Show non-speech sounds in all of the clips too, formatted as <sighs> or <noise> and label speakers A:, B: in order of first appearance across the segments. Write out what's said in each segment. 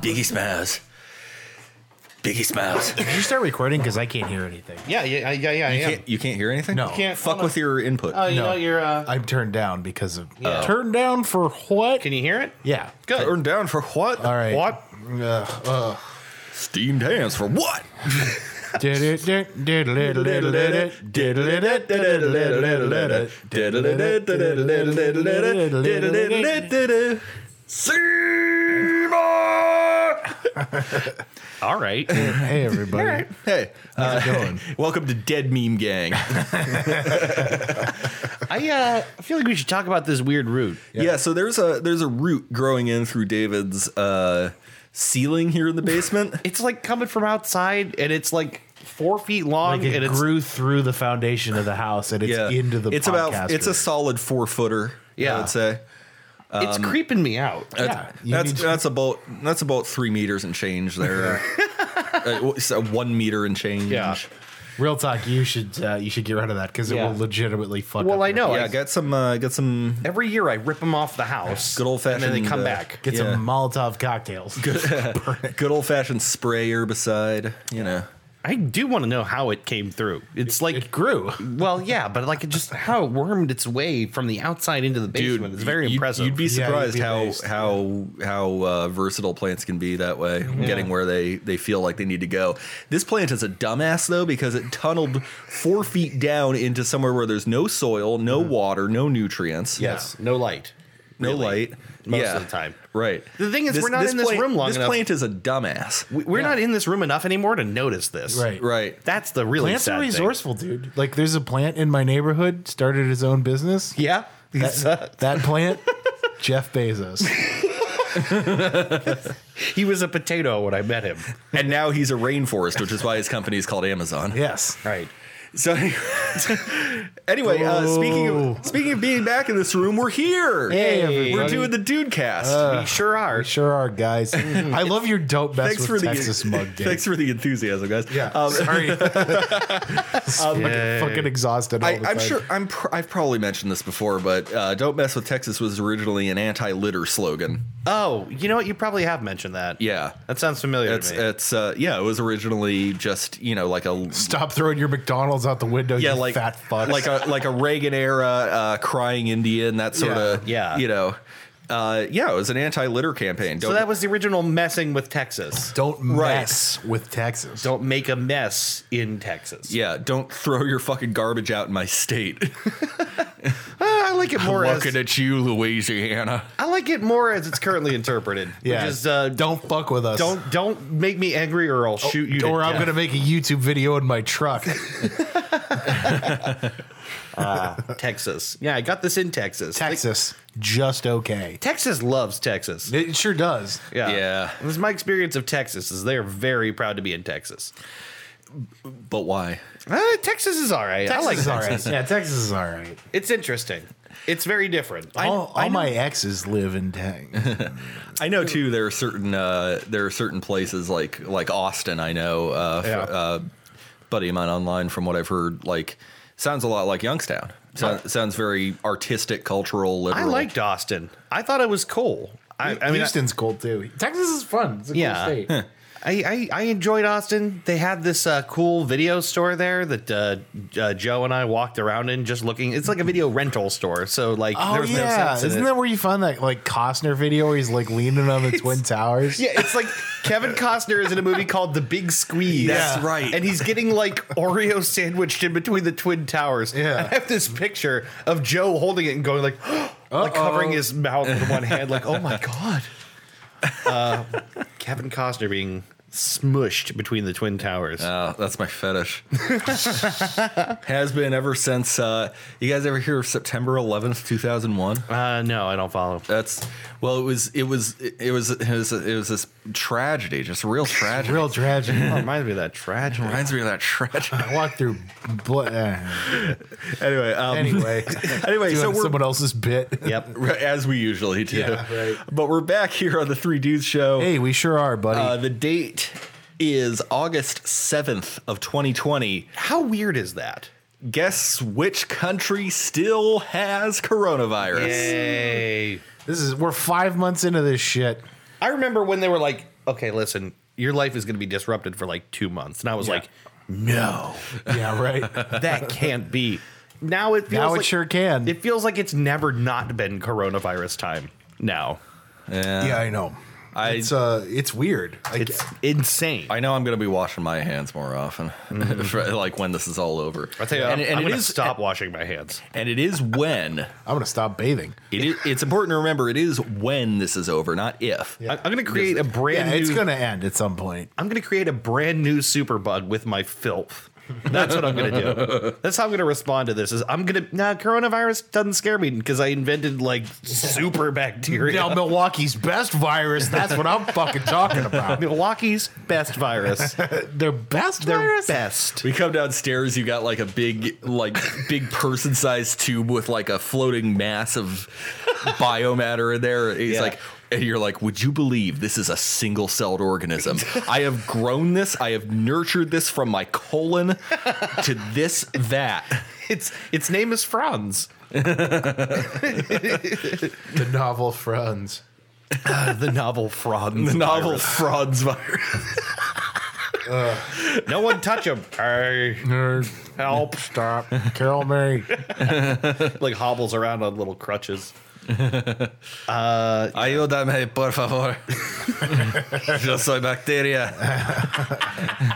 A: Biggie Smalls. Biggie Smalls.
B: Did you start recording? Because I can't hear anything.
C: Yeah, yeah, yeah, yeah. I
A: You
C: am.
A: can't, you can't hear anything?
B: No.
C: Can't-
A: Fuck with your input.
C: Oh, you
B: No.
C: know you're. Uh,
B: I'm turned down because of. uh,
C: Yeah.
B: Turned down for what?
C: can you hear it?
B: yeah.
C: Good.
A: Turn down for what?
B: All right. Uh,
C: What?
B: <laughs>
A: Steamed hands for what? Seymour!
C: All right.
B: Hey everybody.
A: Hey, uh,
B: going?
A: welcome to Dead Meme Gang.
C: <laughs> I uh, I feel like we should talk about this weird root.
A: <laughs> Yeah, so there's a there's a root growing in through David's uh, ceiling here in the basement.
C: It's like coming from outside, and it's like four feet long,
B: Like it
C: and it's
B: grew through the foundation of the house and it's
A: yeah,
B: into the
A: it's about
B: podcast
A: it's a
B: room.
A: solid four footer.
C: Yeah.
A: I would say um,
C: it's creeping me out.
A: uh,
B: yeah, you
A: that's
B: need to-
A: that's about that's about three meters and change there. <laughs> uh, so one meter and change.
C: Yeah.
B: real talk. You should uh, you should get rid of that because
C: Yeah.
B: it will legitimately fuck.
C: Well,
B: up
C: I
B: your-
C: know.
A: yeah.
C: I-
A: Get some uh, get some
C: every year I rip them off the house.
A: Good old-fashioned,
C: And then they come
A: uh,
C: back.
B: Get
A: Yeah.
B: some Molotov cocktails.
A: good old fashioned spray herbicide. You know.
C: I do want to know how it came through. It's like.
B: it
C: <laughs>
B: grew.
C: well, yeah, but like it just how it wormed its way from the outside into the basement. it's very
A: you'd-
C: impressive.
A: You'd be
B: Yeah, you'd
A: surprised
B: be amazed.
A: how how how uh, versatile plants can be that way, getting where they they feel like they need to go. This plant is a dumbass though because it tunneled four feet down into somewhere where there's no soil, no water, no nutrients,
B: Mm-hmm. Yes.
C: no light.
A: no
C: really,
A: light.
C: most
A: Yeah,
C: of the time.
A: right?
C: The thing is, we're not in this
A: plant-
C: room long
A: This
C: enough.
A: plant is a dumbass,
C: We- We're not in this room enough anymore to notice this.
B: Right.
A: right?
C: That's the really
B: Plants
C: sad
B: are
C: thing.
B: resourceful, dude. Like there's a plant in my neighborhood started his own business.
C: Yeah.
B: <laughs>
C: uh,
B: That, that plant, <laughs> Jeff Bezos.
C: he was a potato when I met him.
A: and now he's a rainforest, which is why his company is called Amazon. <laughs>
B: Yes.
C: Right.
A: So anyway, uh, speaking
B: Whoa.
A: of speaking of being back in this room, we're here.
B: Hey,
A: we're
B: everybody.
A: doing the dude cast.
C: we sure are.
B: Sure are, guys. I love your dope best
A: Mm-hmm. thanks
B: with
A: for the <laughs>
B: Texas mug. Dude.
A: thanks for the enthusiasm, guys.
B: Yeah.
A: Um,
B: sorry.
A: <laughs>
B: <laughs> fucking, fucking exhausted. All
A: I,
B: the
A: I'm
B: time.
A: sure I'm pr- I've probably mentioned this before, but uh, "Don't mess with Texas" was originally an anti-litter slogan.
C: Oh, you know what? You probably have mentioned that.
A: Yeah,
C: That sounds familiar
A: it's
C: to me.
A: it's uh, yeah, it was originally just you know like a
B: Stop throwing your McDonald's out the window.
A: yeah
B: you
A: like
B: fat fuck.
A: like a like a Reagan era uh, crying Indian that sort of
C: Yeah, yeah.
A: you know uh, yeah it was an anti-litter campaign.
C: so that was the original messing with Texas.
B: don't
A: Right.
B: mess with Texas.
C: Don't make a mess in Texas.
A: Yeah, don't throw your fucking garbage out in my state. <laughs>
C: Ah, I like it more as
A: at you, Louisiana.
C: I like it more as it's currently interpreted.
B: Yeah.
C: Which is uh,
B: don't fuck with us.
C: don't don't make me angry or I'll shoot you. to
B: Oh, Or I'm
C: death.
B: gonna make a YouTube video in
A: <laughs>
B: my truck.
C: Texas. Yeah, I got this in Texas. Like,
B: Texas, just okay.
C: Texas loves Texas.
B: It sure does.
C: Yeah.
A: Yeah.
C: This is my experience of Texas is they're very proud to be in Texas.
A: But why?
C: Uh, Texas is all right. I like
B: Texas is all
C: Texas.
B: right. Yeah, Texas is all right.
C: It's interesting. It's very different. I,
B: all all my exes live in <laughs> Texas.
A: I know too. There are certain uh, there are certain places like like Austin. I know. Uh, f-
C: Yeah.
A: uh, buddy of mine online, from what I've heard, like sounds a lot like Youngstown. So, Sounds very artistic, cultural,
C: I
A: liberal.
C: liked Austin. I thought it was cool. I, I mean, I,
B: Houston's cool too. Texas is fun. It's a
C: Yeah.
B: cool state.
C: I, I enjoyed Austin. They had this uh, cool video store there that uh, uh, Joe and I walked around in, just looking. It's like a video rental store. So like,
B: <laughs> Oh
C: there was no
B: yeah,
C: sense in
B: isn't
C: it.
B: that where you found that like Costner video where he's like leaning on the twin towers?
C: Yeah, it's like Kevin Costner is in a movie called The Big Squeeze.
A: That's Yeah. right.
C: And he's getting like Oreo sandwiched in between the twin towers.
B: Yeah.
C: And I have this picture of Joe holding it and going like, <gasps> like covering his mouth with one hand, like, oh my god. Uh, Kevin Costner being smushed between the twin towers.
A: Uh, that's my fetish. <laughs> Has been ever since. Uh, you guys ever hear of September 11th, 2001?
C: Uh, no, I don't follow.
A: That's well. It was. It was. It was. It was. It was this tragedy. Just real tragedy.
B: Real
C: <laughs>
B: tragedy.
C: That reminds me of that
A: <laughs>
C: tragedy.
A: Reminds me of that
B: <laughs>
A: tragedy.
B: I walked through. Bl- eh.
A: anyway. Um,
C: <laughs>
B: Anyway,
A: anyway.
B: doing
A: So we're
B: someone else's bit.
C: Yep.
A: as we usually do.
B: Yeah, right.
A: But we're back here on the Three Dudes Show.
B: <laughs> Hey, we sure are, buddy.
A: Uh, the date is August seventh of 2020.
C: How weird is that?
A: Guess which country still has coronavirus?
C: Yay.
B: this is we're five months into this shit.
C: I remember when they were like, okay, listen, your life is going to be disrupted for like two months. And I was
B: Yeah.
C: like, no,
B: Yeah,
C: <laughs>
B: right.
C: that can't be. Now it feels
B: now it
C: like,
B: sure can.
C: It feels like it's never not been coronavirus time now.
A: Yeah.
B: yeah, I know.
A: I-
B: it's uh, it's weird. Like,
C: It's insane.
A: I know I'm going to be washing my hands more often, <laughs> for, like when this is all over.
C: I tell you,
A: and,
C: I'm,
A: and
C: I'm
A: it
C: gonna
A: is-
C: stop washing my hands.
A: and it is when
B: I'm gonna stop bathing.
A: it is, it's important to remember it is when this is over, not if.
C: I- I'm gonna create a brand
B: Yeah,
C: new.
B: it's gonna end at some point.
C: I'm gonna create a brand new superbug with my filth. That's what I'm gonna do. <laughs> That's how I'm gonna respond to this. Is I'm gonna nah coronavirus doesn't scare me because I invented like super bacteria.
B: Now Milwaukee's best virus. That's what I'm fucking talking about.
C: Milwaukee's best <laughs> virus.
B: Their best
C: Their
B: virus.
C: best.
A: We come downstairs, you got like a big, like big person-sized tube with like a floating mass of biomatter in there. He's
C: Yeah.
A: like, and you're like, would you believe this is a single-celled organism? I have grown this. I have nurtured this from my colon to this that. <laughs>
C: Its its name is Franz.
B: The novel friends.
C: Uh, The novel Franz.
A: The novel frauds virus.
C: No one touch him. Hey,
B: Nerd.
C: help!
B: Stop. Carol Mary.
C: <laughs> Like hobbles around on little crutches.
A: Ayúdame, por <laughs> favor. Yo soy bacteria.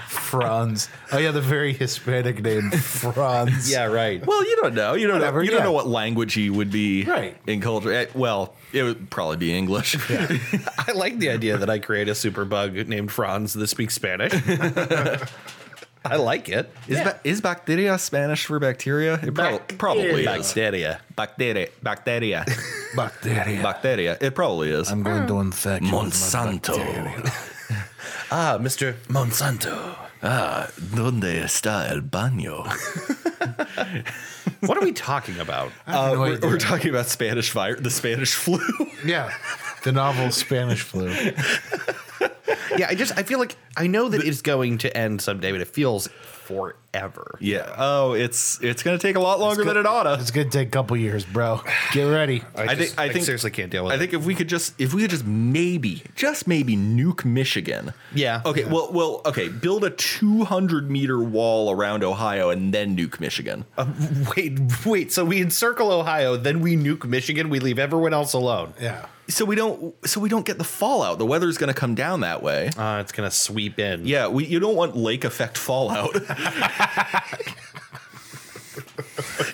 B: Franz. Oh yeah, the very Hispanic name Franz.
C: <laughs> Yeah, right.
A: Well, you don't know. You don't
B: Whatever,
A: know. You don't
B: yeah.
A: know what language he would be
B: Right.
A: in culture. Eh, Well, it would probably be <laughs> English.
C: I like the idea that I create a superbug named Franz that speaks Spanish. <laughs> I like it.
A: Is,
B: Yeah.
A: ba- is bacteria Spanish for bacteria? It prob-
B: Bac-
A: probably is.
C: Bacteria.
A: Bacteria. <laughs> Bacteria.
B: Bacteria.
A: Bacteria. It probably is.
B: I'm going to infect you with my bacteria.
C: Ah, Mr.
A: Monsanto. Ah, donde está el baño?
C: What are we talking about?
A: Uh,
B: no
A: we're,
B: idea.
A: we're talking about Spanish fire, the Spanish flu.
B: Yeah. The novel Spanish flu.
C: <laughs> yeah, I just I feel like I know that it's going to end someday, but it feels forever.
A: <laughs> yeah. Oh, it's it's gonna take a lot longer than it oughta.
B: It's gonna take a couple years, bro. Get ready.
A: I think- I think-
C: seriously can't deal with
A: I think if we could just if we could just maybe just maybe nuke Michigan.
C: Yeah.
A: Okay. Well. Well. Okay. Build a 200 meter wall around Ohio and then nuke Michigan.
C: it. Uh, Wait, wait. So we encircle Ohio, then we nuke Michigan. We leave everyone else alone.
B: Yeah.
A: So we don't. So we don't get the fallout. The weather's going to come down that way.
C: Uh, it's gonna sweep in.
A: Yeah. We. You don't want lake effect
C: <laughs>
A: fallout.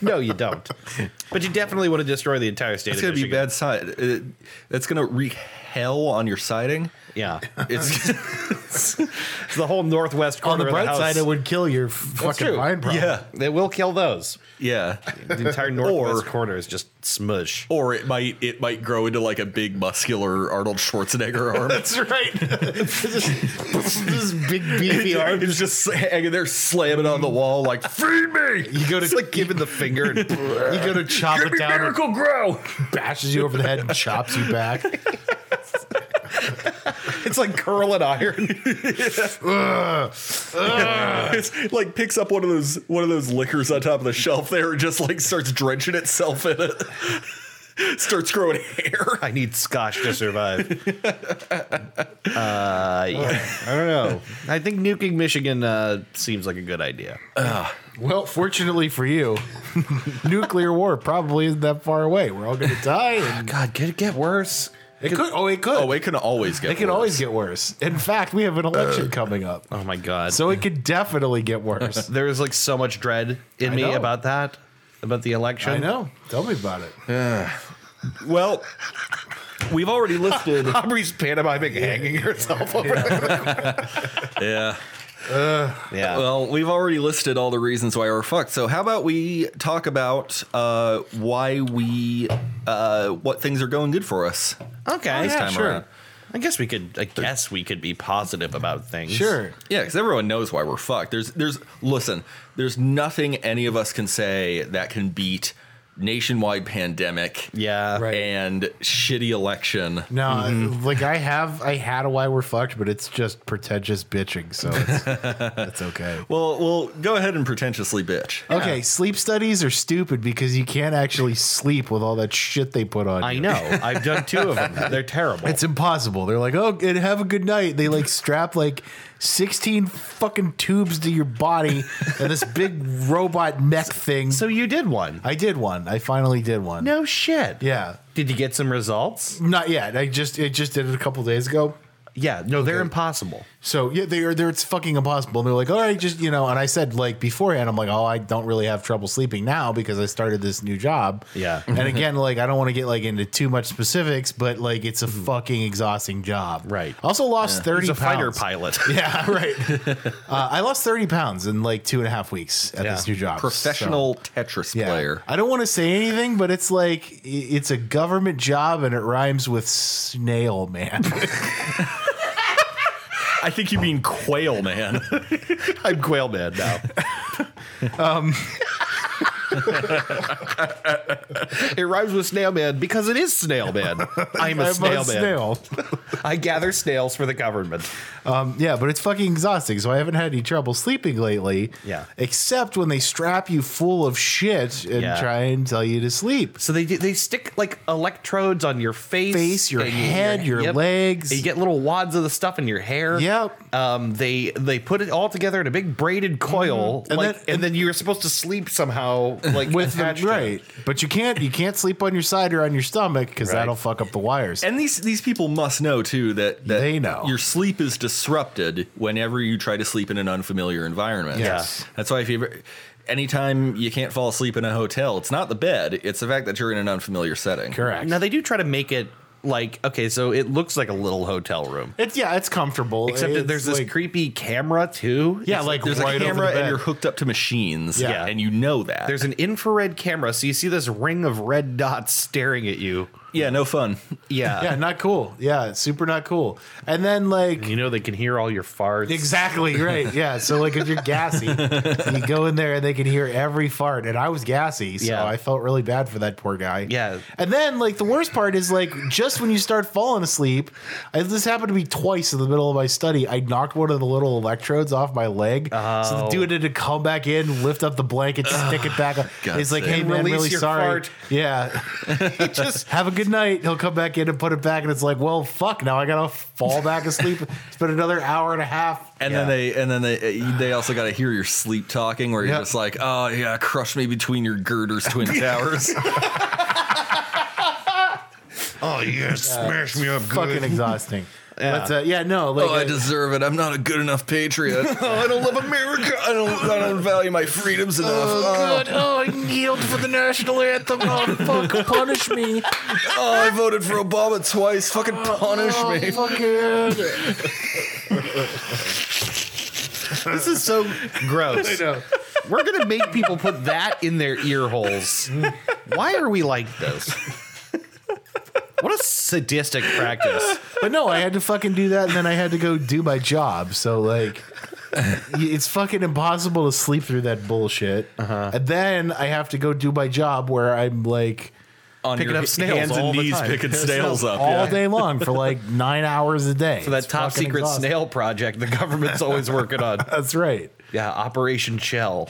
C: No, you don't. <laughs> but you definitely want to destroy the entire state.
A: it's
C: of
A: going to be
C: Michigan.
A: bad side. It, that's going to wreak hell on your siding.
C: Yeah.
A: It's.
C: <laughs>
A: <laughs>
C: It's the whole northwest
B: On
C: corner
B: the bright
C: of the house.
B: side, it would kill your fucking
C: true.
B: mind problem.
A: yeah.
C: They will kill those.
A: Yeah.
C: The <laughs> entire northwest corner is just <laughs> smush.
A: Or it might. It might grow into like a big muscular Arnold Schwarzenegger arm.
B: That's
C: <laughs>
B: right. this, is big
A: It's
B: beefy arm.
A: just hanging there, slamming on the wall like <laughs> "Feed me!" You go to like giving the finger. And,
B: You go to chop it down, and
A: Grow.
B: bashes you over the head, and chops
A: <laughs>
B: you back.
C: It's like curl and iron.
A: It's <laughs> like picks up one of those one of those liquors on top of the shelf there, and just like starts drenching itself in it. <laughs> starts growing hair.
C: I need scotch to survive. <laughs> uh, yeah. I don't know. I think nuking Michigan uh, seems like a good idea.
B: Well, fortunately for you, <laughs> nuclear war probably isn't that far away. We're all gonna die. And
C: <laughs> God, could it get worse?
B: it could. Oh, it could.
A: Oh, it can always get.
B: it can always get worse. In fact, we have an election coming up,
C: Oh my God. So
B: so it could definitely get
A: <laughs>
B: worse.
C: there is like so much dread in
B: I
C: me
B: know.
C: about that, about the election.
B: I know. Tell me about it.
A: Well, we've already
C: <laughs>
A: listed.
C: Aubrey's pantomiming hanging herself over.
A: yeah.
C: <laughs> yeah.
A: Well, we've already listed all the reasons why we're fucked. So how about we talk about uh, why we uh, what things are going good for us?
C: okay.
A: This
C: yeah,
A: time
C: sure.
A: around.
C: I guess we could. I guess we could be positive about things.
B: Sure.
A: Yeah, because everyone knows why we're fucked. There's, there's, listen, there's nothing any of us can say that can beat nationwide pandemic
C: Yeah.
B: Right.
A: and shitty election.
B: No,
A: Mm-hmm.
B: like I have, I had a why we're fucked, but it's just pretentious bitching, so
A: <laughs>
B: it's, that's okay.
A: Well, well, go ahead and pretentiously bitch.
B: Okay, sleep studies are stupid because you can't actually sleep with all that shit they put on
C: I
B: you.
C: know. I've done two of them. They're terrible.
B: It's impossible. They're like, oh, and have a good night. They like strap like 16 fucking tubes to your body and this big <laughs> robot neck thing.
C: so you did one.
B: I did one. I finally did one.
C: No shit.
B: Yeah.
C: Did you get some results?
B: Not yet. I just it just did it a couple days ago.
C: Yeah. No, they're impossible.
B: So yeah, they are there. It's fucking impossible. And they're like, all right, just you know. And I said like beforehand, I'm like, oh, I don't really have trouble sleeping now because I started this new job.
C: Yeah. Mm-hmm.
B: And again, like I don't want to get like into too much specifics, but like it's a fucking exhausting job.
C: Mm-hmm. Right.
B: I also lost thirty
C: He's a fighter
B: pounds.
C: pilot.
B: <laughs> Yeah, right. uh, I lost thirty pounds in like two and a half weeks at
C: Yeah.
B: this new job.
A: Professional Tetris
B: So, yeah.
A: player.
B: I don't want to say anything, but it's like i- it's a government job and it rhymes with snail man.
A: I think you mean quail, man.
C: I'm Quail Man <laughs> now. Um, <laughs> it rhymes with Snail Man because it is Snail <laughs> Man. I'm
B: <laughs>
C: a
B: I'm
C: Snail Man. <laughs>
B: snail.
C: I gather snails for the government.
B: Yeah, but it's fucking exhausting. So I haven't had any trouble sleeping lately.
C: Yeah.
B: Except when they strap you full of shit and
C: Yeah.
B: try and tell you to sleep.
C: So they they stick like electrodes on your face,
B: Face, your
C: and
B: head, your legs.
C: You get little wads of the stuff in your hair.
B: Yep.
C: Um, they they put it all together in a big braided coil,
B: And
C: like,
B: then-
C: Mm-hmm. and then you're supposed to sleep somehow, like
B: With the,
C: attached to it.
B: right, but you can't you can't sleep on your side or on your stomach because
C: Right.
B: that'll fuck up the wires.
A: and these these people must know too that, that
B: They know.
A: your sleep is disrupted whenever you try to sleep in an unfamiliar environment.
B: Yes.
A: That's why if you ever anytime you can't fall asleep in a hotel, it's not the bed, it's the fact that you're in an unfamiliar setting.
B: Correct.
C: Now they do try to make it like okay, so it looks like a little hotel room,
B: It's yeah, it's comfortable.
C: except that
B: It's
C: there's this
B: like-
C: creepy camera too.
B: yeah,
C: It's
B: like
A: There's
B: right
A: a camera
B: over the
A: and
B: bed.
A: you're hooked up to machines.
B: Yeah.
A: And you know that.
C: there's an infrared camera, so you see this ring of red dots staring at you.
A: yeah, no fun.
C: Yeah,
B: yeah, not cool. Yeah, it's super not cool. And then like
C: <laughs> you know they can hear all your farts.
B: Exactly right. Yeah. So like if you're
C: <laughs>
B: gassy, you go in there and they can hear every fart. And I was gassy, so
C: Yeah.
B: I felt really bad for that poor guy.
C: Yeah.
B: And then like the worst part is like just when you start falling asleep, I, this happened to me twice in the middle of my study. I knocked one of the little electrodes off my leg, so the
C: Oh.
B: dude had to come back in, lift up the blanket, stick it back
C: <sighs>
B: up.
A: God's
B: He's like,
A: sake.
B: "Hey man,
C: Release
B: really
C: your
B: sorry."
C: fart. <laughs>
B: Yeah.
A: <laughs>
C: Just
B: Have a good night. He'll come back in and put it back, and it's like, well, fuck. Now I gotta fall back asleep. <laughs> Spend another hour and a half
A: And
C: Yeah.
A: then they and then they eh, they also got to hear your sleep talking where you're
B: Yep.
A: just like, "Oh yeah, crush me between your girders,
B: <laughs>
A: twin towers."
C: oh yeah, smash me up,
B: fucking exhausting.
A: <laughs>
C: Yeah.
B: But uh, yeah, no, like
A: Oh, I
B: uh,
A: deserve it. I'm not a good enough <laughs> patriot. oh, I don't love America. I don't. I don't value my freedoms enough. Oh,
B: Oh, I yield for the national anthem.
A: <laughs>
B: Oh, fuck, punish me.
A: oh, I voted for Obama twice. Fucking punish
B: Oh,
A: me.
B: Fucking.
C: <laughs> This is so
B: <laughs>
C: gross. We're gonna make people put that in their ear holes. Why are we like this? What a sadistic practice.
B: But no, I had to fucking do that, and then I had to go do my job. So like, y- it's fucking impossible to sleep through that bullshit.
A: Uh-huh.
B: And then I have to go do my job where I'm like
A: On
C: Picking
A: your
C: up snails
A: hands
C: all
A: and
C: the
A: knees,
C: time.
A: picking <laughs> snails up.
B: all
A: yeah.
B: day long for <laughs> like nine hours a day.
C: For that top secret snail project the government's always
B: <laughs>
C: working on.
B: That's right.
C: Yeah, Operation Shell.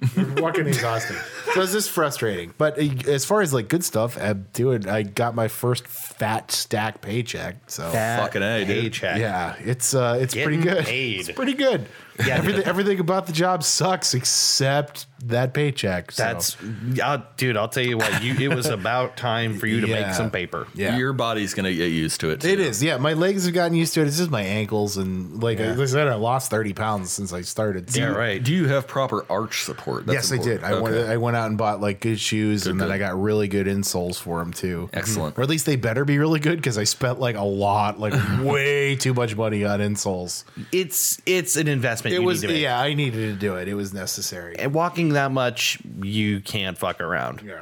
B: fucking exhausting. <laughs> So it's just frustrating. But uh, as far as like good stuff, I'm doing. I got my first fat stack paycheck. So
A: Fucking A, dude.
C: Paycheck.
B: yeah, it's uh, it's
C: Getting
B: pretty good.
C: paid.
B: It's pretty good.
C: Yeah.
B: everything everything about the job sucks except that paycheck. so-
C: That's uh, dude, I'll tell you what, you it was about time for you to
B: Yeah.
C: make some paper.
B: yeah.
A: Your body's gonna get used to it. Too.
B: it is, yeah. My legs have gotten used to it. It's just my ankles and like I said, I lost thirty pounds since I started. so-
C: Yeah, right.
A: Do you have proper arch support? That's
B: yes, I did. I
A: important.
B: went. I went out and bought like good shoes, and then
A: good.
B: I got really good insoles for them too.
A: Excellent.
B: or at least they better be really good because I spent like a lot, <laughs> like way too much money on insoles.
C: It's it's an investment
B: It
C: you
B: was
C: need to make.
B: yeah, I needed to do it. It was necessary.
C: And walking that much, you can't fuck around.
B: yeah.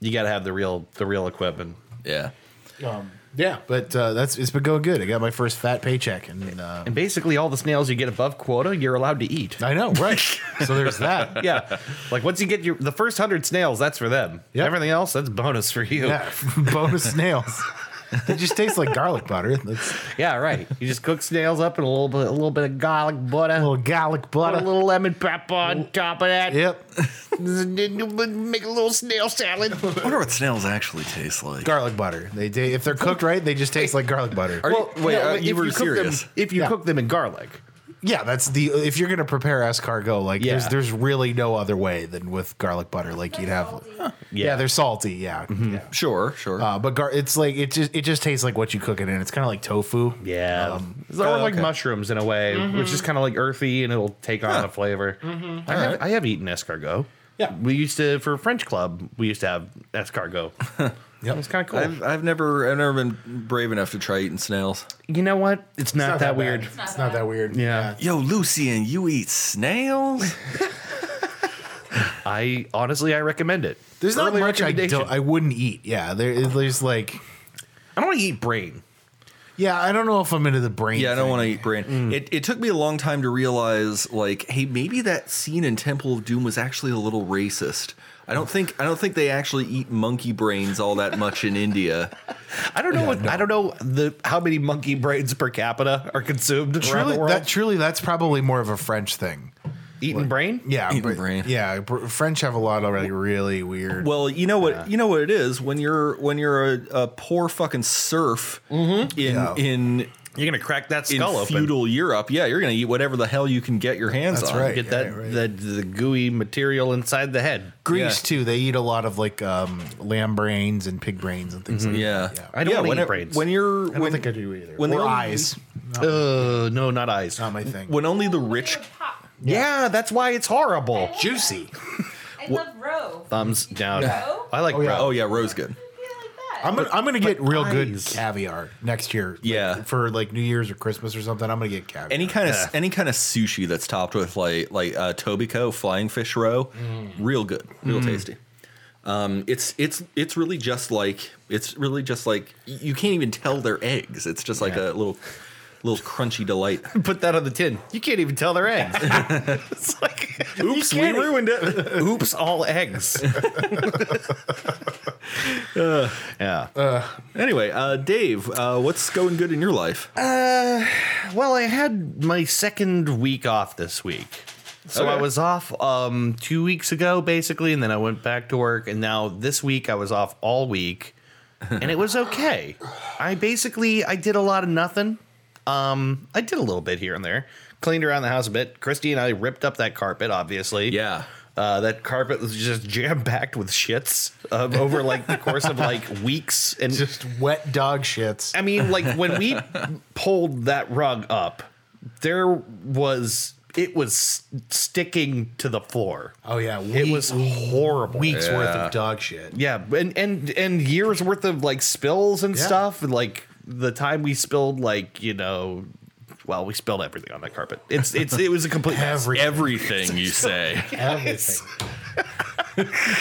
C: You gotta have the real the real equipment.
A: Yeah.
B: Um, Yeah, but uh, that's it's been going good. I got my first fat paycheck, and uh,
C: And basically, all the snails you get above quota, you're allowed to eat.
B: I know, right? <laughs> so there's that.
C: <laughs> Yeah, like once you get your the first hundred snails, that's for them.
B: Yep.
C: Everything else, that's bonus for you.
B: Yeah, <laughs> bonus snails. It just tastes like garlic butter. That's
C: <laughs> Yeah, right. You just cook snails up in a little bit, a little bit of garlic butter,
B: a little garlic
C: put a
B: butter.
C: little lemon pepper on top of that.
B: Yep,
C: Make a little snail <laughs> salad.
A: I wonder what snails actually taste like.
B: garlic butter. They, they if they're cooked right, they just taste like garlic butter.
A: Are
C: Well,
A: you, wait,
C: no,
A: uh,
C: if
A: you were
C: cook them-
A: serious.
C: if you
B: Yeah.
C: cook them in garlic,
B: Yeah, that's the if you're gonna prepare escargot, like
C: Yeah.
B: there's there's really no other way than with garlic butter. Like you'd have, yeah.
C: Yeah.
B: they're salty, yeah. yeah.
A: Sure, sure.
B: Uh, but gar- it's like it just it just tastes like what you cook it in. It's kind of like tofu.
C: yeah, it's sort of like mushrooms in a way, which is kind of like earthy and it'll take on a flavor. I, have, I have eaten escargot.
B: Yeah.
C: we used to for French club. We used to have <laughs> escargot. It was kind of cool.
A: I've, I've never I've never been brave enough to try eating snails.
C: you know what? It's, not, that,
B: bad.
C: weird.
B: It's not, that weird.
C: Yeah.
A: Yo, Lucian, you eat snails?
C: I honestly I recommend it.
B: There's not
C: Early
B: much I
C: recommendation.
B: don't I wouldn't eat. Yeah, there is there's like
C: I don't want to eat brain.
B: yeah, I don't know if I'm into the brain.
A: Yeah, I don't
B: thing.
A: want to eat brain. It, it took me a long time to realize, like, hey, maybe that scene in Temple of Doom was actually a little racist. I don't think I don't think they actually eat monkey brains all that much in India.
C: I don't know what I don't know the how many monkey brains per capita are consumed around the
B: Truly,
C: world.
B: that truly that's probably more of a French thing.
C: Eating brain?
B: Yeah,
A: Eating
B: but-
A: brain.
B: Yeah, br- French have a lot already. Really weird.
A: Well, you know what you know what it is when you're when you're a, a poor fucking serf in
B: Yeah.
A: in
C: You're gonna crack that
A: in
C: skull open.
A: feudal Europe. Yeah, you're gonna eat whatever the hell you can get your hands
B: That's
A: on.
B: right.
C: Get
B: Yeah,
C: that
B: right.
C: that the gooey material inside the head.
B: Greece
A: yeah.
B: too. They eat a lot of like um, lamb brains and pig brains and things like that.
A: Yeah,
C: I don't
A: yeah,
C: wanna
A: when
C: eat
A: it-
C: brains.
A: When you're
B: I don't
A: when,
B: think I do either.
A: when
B: When
A: they
B: or
A: only-
B: eyes, um,
C: Uh, no, not eyes.
B: not my thing.
A: when only the rich
D: Pop.
C: yeah, that's why it's horrible.
B: Juicy.
D: I love row.
C: Thumbs down.
D: No.
C: I like
B: Oh, yeah.
C: bro.
A: Oh yeah, Rose good.
D: Yeah, like that.
B: I'm gonna, I'm gonna get real good
C: eyes.
B: caviar next year. like,
A: Yeah.
B: for like New Year's or Christmas or something. I'm gonna get caviar.
A: Any kind of
C: Yeah.
A: any kind of sushi that's topped with like like uh, Tobico flying fish roe, real good, real tasty. Um, it's it's it's really just like it's really just like y- you can't even tell they're eggs. It's just like
C: Yeah.
A: a little little crunchy <laughs> delight.
C: Put that on the tin. You can't even tell
B: <laughs>
C: they're eggs. it's like
A: Oops,
C: you
A: we
C: can't-
A: ruined it.
C: Oops,
B: <laughs>
C: all eggs. <laughs> yeah.
A: anyway, uh, Dave, uh, what's going good in your life?
C: Well, I had my second week off this week. So I
A: Okay.
C: was off um, two weeks ago, basically, and then I went back to work. And now this week I was off all week, and it was okay. I basically I did a lot of nothing. Um, I did a little bit here and there, cleaned around the house a bit. Christy and I ripped up that carpet, obviously.
A: yeah,
C: Uh, that carpet was just <laughs> jam packed with shits um, over like the course of like weeks
A: <laughs>
C: and
B: just wet dog shits.
C: I mean, like when we pulled that rug up, there was it was s- sticking to the floor.
B: Oh yeah,
C: It was horrible.
B: weeks worth of dog shit.
C: Yeah, and and and years worth of like spills and
B: Yeah.
C: stuff. And, like the time we spilled, like you know, well, we spilled everything on that carpet. It's it's it was a complete mess.
B: Every
A: everything you say.
B: everything.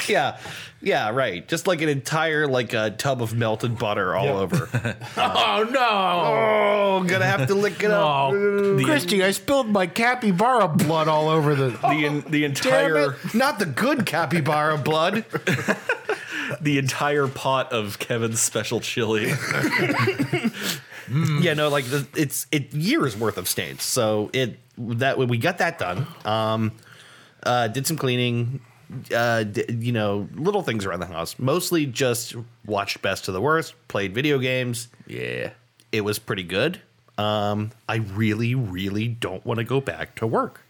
C: yeah. Yeah, right. Just like an entire like a tub of melted butter all over.
B: <laughs> Oh no.
C: oh, gonna have to lick
B: <laughs>
C: it up.
B: Oh, Christy, I spilled my capybara blood all over the. Oh,
A: The en- the
C: Damn
A: entire
C: it. Not the good capybara blood.
A: the entire pot of Kevin's special chili.
C: Yeah, no, like the, it's it years worth of stains. So it that we got that done. Um, uh, did some cleaning. Uh, d- you know, little things around the house. Mostly just watched best to the worst. Played video games.
A: <laughs> yeah.
C: It was pretty good. Um, I really, really don't want to go back to work.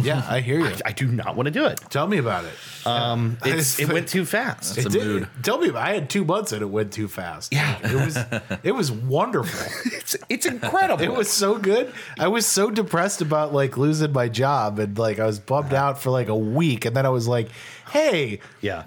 B: Yeah, I hear
C: <laughs>
B: you.
C: I do not want to do it.
B: Tell me about it.
C: Um,
B: <laughs>
C: it's, it
B: It's-
C: went too fast.
A: It's
B: <laughs>
A: a
B: It did-
A: mood.
B: Tell me, about I had two months and it went too fast. Yeah, it was.
C: <laughs>
B: It was wonderful.
C: It's, it's incredible.
B: It was so good. I was so depressed about like losing my job and like I was bummed
C: Uh-huh.
B: out for like a week, and then I was like, "Hey,
C: yeah.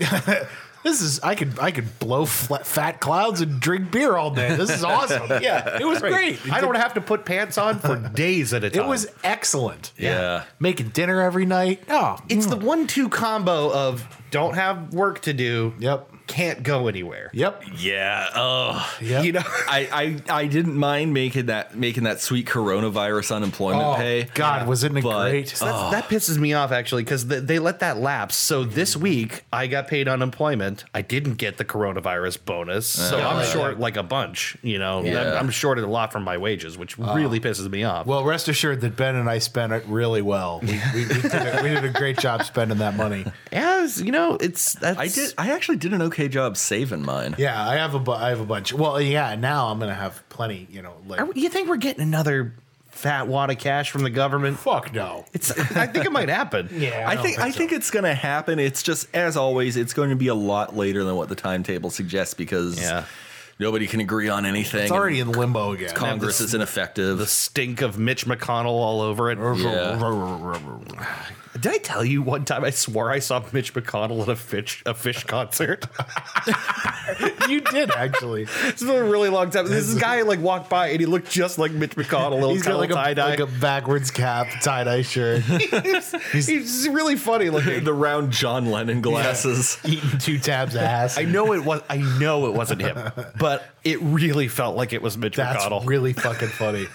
B: <laughs> this is I could I could blow flat, fat clouds and drink beer all day. This is awesome.
C: <laughs> Yeah,
B: it was
C: Right.
B: great.
C: I don't have to put pants on for days at a time.
B: It was excellent.
A: Yeah.
B: making dinner every night. Oh,
C: It's the one-two combo of don't have work to do.
B: Yep.
C: can't go anywhere.
B: Yep.
A: Yeah. Oh.
B: Yep.
C: You know,
A: <laughs> I, I I didn't mind making that making that sweet coronavirus unemployment
B: Oh,
A: pay.
B: God, wasn't it
A: But-
B: great?
C: So that's- that pisses me off actually because th- they let that lapse. So this week I got paid unemployment. I didn't get the coronavirus bonus, so
A: Yeah.
C: I'm short like a bunch. You know,
A: Yeah.
C: I'm, I'm shorted a lot from my wages, which really pisses me off.
B: Well, rest assured that Ben and I spent it really well. We, we, we, did, a, we did a great job spending that money.
C: yeah, it's- you know, it's that's,
A: I did. I actually did an okay job saving mine.
B: Yeah, I have a bu- I have a bunch. Well, yeah, now I'm gonna have plenty. You know, like
C: Are we- you think we're getting another fat wad of cash from the government?
B: fuck no.
C: It's. I think it
A: <laughs>
C: might happen.
B: Yeah,
A: I think I think it's going to happen. It's just as always, it's going to be a lot later than what the timetable suggests because
C: Yeah.
A: nobody can agree on anything.
B: it's already in limbo again.
A: Congress is ineffective.
C: The stink of Mitch McConnell all over it.
A: Yeah.
C: Did I tell you one time I swore I saw Mitch McConnell at a fish a fish concert?
B: <laughs> you did <laughs> actually.
C: It's been a really long time. <laughs> This guy like walked by and he looked just like Mitch McConnell, a little
B: He's got like a,
C: tie dye.
B: like a backwards cap, tie dye <laughs> shirt,
C: <laughs> he's, he's really funny <laughs>
A: <laughs>
C: looking.
A: the round John Lennon glasses.
B: eating two tabs of ass.
C: I know it was. I know it wasn't him, <laughs> but it really felt like it was
B: <laughs>
C: Mitch
B: That's
C: McConnell.
B: really fucking funny.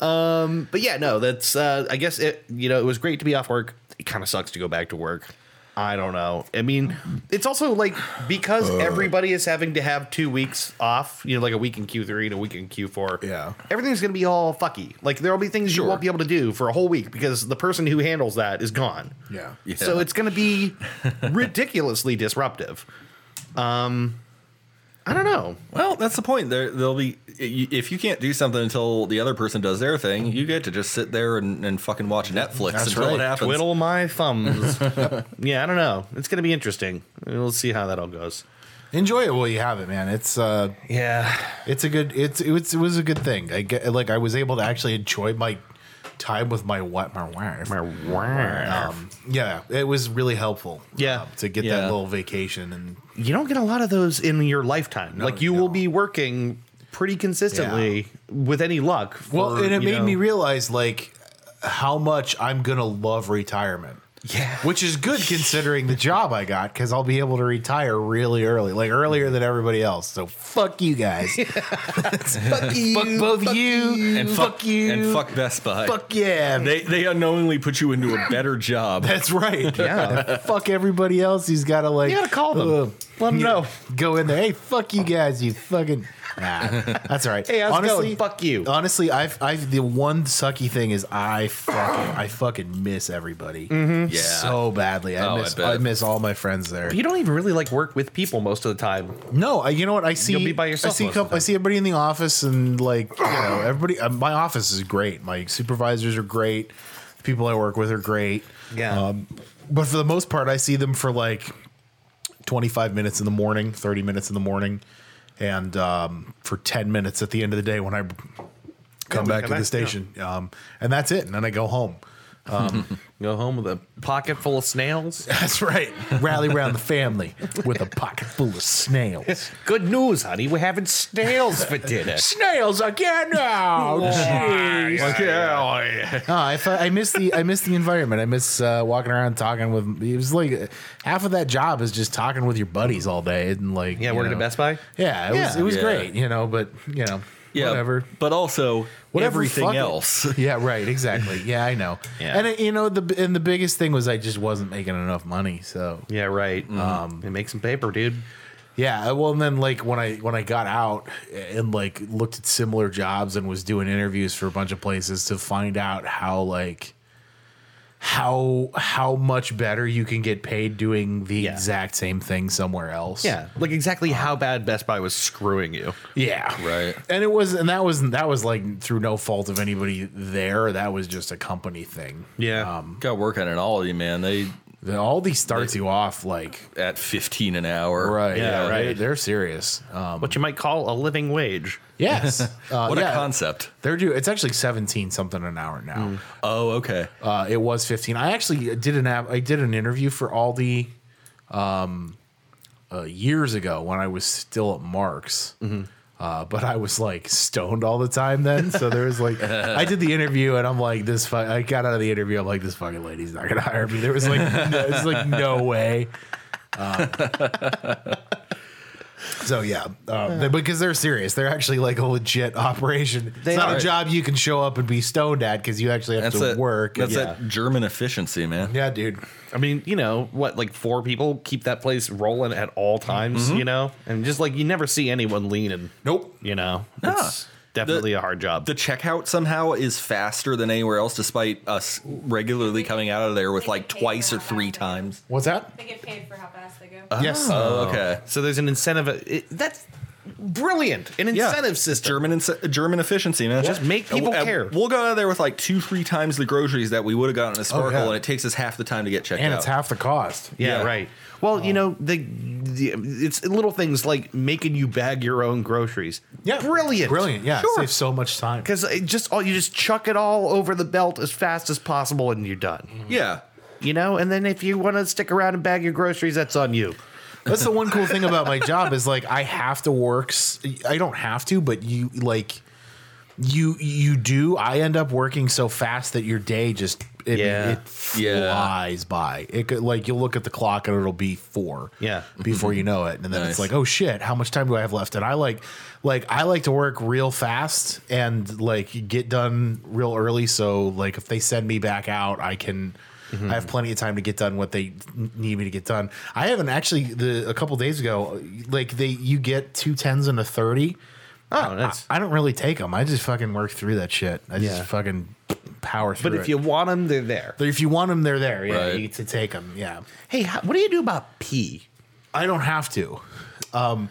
C: but yeah, no, that's. Uh, I guess it. You know, it was great to be off work. It kind of sucks to go back to work. I don't know. I mean, it's also like because everybody is having to have two weeks off. You know, like a week in Q three and a week in Q four.
B: Yeah.
C: everything's gonna be all fucky. Like there'll be things you won't be able to do for a whole week because the person who handles that is gone.
B: <laughs> Yeah.
C: So it's going to be ridiculously disruptive. Um, I don't know.
A: <laughs> Well, that's the point. There, there'll be if you can't do something until the other person does their thing, you get to just sit there and, and fucking watch Netflix until
B: right.
A: it happens.
C: Twiddle my <laughs> thumbs. yeah, I don't know. It's going to be interesting. We'll see how that all goes.
B: Enjoy it while you have it, man. It's uh,
C: Yeah.
B: it's a good. It's it was, it was a good thing. I get like I was able to actually enjoy my time with my wife. My wife. Um, yeah, it was really helpful.
C: Yeah.
B: um, to get
A: Yeah.
B: that little vacation and
C: You don't get a lot of those in your lifetime. like you
B: you
C: will
B: don't.
C: be working pretty consistently with any luck. for,
B: well, and it
C: you
B: made
C: know-
B: me realize like how much I'm gonna love retirement.
C: Yeah.
B: which is good considering the job I got because I'll be able to retire really early, like earlier than everybody else. So fuck you guys, <laughs>
C: fuck you.
B: fuck both you,
A: and fuck, you and fuck Best Buy.
B: fuck yeah.
A: They they unknowingly put you into a better job.
B: that's right.
C: Yeah.
B: And <laughs> fuck everybody else. He's got to like.
C: You gotta call them.
B: Ugh.
C: Let them know.
B: Go in there. Hey, fuck you guys. You fucking. Nah, that's all right.
C: Hey, how's it going? Fuck you.
B: Honestly, I've I've the one sucky thing is I fucking I fucking miss everybody
A: Yeah.
B: so badly. I
A: Oh, I
B: miss
A: bet.
B: I, miss all my friends there.
C: Mm-hmm. You don't even really like work with people most of the time.
B: No, I, you know what? I see.
C: You'll be by yourself
B: I see.
C: most of
B: com-
C: the
B: I see everybody in the office, and like you know, everybody. Uh, my office is great. My supervisors are great. The people I work with are great.
C: Yeah.
B: Um, but for the most part, I see them for like twenty-five minutes in the morning, thirty minutes in the morning, and um, for ten minutes at the end of the day when I come back to
C: back,
B: the station. Um, and that's it. And then I go home.
C: Go home with a pocket full of snails.
B: <laughs> That's right. Rally around the family with a pocket full of
C: <laughs>
B: snails.
C: <laughs> Good news, honey. We're having snails for dinner.
B: Snails again now. Jeez. No, I, fe- I miss the I miss the environment. I miss uh, walking around talking with. It was like uh, half of that job is just talking with your buddies all day and like
C: Yeah,
B: you
C: working at
B: know.
C: Best Buy?
B: Yeah, it was
C: Yeah.
B: it was
A: Yeah.
B: great, you know. But you know,
A: yeah.
B: whatever.
A: But also
B: Whatever, fuck
A: everything
B: it.
A: else. <laughs>
B: Yeah, right. Exactly. Yeah, I know.
C: Yeah.
B: And uh, you know the and the biggest thing was I just wasn't making enough money. So
C: Yeah, right. Um, and make some paper, dude.
B: Yeah, well, and then like when I when I got out and like looked at similar jobs and was doing interviews for a bunch of places to find out how like how how much better you can get paid doing the
C: Yeah.
B: exact same thing somewhere else.
C: Yeah, like exactly how bad Best Buy was screwing you.
B: yeah,
A: Right.
B: And it was and that was that was like through no fault of anybody there. That was just a company thing.
C: Yeah.
B: um,
A: Got to work on an ollie, man. They
B: all these starts you off like
A: at fifteen an hour.
B: right,
C: Yeah,
B: yeah, right.
C: right.
B: They're serious. Um,
C: What you might call a living wage.
B: yes, uh,
A: <laughs> What
B: yeah.
A: a concept.
B: They're due. It's actually seventeen something an hour now.
A: Oh, okay.
B: Uh, it was 15. I actually did an app. I did an interview for Aldi um, uh, years ago when I was still at Marks. Uh, but I was like stoned all the time then. So there was like, I did the interview and I'm like, this, fu- I got out of the interview. I'm like, this fucking lady's not going to hire me. There was like, no, it's like, no way. Um, <laughs> So yeah, um, they- because they're serious. They're actually like a legit operation.
C: They
B: it's not
C: are.
B: a job you can show up and be stoned at because you actually have
A: That's
B: to
A: it.
B: work.
A: That's
B: yeah.
A: that German efficiency, man.
B: Yeah, dude.
C: I mean, you know what? Like four people keep that place rolling at all times. You know, and just like you never see anyone leaning.
B: Nope.
C: You know,
A: Nah.
C: it's definitely a hard job.
A: The checkout somehow is faster than anywhere else, despite us regularly coming out of there with like twice or three times.
B: What's that? Ah.
D: They get paid for how fast they go.
B: Yes.
A: Oh, okay.
C: so there's an incentive. uh, It, that's brilliant. An
A: Yeah.
C: incentive system.
A: German ince- German efficiency, man.
C: Just make people
A: And- and
C: care.
A: We'll go out of there with like two, three times the groceries that we would have gotten at Sparkle,
B: Oh, yeah.
A: and it takes us half the time to get checked
B: and
A: out.
B: it's half the cost.
C: Yeah,
A: Yeah.
C: right. Well, you know, the, the it's little things like making you bag your own groceries. brilliant,
B: Brilliant. Yeah,
C: sure.
B: saves so much time.
C: Because just all you just chuck it all over the belt as fast as possible, and you're done.
A: yeah.
C: You know, and then if you want to stick around and bag your groceries, that's on you.
B: That's the one cool thing about
C: <laughs>
B: my job is like I have to work. s- I don't have to, but you like you you do. I end up working so fast that your day just it,
C: Yeah.
B: it
A: Yeah.
B: flies by. It could like you'll look at the clock and it'll be four.
C: Yeah.
B: before
C: Mm-hmm.
B: you know it, and then
A: Nice.
B: it's like oh shit, how much time do I have left? And I like like I like to work real fast and like get done real early. So like if they send me back out, I can. I
C: Mm-hmm.
B: have plenty of time to get done what they n- need me to get done. I haven't actually the a couple days ago, like they you get two tens and a thirty.
C: Oh, that's.
B: I don't really take them. I just fucking work through that shit. I
C: Yeah.
B: just fucking power through.
C: but if you want them, they're there.
B: if you want them, they're there. Yeah,
A: Right.
B: you get to take them. Yeah,
C: Hey, how, what do you do about pee?
B: I don't have to.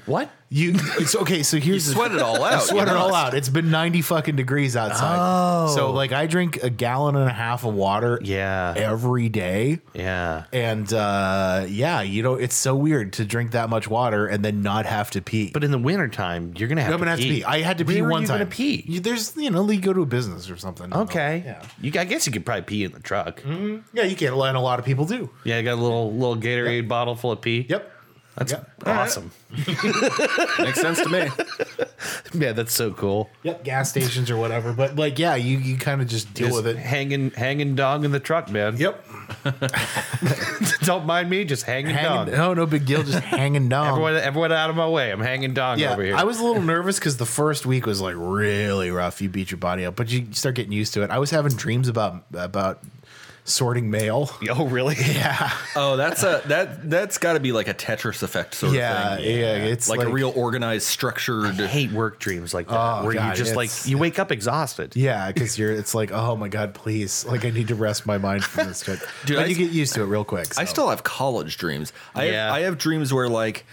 C: What?
B: You it's okay. So here's the
A: Sweat it
B: <laughs>
A: all out.
B: sweat
A: you
B: it all
A: must.
B: out. It's been ninety fucking degrees outside. Oh, so like I drink a gallon and a half of water.
C: Yeah.
B: every day.
C: Yeah.
B: And uh, yeah, you know, it's so weird to drink that much water and then not have to pee.
C: But in the wintertime, you're gonna have
B: I'm
C: to
B: gonna have to
C: pee.
B: pee. I had to pee
C: Where are
B: one
C: you
B: time.
C: Gonna pee.
B: You- There's you know, you go to a business or something.
C: okay.
B: Yeah. Mm-hmm.
C: You, I guess you could probably pee in the truck.
B: Yeah, you can't. And a lot of people do.
C: Yeah, I got a little little Gatorade bottle full of pee.
B: Yep.
C: That's
B: Yep.
C: awesome. <laughs>
A: Makes sense to me.
C: Yeah, that's so cool.
B: Yep. Gas stations or whatever. But like, yeah, you you kind of just deal
C: Just
B: with it.
C: Hanging hanging dog in the truck, man.
B: Yep.
C: <laughs> Don't mind me, just hanging, dog.
B: Hanging, oh, no, no big deal. Just
C: <laughs>
B: hanging down.
C: Everyone everyone out of my way. I'm hanging dog over here.
B: I was a little nervous because the first week was like really rough. You beat your body up, but you start getting used to it. I was having dreams about about sorting
A: <laughs>
B: mail.
C: <laughs>
B: <laughs>
C: Oh really?
B: Yeah,
A: Oh, that's a that that's got to be like a Tetris effect sort
B: yeah,
A: of thing.
B: yeah. It's
A: Like, a real organized, structured.
C: I hate work dreams like that.
B: Oh,
C: where you
B: God,
C: just like
B: it's-
C: you wake up exhausted.
B: yeah, because you're. It's like, oh my god, please, like I need to rest my mind from this shit.
A: <laughs> Dude,
B: but
A: I-
B: you get used to it real quick.
A: I
B: so.
A: still have college dreams. I
C: Yeah.
A: have, I have dreams where like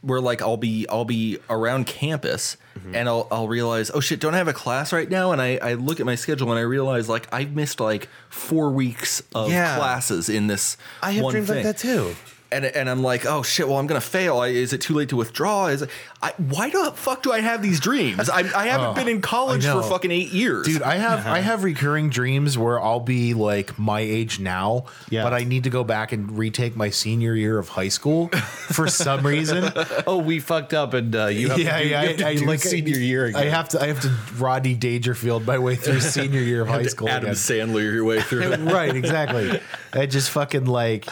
A: where like I'll be I'll be around campus
C: Mm-hmm.
A: and I'll I'll realize oh shit don't I have a class right now and I I look at my schedule and I realize like I've missed like four weeks of
C: Yeah.
A: classes in this
C: I have
A: one
C: dreams
A: thing.
C: like that too.
A: and and I'm like oh shit well I'm gonna fail I, is it too late to withdraw is it, I why the fuck do I have these dreams I I haven't
C: Oh,
A: been in college for
B: know.
A: fucking eight years
B: Dude, I have I have recurring dreams where I'll be like my age now,
C: Yeah.
B: but I need to go back and retake my senior year of high school for some
A: <laughs>
B: reason.
C: Oh, we fucked up and uh, you have
B: yeah,
C: to do,
B: yeah.
C: you have to
B: I, I
C: do
B: like
C: senior year again.
B: I have to. I have to Rodney Dangerfield my way
C: <laughs>
B: through senior year of high school.
A: Adam
B: again.
A: Sandler your way through it.
B: right, exactly. I just fucking like,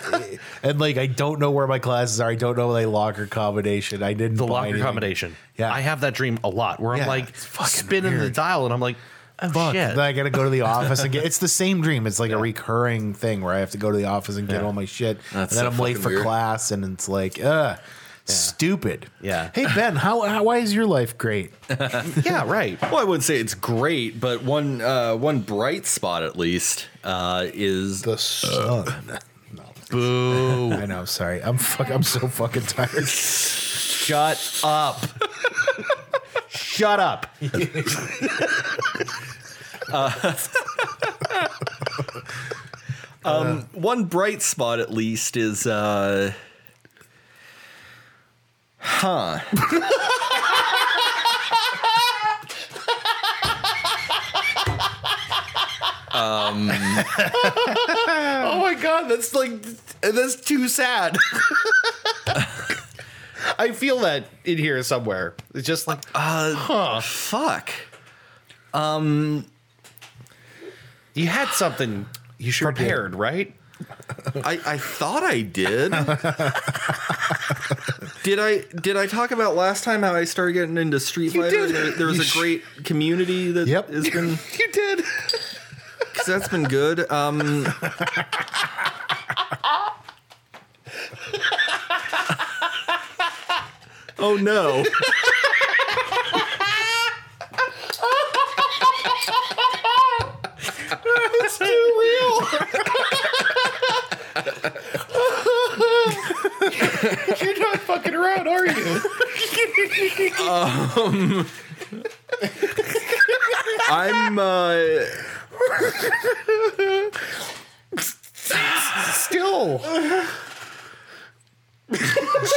B: and like I don't know where my classes are. I don't know my locker combination. I didn't
C: the
B: buy
C: locker
B: anything.
C: combination.
B: Yeah.
C: I have that dream a lot where I'm
B: Yeah,
C: like
B: it's fucking
C: spinning the
B: weird.
C: dial and I'm like, oh
B: Fuck.
C: shit.
B: Then <laughs> I gotta go to the office and get. It's the same dream. It's like a recurring thing where I have to go to the office and get all my shit, and
A: That's
B: then
A: so
B: I'm late
A: fucking
B: for
A: weird.
B: class, and it's like, uh, stupid.
C: Yeah.
B: Hey Ben, how, how why is your life great?
C: yeah, right.
A: Well, I wouldn't say it's great, but one uh, one bright spot at least uh, is
B: The sun.
C: Boo.
B: I know. Sorry. I'm fuck. I'm so fucking tired.
C: Shut up. <laughs> Shut up.
A: um, <laughs> one bright spot at least is uh,
C: Oh my god, that's like that's too sad. <laughs> I feel that in here somewhere. It's just like
A: uh fuck.
C: you had something
B: You
C: prepared, right?
A: I, I thought I
B: <laughs>
A: did. did I did I talk about last time how I started getting into Street
C: You
A: Fighter?
C: did.
A: There, there was
B: You
A: a
B: sh-
A: great community that
B: Yep.
A: has been
C: you did.
A: because that's been good. Um, oh no.
C: You're not fucking around, are you?
A: I'm uh,
C: Still.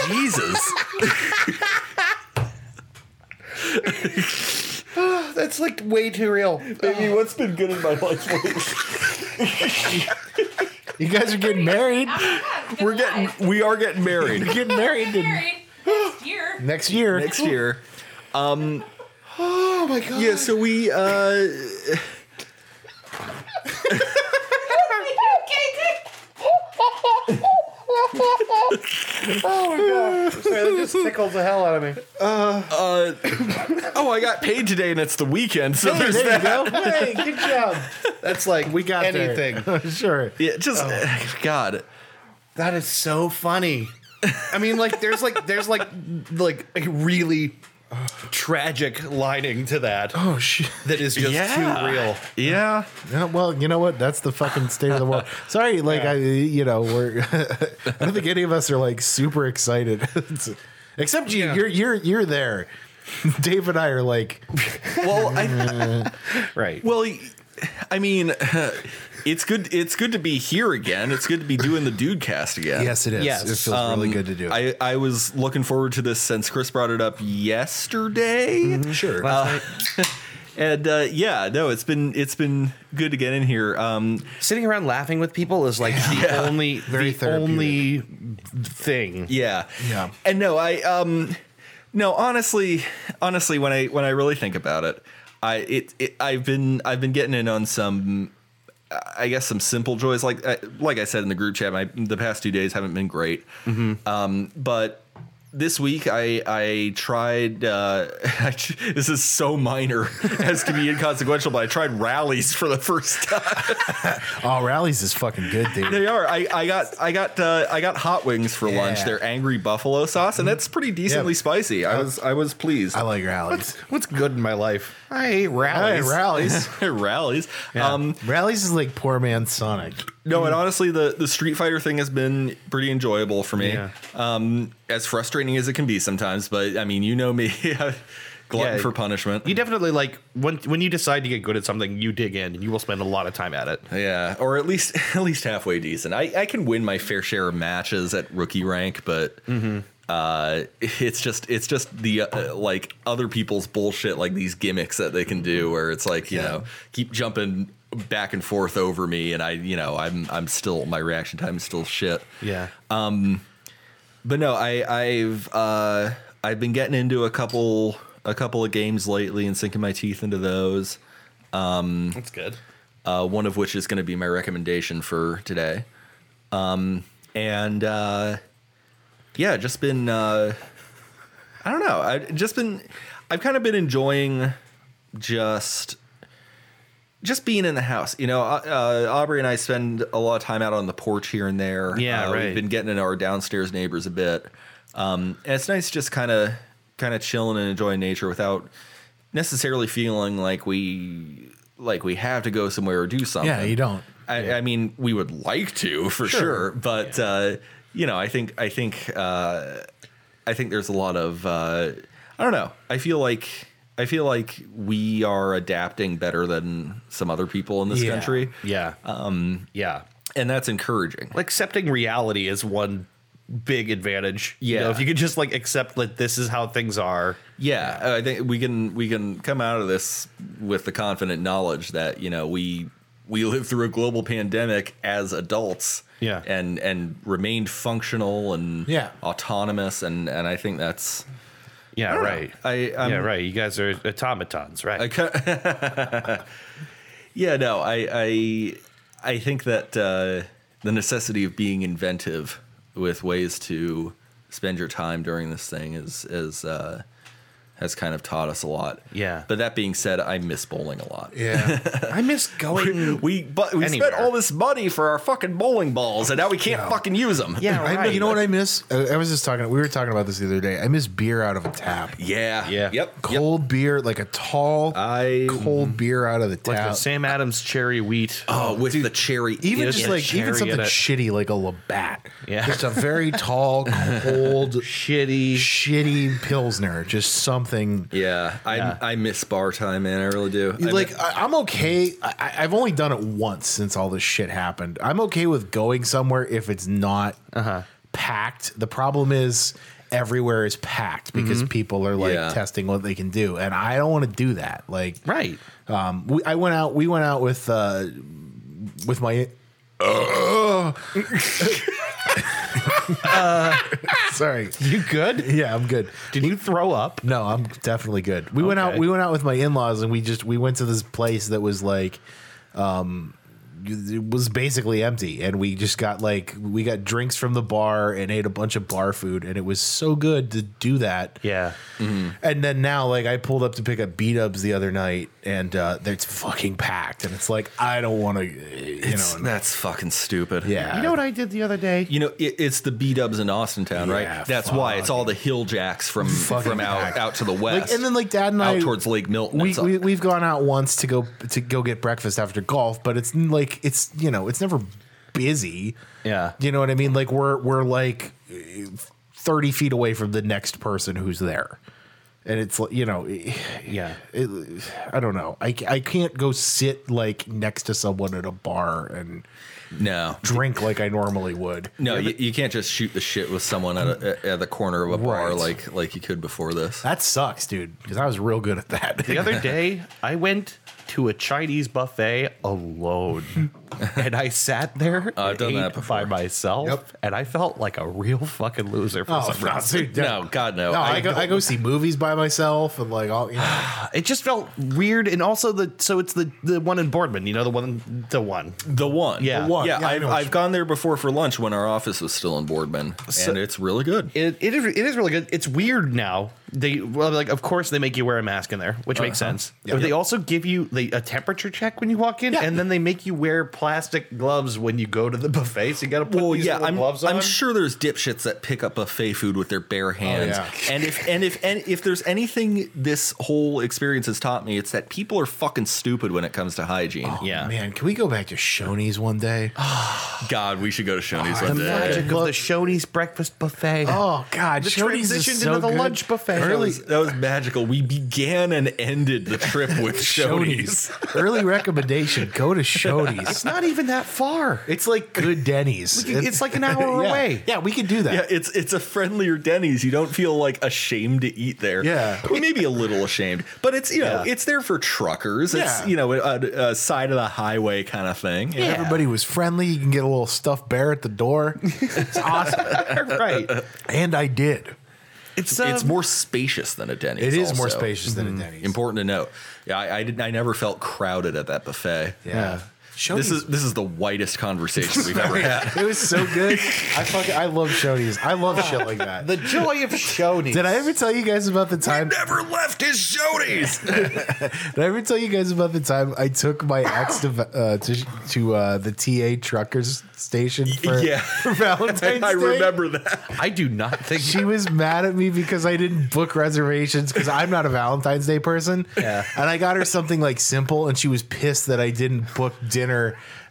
A: Jesus.
C: <sighs> That's like way too real.
A: Baby, what's been good in my life lately?
B: You guys are getting married.
A: We're getting we are getting married
B: You're getting married in-
D: married next
B: <gasps>
D: year.
B: next year.
A: next year. Um,
C: Oh my god.
A: Yeah, so we uh
D: okay, good.
C: It just tickles the hell out of me.
A: uh oh, I got paid today and it's the weekend, so
B: <laughs> Hey,
A: there's
B: there
A: that.
B: you go.
C: Hey, good job. That's like we
B: got there. <laughs>
C: anything.
B: sure.
A: Yeah, just God.
C: That is so funny. I mean, like there's like there's like like a really tragic lining to that
B: Oh shit.
C: that is just
A: Yeah.
C: too real.
A: Yeah.
B: Yeah, well, you know what? That's the fucking state of the world. Sorry, like I, you know, we're. <laughs> I don't think any of us are like super excited, <laughs> It's- except you.
C: Yeah.
B: You're you're you're there. Dave and I are like,
A: Well, I
C: Right.
A: well I mean <laughs> it's good it's good to be here again. It's good to be doing the dude cast again.
B: yes, it is.
C: Yes. Um,
B: It feels really good to do.
A: I, I was looking forward to this since Chris brought it up yesterday.
B: sure.
A: And uh, yeah, no, it's been it's been good to get in here. Um,
C: Sitting around laughing with people is like the only
B: Very
C: the only thing.
A: yeah,
B: Yeah.
A: And no, I um, no, honestly, honestly, when I when I really think about it, I it, it I've been I've been getting in on some. I guess some simple joys, like I- like I said in the group chat, my the past two days haven't been great. Um, but this week I I tried. Uh, <laughs> this is so minor <laughs> as to be inconsequential, but I tried rallies for the first <laughs> time.
B: Oh, rallies is fucking good,
C: <laughs>
B: dude.
A: They are. I, I got I got uh, I got hot wings for lunch.
B: Yeah.
A: They're angry buffalo sauce, and that's pretty decently
B: Yeah.
A: spicy. Mm-hmm. I was I was <laughs> pleased.
B: I like rallies.
C: What's good in my life? I hate
B: I
C: rallies.
B: like rallies.
A: Rallies. Um,
B: rallies is like poor man Sonic.
A: no, and honestly, the the Street Fighter thing has been pretty enjoyable for me.
C: Yeah.
A: Um, as frustrating as it can be sometimes, but I mean, you know me, <laughs> glutton
C: Yeah.
A: for punishment.
C: You definitely like when when you decide to get good at something, you dig in and you will spend a lot of time at it.
A: yeah, or at least <laughs> at least halfway decent. I, I can win my fair share of matches at rookie rank, but uh, it's just it's just the uh, like other people's bullshit, like these gimmicks that they can do, where it's like you know keep jumping back and forth over me, and I you know I'm I'm still my reaction time is still shit.
C: Yeah.
A: But no, I I've uh, I've been getting into a couple a couple of games lately and sinking my teeth into those.
C: That's good.
A: uh, one of which is going to be my recommendation for today. Um, and uh, yeah, just been uh, I don't know. I just been I've kind of been enjoying just just being in the house. You know, uh, Aubrey and I spend a lot of time out on the porch here and there.
C: Yeah,
A: Uh,
C: right.
A: We've been getting to know our downstairs neighbors a bit, um, and it's nice just kind of kind of chilling and enjoying nature without necessarily feeling like we like we have to go somewhere or do something.
B: Yeah, you don't.
A: I, I mean, we would like to for sure, but uh, you know, I think I think uh, I think there's a lot of uh, I don't know. I feel like I feel like we are adapting better than some other people in this
B: Yeah.
A: country,
C: Yeah. Um yeah.
A: and that's encouraging.
C: Like accepting reality is one big advantage. You
A: Yeah.
C: know, if you could just like accept that this is how things are.
A: Yeah, uh, I think we can we can come out of this with the confident knowledge that you know we we lived through a global pandemic as adults.
C: Yeah.
A: and and remained functional and
B: Yeah.
A: autonomous and and I think that's
C: Yeah,
A: know.
C: right.
A: I- I'm-
C: yeah, right. You guys are automatons, right?
A: I <laughs> ca- yeah no I I I think that uh, the necessity of being inventive with ways to spend your time during this thing is is uh, has kind of taught us a lot.
C: Yeah.
A: But that being said, I miss bowling a lot.
B: <laughs> Yeah.
C: I miss going.
A: We but we
C: Anywhere.
A: spent all this money for our fucking bowling balls, and now we can't
B: Yeah.
A: fucking use them.
C: yeah,
B: I,
C: right.
B: You know what I miss? Uh, I, I was just talking. We were talking about this the other day. I miss beer out of a tap.
A: Yeah.
C: Yeah.
A: Yep. Yep.
B: Cold beer, like a tall,
A: I-
B: cold beer out of the
C: like
B: tap.
C: the Sam Adams cherry wheat.
A: Oh, with the cherry.
B: even
C: Yeah,
B: just
C: yeah,
B: like even
C: cherry
B: something
C: in it.
B: shitty like a Labatt.
C: Yeah.
B: Just a very tall, cold,
C: Shitty.
B: shitty pilsner. Just something.
A: Yeah, I
C: Yeah.
A: I miss bar time, man. I really do. I
B: Like I, I'm okay. I, I- I've only done it once since all this shit happened. I'm okay with going somewhere if it's not
A: Uh-huh.
B: packed. The problem is everywhere is packed because people are like
A: Mm-hmm. Yeah.
B: testing what they can do, and I don't want to do that. Like
C: Right.
B: Um, we, I went out. We went out with uh,
A: <laughs>
B: with my. <laughs> sorry.
C: You good?
B: Yeah, I'm good.
C: <laughs> Did you throw up?
B: No, I'm definitely good. We went out.
C: Okay.
B: We went out with my in laws, and we just we went to this place that was like, um, it was basically empty, and we just got like we got drinks from the bar and ate a bunch of bar food, and it was so good to do that.
C: Yeah.
B: And then now, like, I pulled up to pick up beat ups the other night, and uh, it's fucking packed. And it's like, I don't want to, you
A: it's,
B: know.
A: that's fucking stupid.
B: yeah.
C: You know what I did the other day?
A: You know, it, it's the B Dubs in Austintown,
B: Yeah,
A: right? That's why it's all the hill jacks from
B: Fucking
A: from out,
B: packed.
A: out to the
B: Like,
A: west,
B: and then, like, dad and
A: out
B: I,
A: towards Lake Milton.
B: we,
A: It's a-
B: we, we've gone out once to go to go get breakfast after golf, but it's like, it's, you know, it's never busy.
C: Yeah.
B: You know what I mean? Like, we're, we're like 30 feet away from the next person who's there. And it's, like, you know,
C: Yeah.
B: it, I don't know. I, I can't go sit like next to someone at a bar and
A: no,
B: drink like I normally would.
A: no, you, you can't just shoot the shit with someone at, a, at the corner of a bar
B: Right.
A: like like you could before this.
B: That sucks, dude, because I was real good at that.
C: The other day, I went to a Chinese buffet
A: <laughs>
C: alone, and I sat there
A: I've
C: and
A: done
C: ate
A: that before.
C: by myself,
B: Yep.
C: and I felt like a real fucking loser for <laughs>
B: oh, <laughs>
C: some
B: no,
C: reason.
B: dude,
A: no, God, no.
B: No, I,
A: I-
B: go, I go see movies by myself and like all. You know,
C: It just felt weird, and also the so it's the the one in Boardman, you know, the one the one.
A: the one,
C: Yeah.
A: The one. yeah.
B: Yeah, I
A: I've,
B: know what
A: I've
B: you-
A: gone there before for lunch when our office was still in Boardman, and it's really good.
C: It, it is it is really good. It's weird now. They well, like of course they make you wear a mask in there, which makes
A: Uh-huh.
C: sense. But they also give you the, a temperature check when you walk in, and then they make you wear plastic gloves when you go to the buffet. So you got to put
A: Well,
C: these
A: Oh, yeah,
C: little
A: I'm,
C: gloves on.
A: I'm sure there's dipshits that pick up buffet food with their bare hands.
B: yeah.
A: And if and if and if there's anything this whole experience has taught me, it's that people are fucking stupid when it comes to hygiene.
C: Yeah.
B: man, can we go back to Shoney's one day?
A: God, we should go to Shoney's
C: The
A: one day.
C: magic of the Shoney's breakfast buffet.
B: Oh God,
C: The
B: Shoney's is
C: transition
B: so
C: into the
B: good.
C: lunch buffet.
B: Early
A: That was magical. We began and ended the trip with <laughs> Shoney's.
B: Shoney's. Early recommendation: go to Shoney's.
C: It's not even that far.
B: It's like <laughs> good Denny's.
C: We could- it's like an hour
B: Yeah.
C: away.
B: Yeah, we could do that.
A: Yeah, it's it's a friendlier Denny's. You don't feel like ashamed to eat there.
B: Yeah.
A: Well, maybe a little ashamed, but it's you know
C: Yeah.
A: it's there for truckers. It's
B: Yeah.
A: you know a, a side of the highway kind of thing.
C: Yeah.
B: Everybody was friendly. You can get a little stuffed bear at the door.
C: <laughs>
B: It's awesome.
C: right. <laughs>
B: and I did.
C: It's
A: it's
C: um,
A: more spacious than a Denny's.
B: It is more
A: also.
B: spacious than a Denny's.
A: Important to note. Yeah, I, I didn't. I never felt crowded at that buffet.
B: Yeah. Shoney's.
A: This is this is the whitest conversation we've ever
B: <laughs>
A: had.
B: it was so good. I fucking I love Shoney's. I love shit <laughs> like that.
C: the joy of Shoney's.
B: Did I ever tell you guys about the time?
A: Never left his
B: <laughs>
A: Shoney's.
B: Did I ever tell you guys about the time I took my ex to uh, to, to uh, the TA truckers station for,
A: yeah.
B: for <laughs> Valentine's Day?
A: <laughs> I remember that.
C: I do not think
B: She was mad at me because I didn't book reservations because I'm not a Valentine's Day person.
C: Yeah.
B: And I got her something like simple, and she was pissed that I didn't book dinner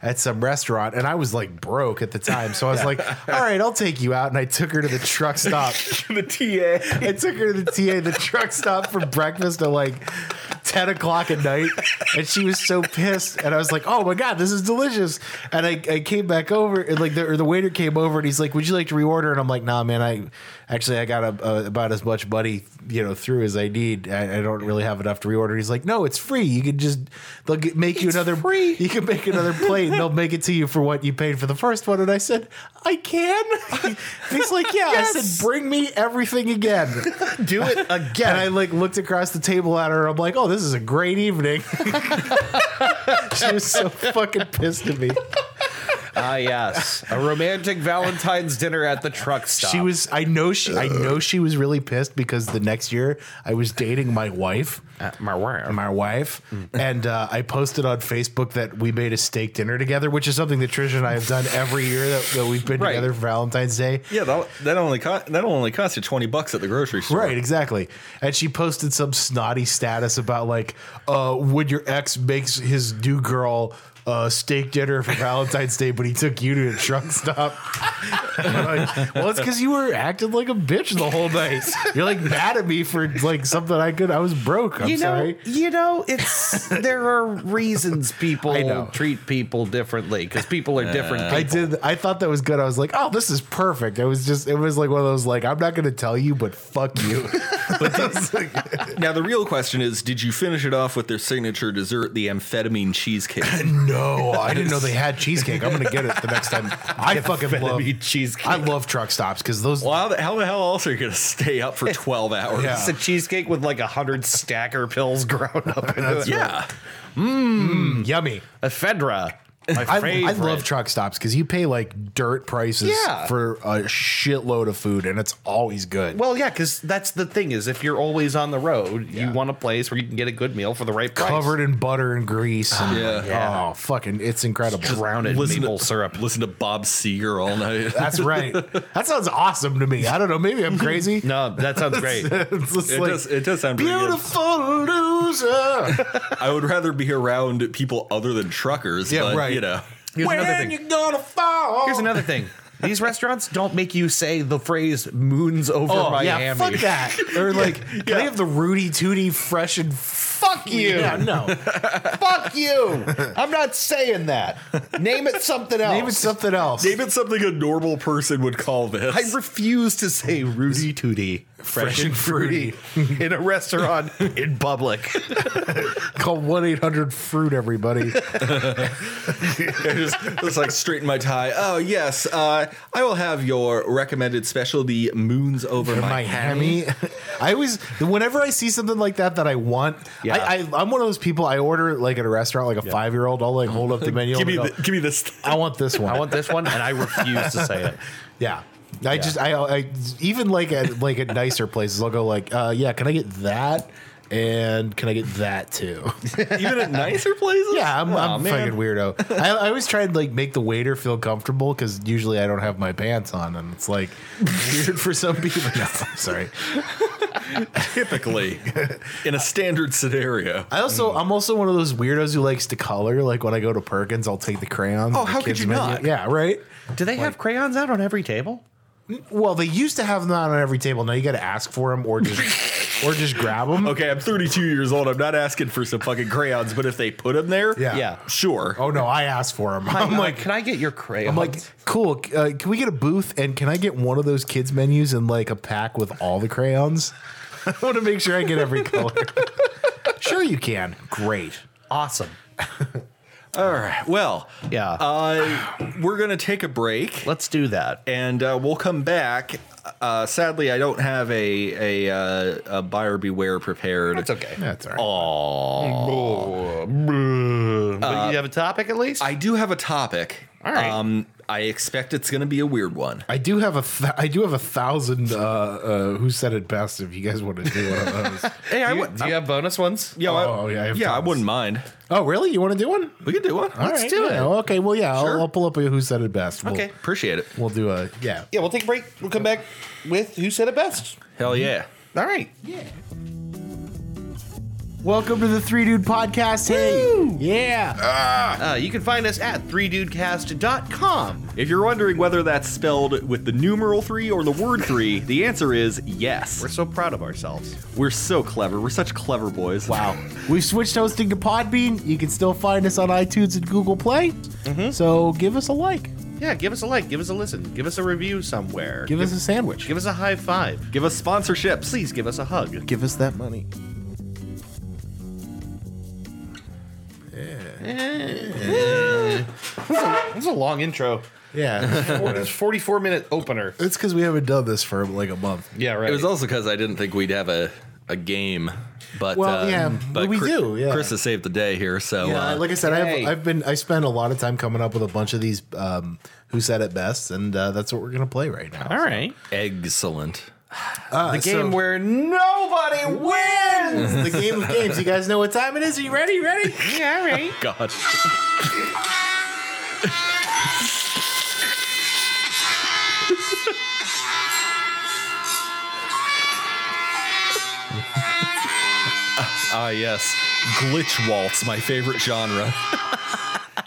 B: at some restaurant. And I was like broke at the time. So I was like, all right, I'll take you out. And I took her to the truck stop.
A: <laughs> the TA.
B: I took her to the TA, the truck stop for breakfast at like 10 o'clock at night. And she was so pissed. And I was like, oh my God, this is delicious. And I, I came back over and like the, or the waiter came over and he's like, would you like to reorder? And I'm like, nah, man, I actually, I got a, a, about as much money, you know, through as I need. I, I don't really have enough to reorder. He's like, no, it's free. You can just, they'll get, make you another, free. you can make another plate and they'll make it to you for what you paid for the first one. And I said, I can. <laughs> he's like, yeah. I
C: Yes.
B: said, bring me everything again.
C: <laughs> do it
B: And
C: again.
B: I like looked across the table at her. I'm like, oh, this is a <laughs> great evening. she was so fucking pissed at me.
C: Ah, yes, a romantic Valentine's dinner at the truck stop.
B: She was. I know she. I know she was really pissed because the next year I was dating my wife,
C: Uh, my wire.
B: my wife, and uh, I posted on Facebook that we made a steak dinner together, which is something that Trisha and I have done every year that, that we've been
C: Right.
B: together for Valentine's Day.
A: Yeah, that, that only co- that only cost you twenty bucks at the grocery store.
B: Right, exactly. And she posted some snotty status about like, uh, would your ex makes his new girl uh, steak dinner for Valentine's Day, but he took you to a truck stop? <laughs> Like, well, it's because you were acting like a bitch the whole night. You're like mad at me for like something I could. I was broke. I'm
C: you know,
B: sorry.
C: you know, <laughs> it's there are reasons
B: I know.
C: people treat people differently because people are different.
B: I
C: people.
B: did. I thought that was good. I was like, "Oh, this is perfect." It was just. It was like one of those like, "I'm not going to tell you, but fuck <laughs> you." <laughs>
A: Now the real question is, did you finish it off with their signature dessert, the amphetamine cheesecake?
B: No, I didn't know they had cheesecake. I'm gonna get it the next time. <laughs> I fucking love
C: cheesecake.
B: I love truck stops because
A: <laughs>
B: those.
A: well, how the, how the hell else are you going to stay up
B: <laughs>
A: for twelve hours?
B: Yeah.
C: It's a cheesecake with like a hundred stacker pills ground up. Into it.
A: Yeah.
B: yummy.
C: ephedra. My
B: I,
C: favorite.
B: I love truck stops because you pay like dirt prices
C: Yeah.
B: for a shitload of food, and it's always good.
C: Well, yeah, because that's the thing is if you're always on the road,
B: Yeah.
C: you want a place where you can get a good meal for the right price.
B: covered in butter and grease. And,
A: Yeah.
C: Yeah.
B: Oh, fucking! It's incredible.
C: drowned in
A: Listen to-
C: maple syrup.
A: Listen to Bob Seger all night.
B: That's right. That sounds awesome to me. I don't know. Maybe I'm crazy.
C: No, that sounds great.
B: <laughs> it's just
A: It
B: like
A: does. It does sound pretty good.
B: beautiful loser.
A: I would rather be around people other than truckers.
B: Yeah,
A: but,
B: right.
A: You know.
C: Here's another thing.
B: gonna fall?
C: Here's another thing. These restaurants don't make you say the phrase "moons over
B: Oh
C: Miami."
B: yeah, fuck that. Or like, can I have the Rudy Tooty fresh and fuck you? Yeah, <laughs> no.
C: Fuck you! <laughs> I'm not saying that. Name it something else.
B: Name it something else.
A: Name it something a normal person would call this.
C: I refuse to say Rudy Tooty
B: Fresh and fruity.
C: in a restaurant in public.
B: Call one eight hundred fruit everybody.
A: I just, <laughs> just like straighten my tie. Oh yes, uh, I will have your recommended special, the moons over my.
B: <laughs> Miami. I always, whenever I see something like that that I want,
C: Yeah.
B: I, I, I'm one of those people. I order it like at a restaurant, like a five year old. I'll like hold up the menu.
A: Give
B: and
A: me,
B: go,
A: the, give me
B: <laughs>
A: this.
B: I want this one.
C: I want this one, and I refuse to say it.
B: yeah. I just I, I even like at like at nicer places I'll go like uh yeah can I get that and can I get
A: <laughs>
B: that too
A: Even at nicer places.
B: Yeah, I'm,
A: Aw,
B: I'm
A: man.
B: fucking weirdo. I, I always try and like make the waiter feel comfortable because usually I don't have my pants on, and it's like weird for some people. <laughs> No, I'm sorry.
A: Typically, in a standard scenario.
B: I also I'm also one of those weirdos who likes to color. Like when I go to Perkins, I'll take the crayons.
A: Oh,
B: and the
A: how could
B: kids'
A: you not?
B: Yeah, right.
C: Do they have crayons out on every table?
B: Well, they used to have them out on every table. Now you got to ask for them or
A: <laughs>
B: just or just grab them.
A: Okay, I'm 32 years old. I'm not asking for some fucking crayons, but if they put them there,
B: Yeah.
C: Yeah.
A: sure.
B: Oh no, I asked for them. I'm
C: Uh,
B: like,
C: can I get your crayons?
B: I'm like, cool. Uh, can we get a booth and can I get one of those kids menus and like a pack with all the crayons? <laughs> I want to make sure I get every color. <laughs> sure, you can. Great.
C: awesome.
A: All right. Well,
C: Yeah.
A: Uh, we're gonna take a break.
C: Let's do that.
A: and uh, we'll come back. Uh, sadly, I don't have a a, uh, a buyer beware prepared.
C: It's okay.
B: That's all right.
C: but you have a topic at least?
A: I do have a topic.
C: All right.
A: Um, I expect it's going to be a weird one.
B: I do have a th- I do have a thousand. Uh, uh, who said it best? If you guys want to do one of <laughs> those.
C: hey, I would. Do you have bonus ones?
A: Yeah, I-
B: Oh, yeah,
A: yeah,
B: I have
A: I
B: tons.
A: wouldn't mind.
B: oh, really? You want to do one?
A: We could do one.
B: Let's do it. Okay. Well, yeah.
A: Sure.
B: I'll, I'll pull up a who said it best. We'll,
C: Okay.
A: Appreciate it.
B: We'll do a yeah.
C: Yeah, we'll take a break. We'll come back with who said it best.
B: Mm-hmm.
A: Hell yeah.
C: All right.
B: Welcome to the Three Dude Podcast. Hey. Yeah.
C: Uh, you can find us at 3dudecast.com.
A: If you're wondering whether that's spelled with the numeral three or the word three, the answer is
C: We're
A: yes.
C: so proud of ourselves.
A: We're so clever. We're such clever boys.
B: Wow. <laughs> We've switched hosting to Podbean. You can still find us on iTunes and Google Play. So give us a like.
C: Yeah, give us a like, give us a listen, give us a review somewhere.
B: Give us a sandwich.
C: give us a high five.
A: Give us sponsorships.
C: Please give us a hug.
B: Give us that money.
C: This is a long <laughs> intro.
B: <laughs> Yeah.
C: It's 44 minute opener.
B: it's because we haven't done this for like a month.
C: Yeah, right.
A: It was also because I didn't think we'd have a a game, but
B: Well,
A: uh,
B: yeah,
A: but
B: we do, yeah.
A: Chris has saved the day here, so
B: Yeah,
A: uh,
B: like I said,
C: yay.
B: I've, I've been I spend a lot of time coming up with a bunch of these um, who said it best, and uh, that's what we're gonna play right now.
C: All right.
A: excellent.
B: Uh,
C: The
B: so-
C: game where nobody
B: <laughs>
C: wins.
B: the game of games. You guys know what time it is. Are you ready? Ready?
C: yeah, all right.
A: God, <laughs> ah yes, glitch waltz, my favorite genre.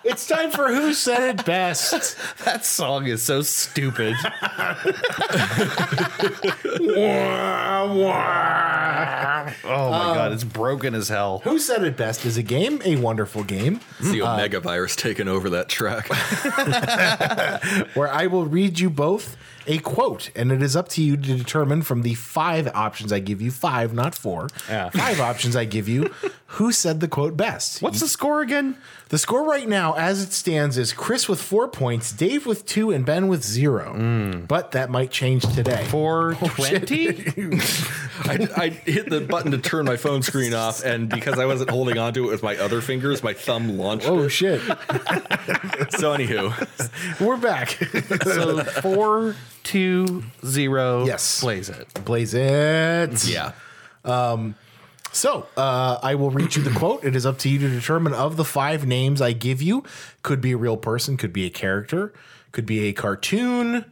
B: It's time for who said it best.
C: <laughs> That song is
B: <laughs>
C: so stupid. Oh my god, it's broken as hell.
B: Who said it best is a game, a wonderful game,
A: It's the Omega virus taking over that track.
B: where I will read you both a quote, and it is up to you to determine from the five options I give you, five, not four,
C: Yeah.
B: five options I give you, who said the quote best.
C: What's the score again?
B: The score right now, as it stands, is Chris with four points, Dave with two, and Ben with zero. But that might change today.
C: 420?
B: <laughs>
A: I, I hit the button to turn my phone screen off, and because I wasn't holding onto it with my other fingers, my thumb launched.
B: Oh shit!
A: So, anywho,
B: We're back. <laughs>
C: so 420.
B: Yes.
C: Plays it.
B: Blaze it.
A: yeah,
B: So uh, I will read you the quote. It is up to you to determine of the five names I give you. Could be a real person, could be a character, could be a cartoon,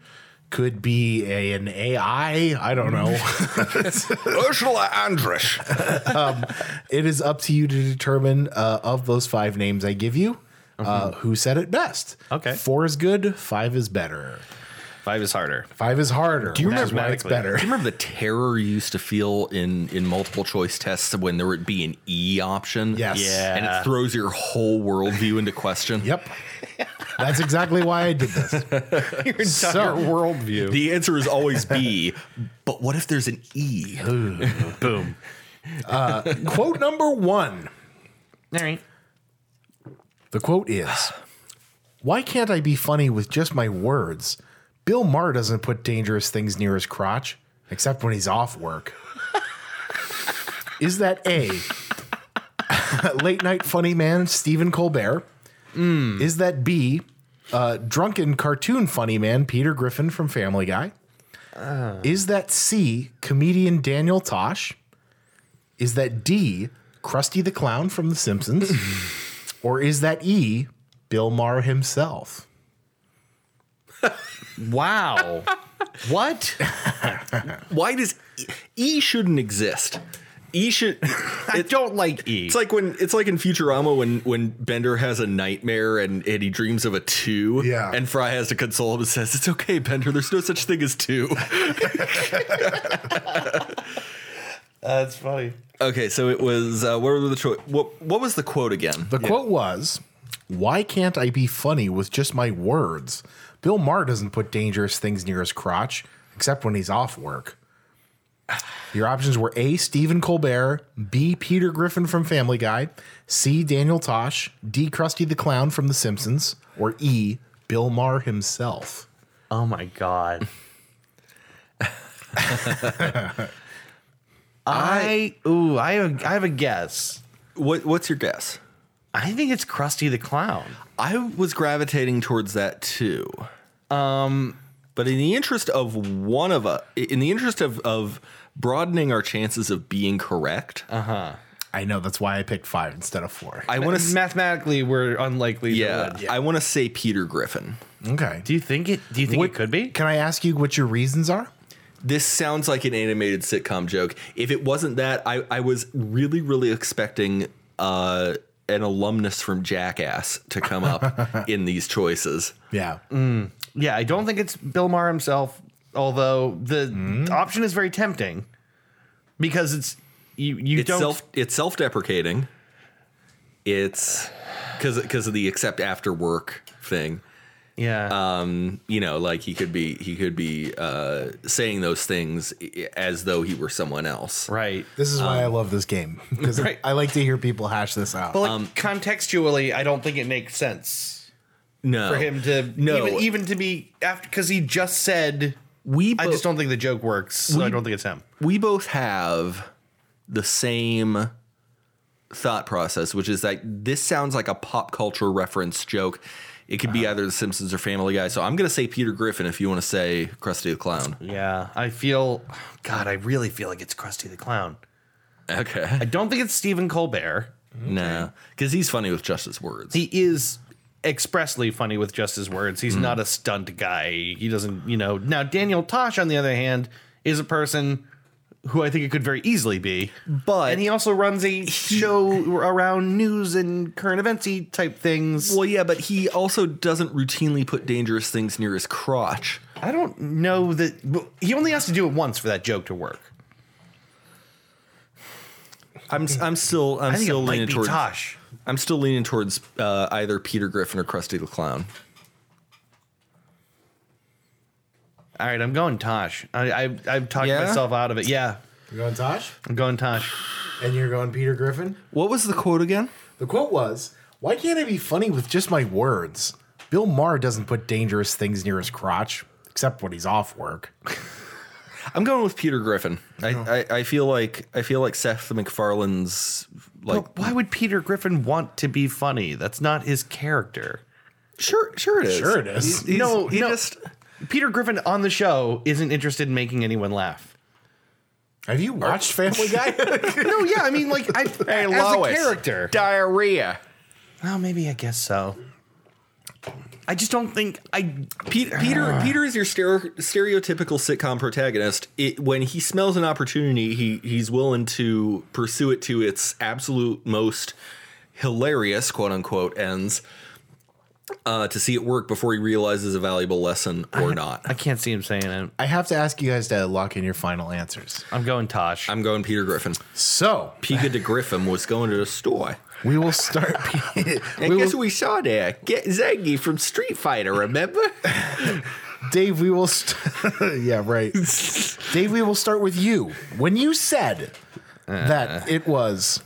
B: could be a, an AI. I don't know. <laughs>
A: Ursula Andress.
B: it is up to you to determine uh, of those five names I give you. Uh, who said it best?
C: Okay.
B: Four is good, five is better.
C: Five is harder.
B: Five is harder. Do
A: you
B: why it's
C: mathematically-
B: better?
A: Do you remember the terror you used to feel in in multiple choice tests when there would be an E option?
B: Yes.
C: Yeah.
A: and it throws your whole worldview into question.
B: Yep. That's exactly why I did this.
C: Your entire
B: So-
C: worldview.
A: The answer is always B, but what if there's an E?
C: boom.
B: Quote number one.
C: All right.
B: The quote is Why can't I be funny with just my words? Bill Maher doesn't put dangerous things near his crotch, except when he's off work. is that A, <laughs> late night funny man Stephen Colbert? Is that B, uh, drunken cartoon funny man Peter Griffin from Family Guy? Is that C, comedian Daniel Tosh? Is that D, Krusty the Clown from The Simpsons? Or is that E, Bill Maher himself?
C: Wow. what?
A: Why does E, e shouldn't exist? E should.
C: <laughs> I don't like E.
A: It's like when it's like in Futurama when when Bender has a nightmare and, and he dreams of a two.
B: Yeah.
A: And Fry has to console him and says, It's okay, Bender, there's no such thing as two.
C: That's funny.
A: okay, so it was uh what were the cho- what what was the quote again?
B: The quote was, Why can't I be funny with just my words? Bill Maher doesn't put dangerous things near his crotch, except when he's off work. Your options were A, Stephen Colbert, B, Peter Griffin from Family Guy, C, Daniel Tosh, D, Krusty the Clown from The Simpsons, or E, Bill Maher himself.
C: Oh my <laughs> god. I ooh, I have, I have a guess.
A: What what's your guess?
C: I think it's Krusty the Clown.
A: I was gravitating towards that too. Um, but in the interest of one of us, in the interest of of broadening our chances of being correct,
C: Uh-huh.
B: I know that's why I picked five instead of four.
A: I want to.
C: Mathematically, we're unlikely. to
A: Yeah,
C: win.
A: I want to say Peter Griffin.
B: okay.
C: Do you think it? Do you think
B: What-
C: it could be?
B: Can I ask you what your reasons are?
A: This sounds like an animated sitcom joke. If it wasn't that, I, I was really, really expecting uh, an alumnus from Jackass to come
C: <laughs>
A: up in these choices.
B: Yeah.
C: Yeah, I don't think it's Bill Maher himself. Although the option is very tempting because it's you. You
A: It's
C: don't.
A: self it's self deprecating. It's because because of the except after work thing.
C: yeah.
A: Um, you know, like he could be he could be uh, saying those things i- as though he were someone else.
C: right.
B: This is why I love this game <laughs> because
C: Right.
B: I like to hear people hash this out.
C: But like contextually, I don't think it makes sense
A: No,
C: for him to
A: no.
C: even, even to be after because he just said
A: we
C: I
A: bo-
C: just don't think the joke works. So I
A: We-
C: don't think it's him.
A: we both have the same thought process, which is like this sounds like a pop culture reference joke. It could
C: Uh-huh.
A: be either The Simpsons or Family Guy. So I'm going to say Peter Griffin if you want to say Krusty the Clown.
C: Yeah, I feel. God, I really feel like it's Krusty the Clown. I
A: Okay.
C: don't think it's Stephen Colbert.
A: No, because he's funny with just his words.
C: He is expressly funny with just his words.
A: Hmm.
C: He's not a stunt guy. He doesn't, you know. Now Daniel Tosh, on the other hand, is a person who I think it could very easily be.
A: but
C: And he also runs a show around news and current eventsy type things.
A: Well, yeah, but he also doesn't routinely put dangerous things near his crotch.
C: I don't know that well, he only has to do it once for that joke to work.
A: I'm I'm still I'm
C: I think
A: still
C: it might
A: leaning
C: be
A: towards
C: Tosh.
A: I'm still leaning towards uh, either Peter Griffin or Krusty the Clown.
C: All right, I'm going Tosh. I, I I've talked
A: Yeah?
C: myself out of it. Yeah,
B: You're going Tosh,
C: I'm going Tosh.
B: and you're going Peter Griffin.
A: What was the quote again?
B: The quote was, "Why can't I be funny with just my words?" Bill Maher doesn't put dangerous things near his crotch, except when he's off work.
A: I'm going with Peter Griffin. I, I, I feel like I feel like Seth MacFarlane's like
C: But why would Peter Griffin want to be funny? That's not his character.
A: sure sure it is
B: Sure it is.
A: He's-
C: No,
A: he
C: no.
A: just
C: Peter Griffin on the show isn't interested in making anyone laugh.
B: Have you watched Family Guy?
C: No, yeah, I mean, like, I, as a character.
B: Diarrhea.
C: <laughs> Well, maybe I guess so. I just don't think I.
A: Pe- Peter Peter is your stero- stereotypical sitcom protagonist. It, when he smells an opportunity, he he's willing to pursue it to its absolute most hilarious quote unquote ends uh, to see it work before he realizes a valuable lesson or not.
C: I can't see him saying it.
B: <laughs> I have to ask you guys to lock in your final answers.
C: I'm going Tosh.
A: I'm going Peter Griffin.
B: So
A: Pika de Griffin was going to the store.
B: we will start. <laughs> we
A: And guess
B: will-
A: what we saw there? Get Zangy from Street Fighter, remember?
B: Dave, we will. St- <laughs> yeah, right. Dave, we will start with you. When you said that it was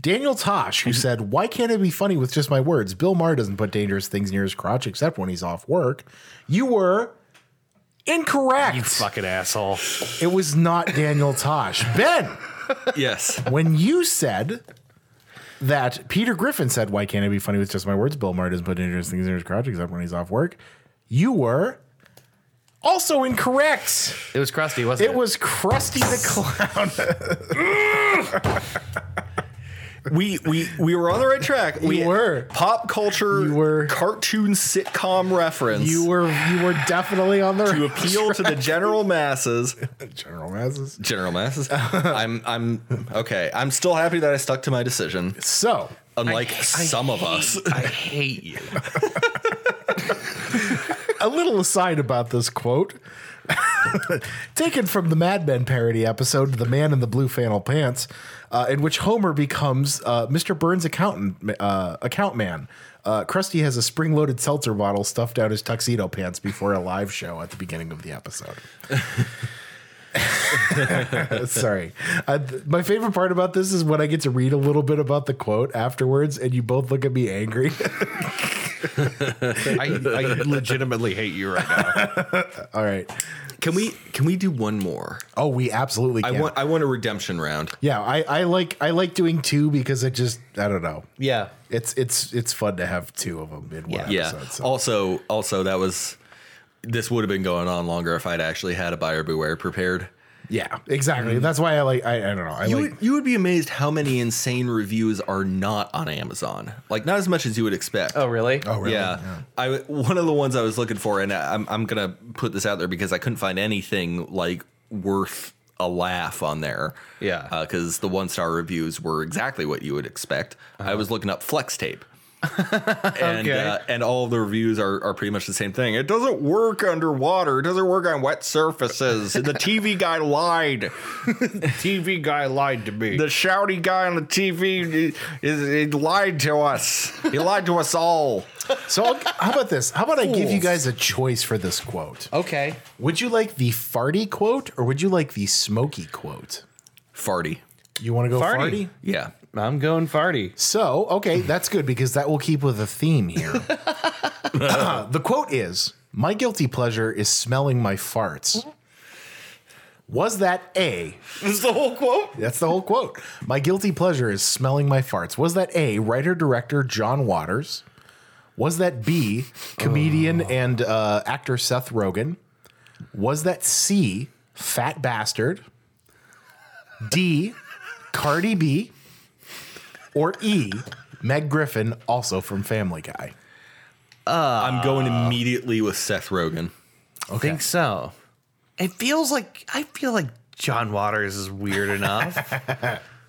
B: Daniel Tosh who said, Why can't it be funny with just my words? Bill Maher doesn't put dangerous things near his crotch except when he's off work. You were incorrect.
C: <laughs> fucking asshole.
B: It was not Daniel Tosh. Ben,
A: <laughs> yes.
B: when you said that Peter Griffin said, Why can't it be funny with just my words? Bill Maher doesn't put dangerous things near his crotch except when he's off work. You were also incorrect.
C: It was crusty, wasn't it?
B: It was Krusty the Clown.
A: we we we were on the right track. We
B: were.
A: pop culture.
B: You were.
A: cartoon sitcom reference.
B: You were you were definitely on
A: to
B: the
A: appeal to the general masses.
B: General Masses.
A: General <laughs> masses. I'm I'm okay. I'm still happy that I stuck to my decision,
B: So
A: unlike some of us.
C: I hate <laughs> you.
B: a little aside about this quote. <laughs> Taken from the Mad Men parody episode, The Man in the Blue Flannel Pants, uh, in which Homer becomes uh, Mr. Burns' accountant, uh, account man. Uh, Krusty has a spring loaded seltzer bottle stuffed down his tuxedo pants before a live show at the beginning of the episode. <laughs> Sorry. I, th- my favorite part about this is when I get to read a little bit about the quote afterwards, and you both look at me angry. <laughs>
C: I, I legitimately hate you right now.
B: All right.
A: Can we can we do one more?
B: Oh, we absolutely
A: I
B: can.
A: want I want a redemption round.
B: Yeah, I, I like I like doing two because it just I don't know.
C: Yeah.
B: It's it's it's fun to have two of them in one
A: Yeah.
B: episode. So.
A: Also also that was this would have been going on longer if I'd actually had a buyer beware prepared.
B: yeah, exactly. That's why I like I, I don't know. I
A: Mm. You
B: like
A: would, you would be amazed how many insane reviews are not on Amazon. Like not as much as you would expect.
C: Oh, really?
B: oh really?
A: Yeah. I one of the ones I was looking for, and I- I'm I'm gonna put this out there because I couldn't find anything like worth a laugh on there.
C: Yeah.
A: because the one star reviews were exactly what you would expect. I was looking up flex tape. and
C: Okay.
A: uh, and all of the reviews are, are pretty much the same thing. It doesn't work underwater. It doesn't work on wet surfaces. The TV guy lied.
C: TV guy lied to me.
A: The shouty guy on the TV is he lied to us. He lied to us all.
B: So I'll, how about this? How about I give you guys a choice for this quote?
C: okay.
B: Would you like the farty quote or would you like the smoky quote?
A: Farty.
B: You want to go farty?
C: Farty.
A: Yeah.
C: I'm going farty.
B: So okay, that's good because that will keep with the
A: <laughs>
B: theme here. the quote is: "My guilty pleasure is smelling my farts." Was that A?
C: This is the whole quote.
B: That's the whole quote. My guilty pleasure is smelling my farts. Was that A, writer director John Waters? Was that B, comedian and uh, actor Seth Rogen? Was that C, fat bastard? D, Cardi B? Or E, Meg Griffin, also from Family Guy?
A: I'm going immediately with Seth Rogen.
B: Okay.
C: think so. It feels like I feel like John Waters is weird <laughs> enough.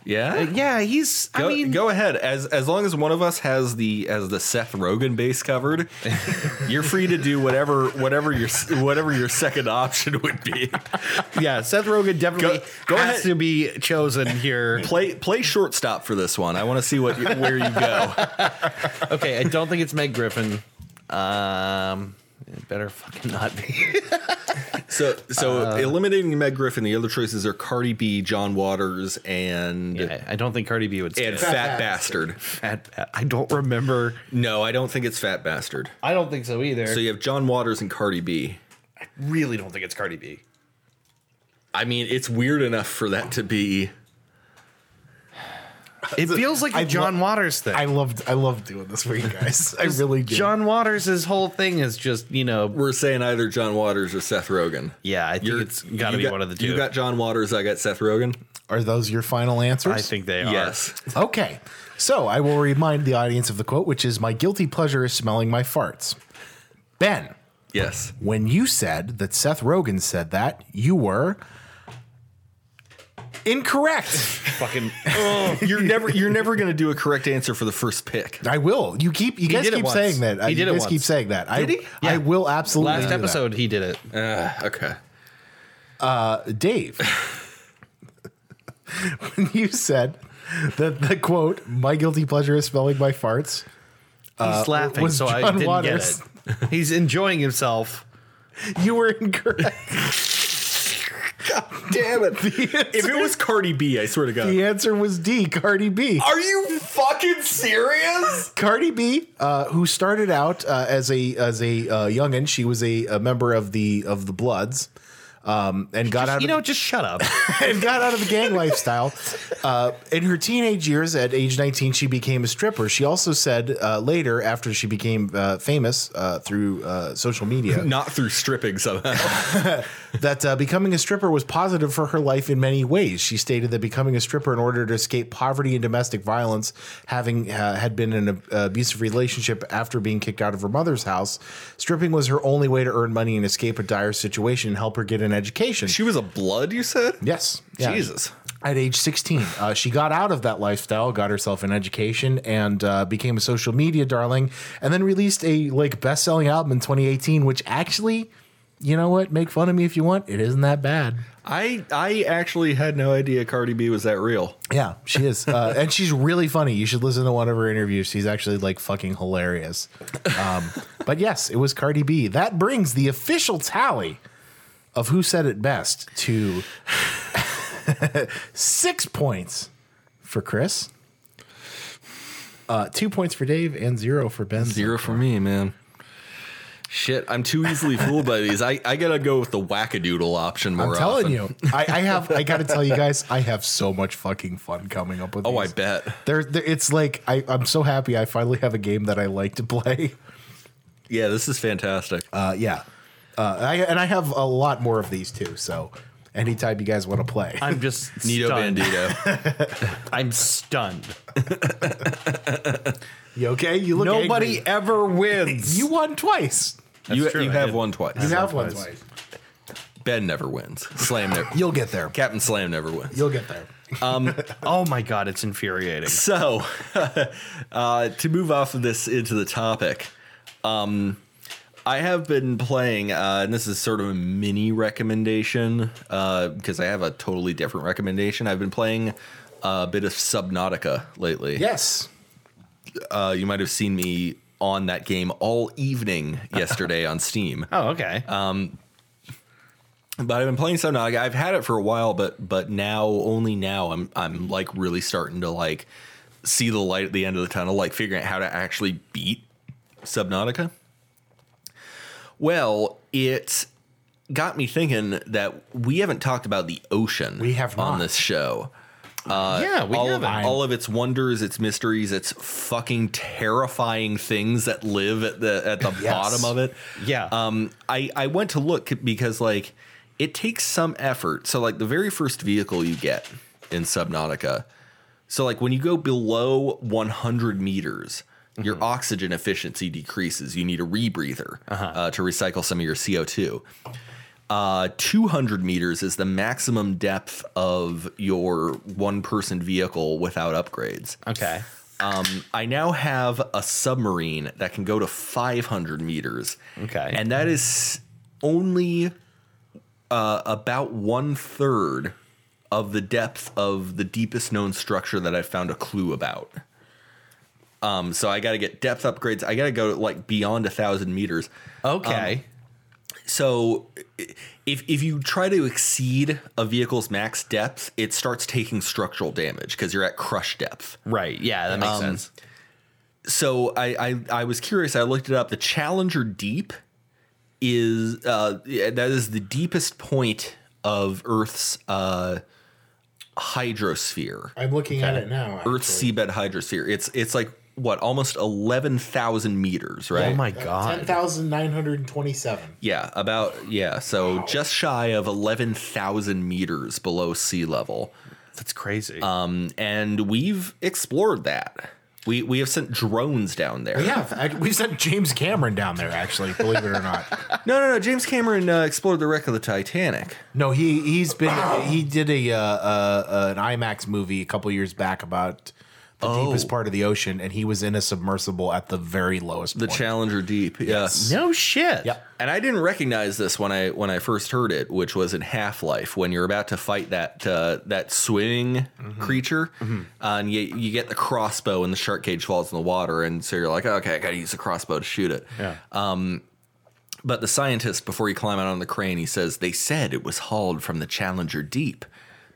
A: Yeah.
C: yeah, he's.
A: Go,
C: I mean,
A: go ahead. As as long as one of us has the as the Seth Rogen base <laughs> covered, you're free to do whatever whatever your whatever your second option would be.
C: yeah, Seth Rogen definitely
A: Go- go
C: has
A: ahead.
C: to be chosen here.
A: Play play shortstop for this one. I want to see what you, where you go.
C: <laughs> okay, I don't think it's Meg Griffin. Um, it better fucking not be.
A: <laughs>
C: <laughs>
A: So so eliminating Meg Griffin, the other choices are Cardi B, John Waters, and
C: Yeah, I don't think Cardi B would.
A: and
C: stand.
A: Fat, Bastard.
C: <laughs> Fat Ba- I don't remember.
A: No, I don't think it's Fat Bastard.
C: I don't think so either.
A: So you have John Waters and Cardi B.
C: really don't think it's Cardi B.
A: I mean, it's weird enough for that to be.
C: It feels like a
B: I lo-
C: John Waters thing.
B: I loved I loved doing this for you guys. I really do.
C: John Waters' whole thing is just you know.
A: We're saying either John Waters or Seth Rogen.
C: Yeah, I think
A: You're-
C: it's got to
A: you
C: be one of the two.
A: You got John Waters. I got Seth Rogen.
B: Are those your final answers?
C: I think they are. <laughs>
A: Yes.
B: Okay, so I will remind the audience of the quote, which is My guilty pleasure is smelling my farts. Ben,
A: Yes.
B: when you said that Seth Rogen said that, you were incorrect.
C: <laughs> Fucking. Oh.
A: You're never you're never gonna do a correct answer for the first
C: <laughs>
A: pick.
B: I will. You keep. You guys
C: did it
B: keep
C: once.
B: saying that.
C: He
B: I, you
C: did it
B: guys keep
C: once.
B: saying that. I,
C: Did he?
B: I
C: Yeah.
B: will absolutely.
C: Last
B: do that.
C: episode, he did it.
A: Uh, okay.
B: Dave, <laughs> when you said that the quote "My guilty pleasure is smelling my farts,"
C: He's laughing,
B: was
C: so I
B: John
C: didn't
B: Waters.
C: get it. He's enjoying himself.
B: you were incorrect. <laughs>
A: Damn it.
C: <laughs>
A: if it was Cardi B, I swear to God.
B: The answer was D. Cardi B.
A: Are you fucking serious?
B: Cardi B, uh, who started out uh, as a as a uh, youngin, she was a, a member of the of the Bloods, um, and got out
C: You
B: of
C: know, just shut up.
B: <laughs> and got out of the gang lifestyle. Uh, in her teenage years, at age 19, she became a stripper. She also said uh, later, after she became uh, famous uh, through uh, social media,
A: Not through stripping somehow.
B: that uh, becoming a stripper was positive for her life in many ways. She stated that becoming a stripper in order to escape poverty and domestic violence, having uh, had been in an abusive relationship after being kicked out of her mother's house, stripping was her only way to earn money and escape a dire situation and help her get an education.
A: <laughs> She was a blood, you said?
B: yes. Yeah.
A: Jesus.
B: at age 16. Uh, she got out of that lifestyle, got herself an education, and uh, became a social media darling, and then released a like best-selling album in 2018, which actually, you know what? Make fun of me if you want. It isn't that bad.
A: I I actually had no idea Cardi B was that real.
B: Yeah, she
A: <laughs>
B: is, uh, and she's really funny. You should listen to one of her interviews. She's actually like fucking hilarious.
A: <laughs>
B: Um, but yes, it was Cardi B. That brings the official tally of who said it best to <laughs> six points for Chris, uh, two points for Dave, and zero for Ben.
A: Zero for me, man. Shit, I'm too easily fooled by these. I, I gotta go with the wackadoodle option more
B: I'm telling
A: often.
B: you, I, I have. I got to tell you guys, I have so much fucking fun coming up with.
A: Oh, I
B: these.
A: bet.
B: There, there, it's like I, I'm so happy I finally have a game that I like to play.
A: Yeah, this is fantastic.
B: Uh, yeah. Uh, I, and I have a lot more of these too. So anytime you guys want to play,
C: <laughs> I'm just
A: Nito
B: <laughs>
C: stunned.
A: Bandito.
C: I'm stunned.
B: you okay? You look
C: Nobody
B: angry.
C: ever wins.
B: You won twice.
A: you
C: true,
A: you
C: I
A: have
C: did.
A: won twice.
B: You have won
C: twice.
B: twice.
A: ben never wins. Slam never.
B: You'll get
A: <laughs>
B: there.
A: Captain Slam never wins.
B: You'll get there.
C: oh my god, it's infuriating.
A: So, <laughs> uh, to move off of this into the topic, um, I have been playing, uh, and this is sort of a mini recommendation because I have a totally different recommendation. I've been playing a bit of Subnautica lately.
B: Yes.
A: Uh, you might have seen me on that game all evening yesterday on Steam.
C: Oh okay.
A: But I've been playing Subnautica. I've had it for a while, but but now only now I'm I'm like really starting to like see the light at the end of the tunnel, like figuring out how to actually beat Subnautica. Well, it got me thinking that we haven't talked about the ocean
B: We have
A: on
B: not.
A: this show.
C: yeah, we
A: all of,
C: haven't.
A: all of its wonders, its mysteries, its fucking terrifying things that live at the at the bottom of it.
C: Yeah.
A: Um, I I went to look because like it takes some effort. So like the very first vehicle you get in Subnautica. So like when you go below 100 meters, your oxygen efficiency decreases. You need a rebreather uh to recycle some of your CO2. Uh, 200 meters is the maximum depth of your one person vehicle without upgrades.
C: okay.
A: Um, I now have a submarine that can go to 500 meters.
C: Okay.
A: And that is only uh, about one third of the depth of the deepest known structure that I found a clue about. Um, so I got to get depth upgrades. I got to go like beyond a thousand meters.
C: Okay.
A: So i- if if you try to exceed a vehicle's max depth, it starts taking structural damage because you're at crush depth.
C: right. Yeah, that makes sense.
A: So I, I I was curious. I looked it up. The Challenger Deep is uh yeah, that is the deepest point of Earth's uh hydrosphere.
B: I'm looking at it now.
A: Earth's seabed hydrosphere. It's it's like what almost eleven thousand meters, right?
C: Oh my god.
B: thousand nine hundred twenty-seven.
A: Yeah, about yeah, so just shy of 11,000 meters below sea level.
C: That's crazy.
A: Um and we've explored that. We we have sent drones down
C: Oh,
A: there.
B: Yeah, I, we sent James Cameron down there. Actually, believe it or not,
A: No, no, no. James Cameron uh, explored the wreck of the Titanic.
B: no, he he's been he did a uh, uh, an IMAX movie a couple years back about the deepest part of the ocean, and he was in a submersible at the very lowest.
A: The
B: point.
A: Challenger Deep. Yeah.
C: no shit.
B: Yep.
A: And I didn't recognize this when I when I first heard it, which was in Half Life when you're about to fight that uh, that swimming creature, uh, and you, you get the crossbow and the shark cage falls in the water, and so you're like, okay, I got to use the crossbow to shoot it.
C: Yeah.
A: But the scientist, before you climb out on the crane, he says they said it was hauled from the Challenger Deep,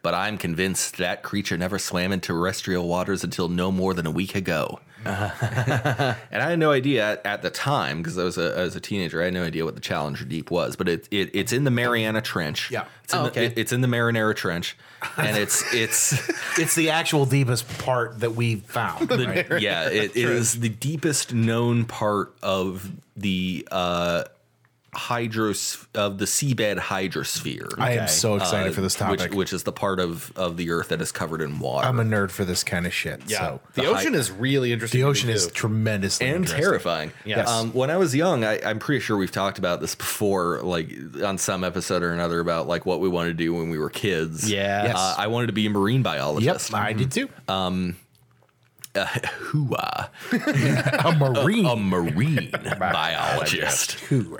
A: but I'm convinced that creature never swam in terrestrial waters until no more than a week
C: <laughs>
A: ago. and I had no idea at, at the time because I was a I was a teenager. I had no idea what the Challenger Deep was, but it, it it's in the Mariana Trench.
B: Yeah.
A: it's in,
C: Oh,
A: the,
C: okay.
A: it- it's in the Marinara Trench, and it's
C: <laughs>
A: it's.
B: It's the actual deepest part that we found. right?
A: yeah, it, it is the deepest known part of the uh, hydros of the seabed hydrosphere.
B: <laughs> I am so excited
A: Uh,
B: for this
A: which-
B: topic.
A: which, is the part of of the Earth that is covered in water
B: I'm a nerd for this kind of shit. So
C: the,
A: the
C: ocean
A: high-
C: is really interesting.
B: the
C: to me,
B: ocean is
C: too.
B: tremendously
A: and
B: interesting.
A: terrifying.
C: Yes.
A: Um, when I was young, I, I'm pretty sure we've talked about this before, like on some episode or another, about like what we wanted to do when we were kids.
C: Yeah. Yes.
A: Uh, I wanted to be a marine
B: Yep,
A: biologist.
C: mm-hmm.
B: I did too.
A: <laughs>
C: Uh,
A: Hoo-ah.
B: <laughs> a
A: <laughs>
B: marine.
A: a
B: <laughs>
A: marine biologist.
B: too.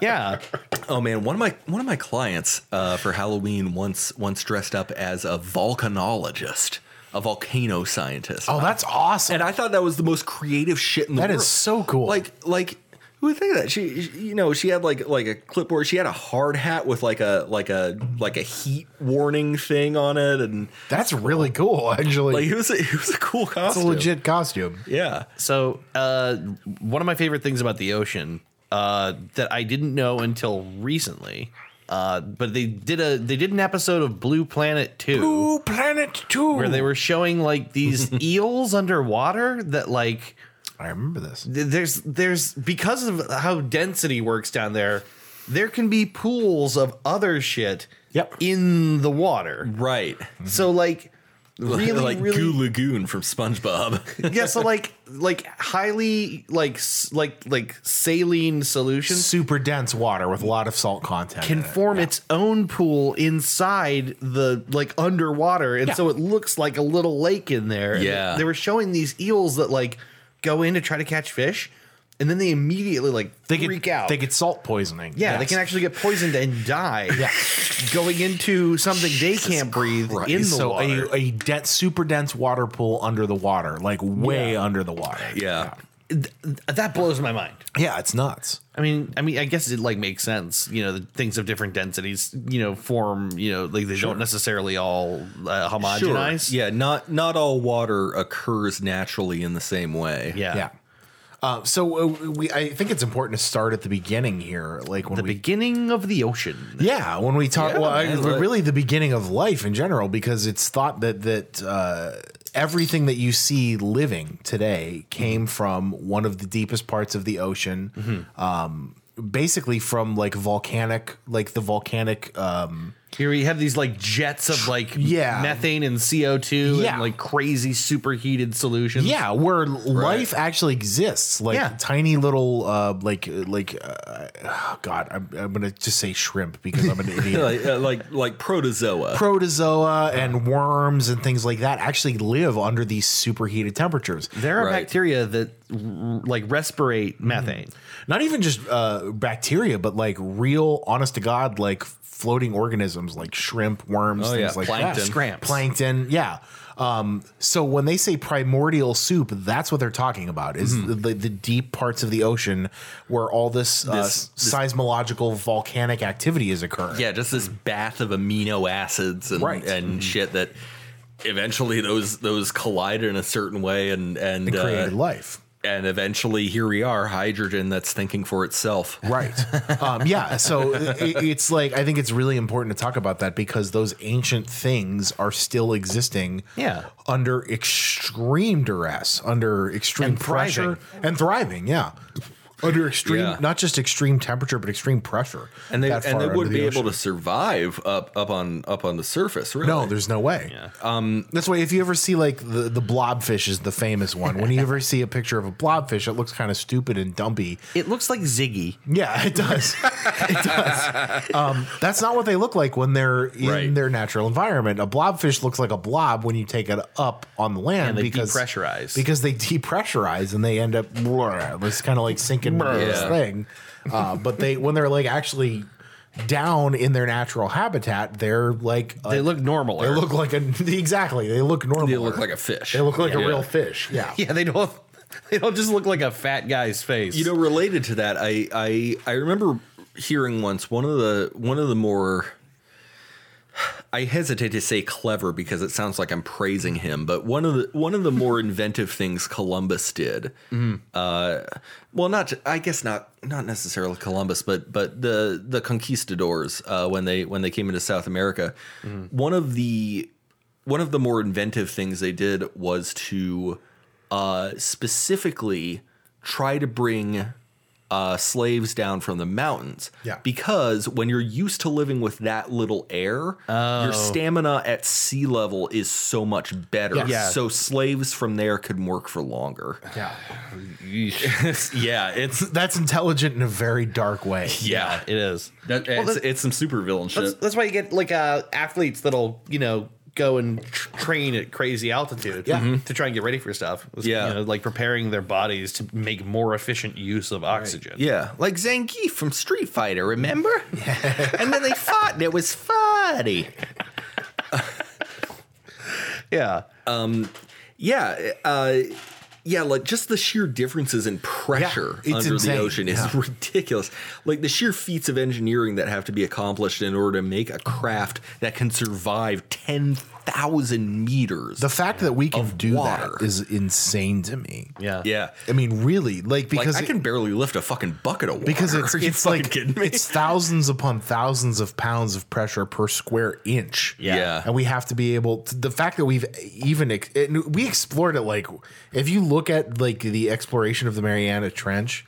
C: yeah.
A: Oh man, one of my one of my clients uh, for Halloween once once dressed up as a volcanologist, a volcano scientist,
B: Oh, that's awesome.
A: and I thought that was the most creative shit in the
B: That
A: world.
B: is so cool.
A: Like like who would think of that? She, she- you know she had like like a clipboard. She had a hard hat with like a like a like a heat warning thing on it, and
B: that's really cool, actually.
A: like it was a, it was a cool
B: it's a
A: costume.
B: legit costume.
A: yeah.
C: So, uh, one of my favorite things about the ocean uh, that I didn't know until recently, uh, but they did a they did an episode of Blue Planet Two
B: Ooh, Planet 2.
C: where they were showing like these eels underwater that like
B: I remember this.
C: th- there's there's because of how density works down there, there can be pools of other shit
B: Yep.
C: in the water.
A: Right, <laughs>
C: So like really
A: Mm-hmm. like
C: really
A: Goo Lagoon from SpongeBob. <laughs>
C: yeah, so like like highly like s- like like saline solutions
B: Super dense water with a lot of salt content.
C: can
B: in it.
C: form its own pool inside the like underwater, and so it looks like a little lake in there. And
A: Yeah.
C: they, they were showing these eels that like go in to try to catch fish, and then they immediately like
B: they get,
C: freak out.
B: They get salt poisoning.
C: yeah, they
B: Yes.
C: can actually get poisoned and die. going into something they can't breathe in the
B: so
C: water.
B: a, a dense, super dense water pool under the water, like way under the water.
A: yeah.
C: Th- that blows my mind.
B: Yeah, it's nuts.
C: I mean, I mean, I guess it like makes sense. You know, the things of different densities, you know, form. You know, like they don't necessarily all uh, homogenize.
A: Yeah, not not all water occurs naturally in the same way.
C: yeah,
B: Yeah. Uh, so uh, we, I think it's important to start at the beginning here, like when
C: The
B: we
C: beginning of the ocean.
B: Yeah, when we talk,
A: Yeah,
B: well, I-
A: man, like-
B: really the beginning of life in general, because it's thought that that uh, everything that you see living today
A: Mm-hmm.
B: came from one of the deepest parts of the ocean. Um, basically, from like volcanic, like the volcanic. Um,
C: Here we have these like jets of like
B: Yeah.
C: methane and CO2
B: Yeah.
C: and like crazy superheated solutions.
A: Mm-hmm.
B: yeah, where life actually exists, like
C: Yeah.
B: tiny little, uh, like like, uh, oh God, I'm, I'm gonna just say shrimp because I'm
A: <laughs>
B: an idiot.
A: like, uh, like like protozoa.
B: protozoa and worms and things like that actually live under these superheated temperatures.
C: There are
A: Right.
C: bacteria that r- like
B: Mm-hmm.
C: respirate methane.
B: Not even just uh, bacteria, but like real, honest to God, like floating organisms like shrimp, worms,
A: Oh,
B: things
A: yeah,
B: like
A: plankton.
B: that.
C: Scramps.
B: Plankton, yeah. Um, so when they say primordial soup, that's what they're talking about is
A: Mm-hmm.
B: the, the deep parts of the ocean where all this, uh,
A: This- this-
B: seismological volcanic activity is occurring.
A: Yeah, just this bath of amino acids and
B: Right.
A: and shit that eventually those those collide in a certain way and and
B: and created
A: uh,
B: life.
A: and eventually here we are hydrogen that's thinking for itself.
B: Right. Um, yeah. So it, it's like, I think it's really important to talk about that because those ancient things are still existing
C: Yeah.
B: under extreme duress, under extreme
C: And
B: pressure
C: thriving.
B: and thriving. Yeah. Under extreme,
A: Yeah.
B: not just extreme temperature, but extreme pressure.
A: And they
B: that
A: and
B: far
A: they
B: under
A: would
B: the
A: be able to
B: ocean.
A: survive up up on up on the surface, really.
B: No, there's no way. Um, That's why if you ever see like the, the blobfish is the famous one. When you ever see a picture of a blobfish, it looks kind of stupid and dumpy.
C: It looks like Ziggy.
B: Yeah, it does. it does. Um, that's not what they look like when they're in
A: Right.
B: their natural environment. A blobfish looks like a blob when you take it up on the land
C: And they
B: because
C: depressurize.
B: because they depressurize and they end up <laughs> bleh, it's kind of like sinking into this
A: Yeah.
B: thing. Uh, but they when they're like actually down in their natural habitat, they're like a-
C: They look normal.
B: they look like a <laughs> exactly they look normal.
A: They look like a fish.
B: They look like a
A: Yeah.
B: real fish. Yeah.
C: <laughs> yeah. They don't. <laughs> They don't just look like a fat guy's face.
A: You know, related to that, I I I remember hearing once one of the one of the more I hesitate to say clever because it sounds like I'm praising him, but one of the one of the more inventive things Columbus did. Uh, well, not I guess not not necessarily Columbus, but but the the conquistadors uh, when they when they came into South America, one of the one of the more inventive things they did was to uh, specifically try to bring uh, slaves down from the mountains.
B: Yeah.
A: Because when you're used to living with that little air, your stamina at sea level is so much better.
B: Yeah.
C: Yeah.
A: So slaves from there could work for longer. <laughs>
B: Yeah.
A: yeah, it's
B: That's intelligent in a very dark way.
A: yeah.
C: <laughs> it is.
A: That, it's, it's some supervillain
C: That's,
A: shit.
C: that's why you get like uh, athletes that'll you know go and tr- train at crazy altitude
B: Yeah. Mhm.
C: to try and get ready for stuff. It's,
A: Yeah.
C: you know, like preparing their bodies to make more efficient use of oxygen.
A: Yeah, like Zangief from Street Fighter, remember? and then they fought, and it was funny.
C: Yeah.
A: Uh, Yeah, uh, yeah, like just the sheer differences in pressure
B: Yeah, it's
A: under
B: insane.
A: the ocean is
B: Yeah.
A: <laughs> ridiculous. Like the sheer feats of engineering that have to be accomplished in order to make a craft that can survive ten thousand meters.
B: The fact that we can do
A: water.
B: that is insane to me.
C: yeah.
A: yeah,
B: I mean, really, like
A: like
B: because
A: I
B: it-
A: can barely lift a fucking bucket of water.
B: <laughs> because
A: <laughs>
B: it's
A: Are you
B: it's
A: fucking
B: like
A: kidding me?
B: it's thousands upon thousands of pounds of pressure per square inch.
A: Yeah. Yeah.
B: and we have to be able. To, the fact that we've even ex- and we explored it like if you look at like the exploration of the Mariana Trench.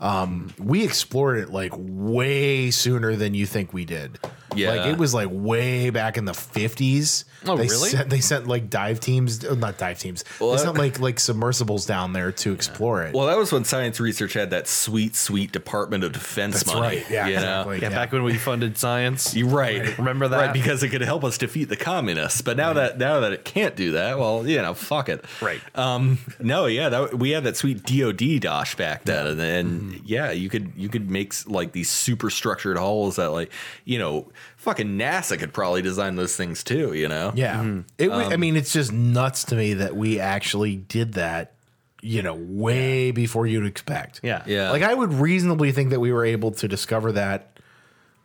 B: Um, we explored it like way sooner than you think we did. like
A: Yeah.
B: it was like way back in the fifties.
C: Oh,
B: they
C: really?
B: Sent, they sent like dive teams, oh, not dive teams.
A: Well,
B: they sent like like submersibles down there to explore it.
A: well, that was when science research had that sweet, sweet Department of Defense
B: That's
A: money.
B: right. Yeah,
A: you know?
B: exactly.
C: Yeah,
B: Yeah.
C: Back when we funded science.
A: You're right.
C: Remember that?
A: Right, because it could help us defeat the communists. But now that now that it can't do that, well, you know, fuck it.
C: Right.
A: Um. No. Yeah. That we had that sweet DoD dosh back then, and, and yeah, you could you could make s- like these super structured holes that like you know fucking NASA could probably design those things too. You know.
B: Yeah. It wa- I mean, it's just nuts to me that we actually did that, you know, way before you'd expect.
C: Yeah.
A: Yeah.
B: Like, I would reasonably think that we were able to discover that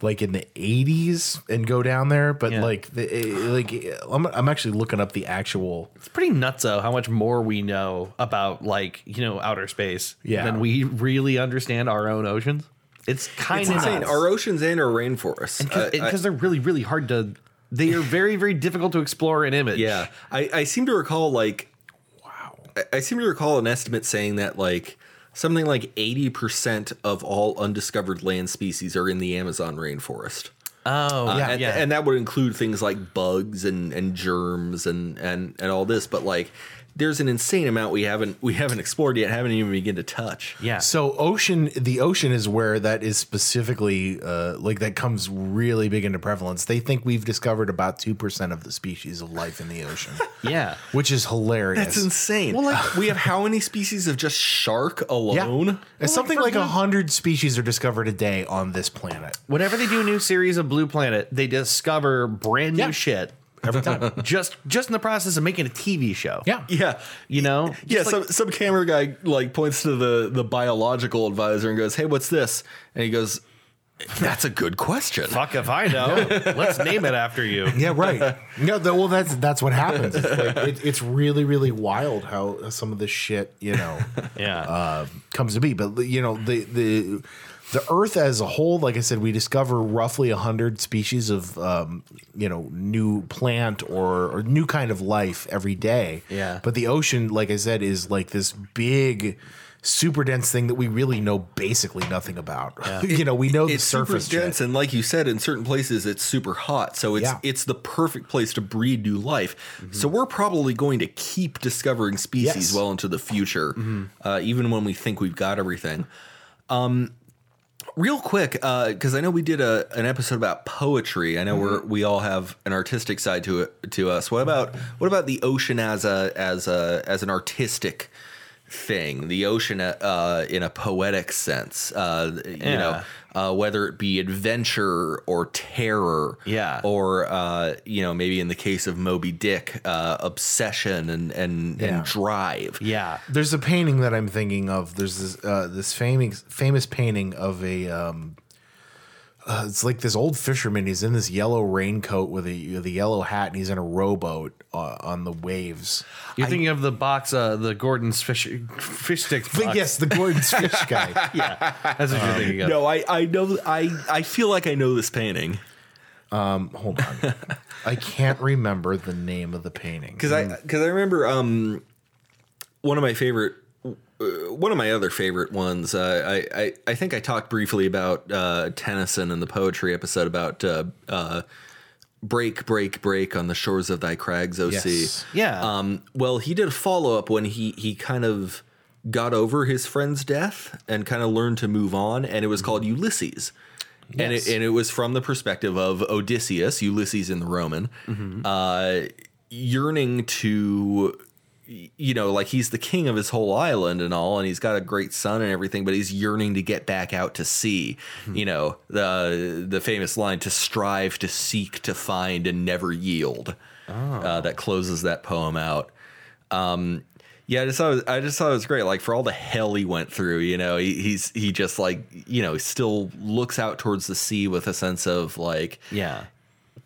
B: like in the 80s and go down there but
C: Yeah.
B: like the, it- like I'm, I'm actually looking up the actual
C: It's pretty nuts though how much more we know about like, you know, outer space
B: Yeah.
C: than we really understand our own oceans. It's kind
A: It's
C: of
A: insane. Our oceans and our rainforests. I- I-
C: because they're really really hard to they are very very difficult to explore and image.
A: yeah, I, I seem to recall like
B: wow
A: I- I seem to recall an estimate saying that like something like eighty percent of all undiscovered land species are in the Amazon rainforest.
C: Oh,
A: Uh,
C: yeah,
A: and,
C: yeah.
A: and that would include things like bugs and, and germs and, and, and all this, but like there's an insane amount we haven't we haven't explored yet, haven't even begun to touch.
C: yeah.
B: So ocean, the ocean is where that is specifically, uh, like that comes really big into prevalence. They think we've discovered about two percent of the species of life in the ocean,
C: yeah.
B: which is hilarious.
A: That's insane. Well, like we have how many species of just shark
B: Yeah,
A: alone?
B: it's something
C: for
B: like a
C: one-
B: hundred species are discovered a day on this planet.
C: Whenever they do a new series of Blue Planet, they discover brand new
B: Yeah.
C: shit.
B: Every
C: <laughs>
B: time,
C: Just just in the process of making a TV show.
B: yeah,
A: Yeah.
C: You know?
A: Yeah,
C: Just like-
A: some some camera guy like points to the the biological advisor and goes, "Hey, what's this?" And he goes, "That's a good question."
C: fuck if I know. Let's name it after you. <laughs>
B: yeah, right. No, the, well, that's that's what happens. It's, like, it, it's really, really wild how some of this shit, you know.
C: Yeah.
B: uh, comes to be. But you know, the the the Earth as a whole, like I said, we discover roughly hundred species of um, you know new plant or, or new kind of life every day.
C: Yeah.
B: But the ocean, like I said, is like this big. Super dense thing that we really know basically nothing about. <laughs> you know, we know the
A: it's super
B: surface shit.
A: dense, and like you said, in certain places it's super hot, so it's
B: Yeah.
A: it's the perfect place to breed new life. So we're probably going to keep discovering species
B: Yes.
A: well into the future, uh, even when we think we've got everything. Um, real quick, because I know we did a an episode about poetry. I
C: Mm-hmm.
A: know we're we all have an artistic side to it to us. What about what about the ocean as a as a as an artistic? thing the ocean uh, in a poetic sense uh, you know
C: Yeah.
A: uh, whether it be adventure or terror,
C: Yeah.
A: or uh, you know maybe in the case of Moby Dick, uh, obsession and and,
B: Yeah.
A: and drive.
C: yeah.
B: There's a painting that I'm thinking of. There's this uh, this famous famous painting of a. Um, uh, it's like this old fisherman. He's in this yellow raincoat with a with a yellow hat, and he's in a rowboat uh, on the waves.
C: You're thinking of the box, uh, the Gordon's fish, fish <laughs> sticks.
B: But
C: box.
B: yes, the Gordon's fish guy.
C: yeah, that's what you're thinking of.
A: No, I I know I I feel like I know this painting
B: Hold on, I can't remember the name of the painting.
A: because I because I remember um one of my favorite. uh, One of my other favorite ones, uh, I, I I think I talked briefly about uh, Tennyson in the poetry episode about uh, uh, break, break, break on the shores of thy crags, O sea.
B: Yes.
C: Yeah.
A: Um, well, he did a follow up when he he kind of got over his friend's death and kind of learned to move on, and it was called Ulysses. And, it,
B: Yes.
A: and it was from the perspective of Odysseus, Ulysses in the Roman, uh, yearning to, y- you know, like he's the king of his whole island and all, and he's got a great son and everything, but he's yearning to get back out to sea. You know, the the famous line to strive, to seek, to find, and never yield. Uh, that closes that poem out. Yeah, I just thought it was, I just thought it was great. Like for all the hell he went through, you know, he, he's he just like you know still looks out towards the sea with a sense of like,
C: yeah.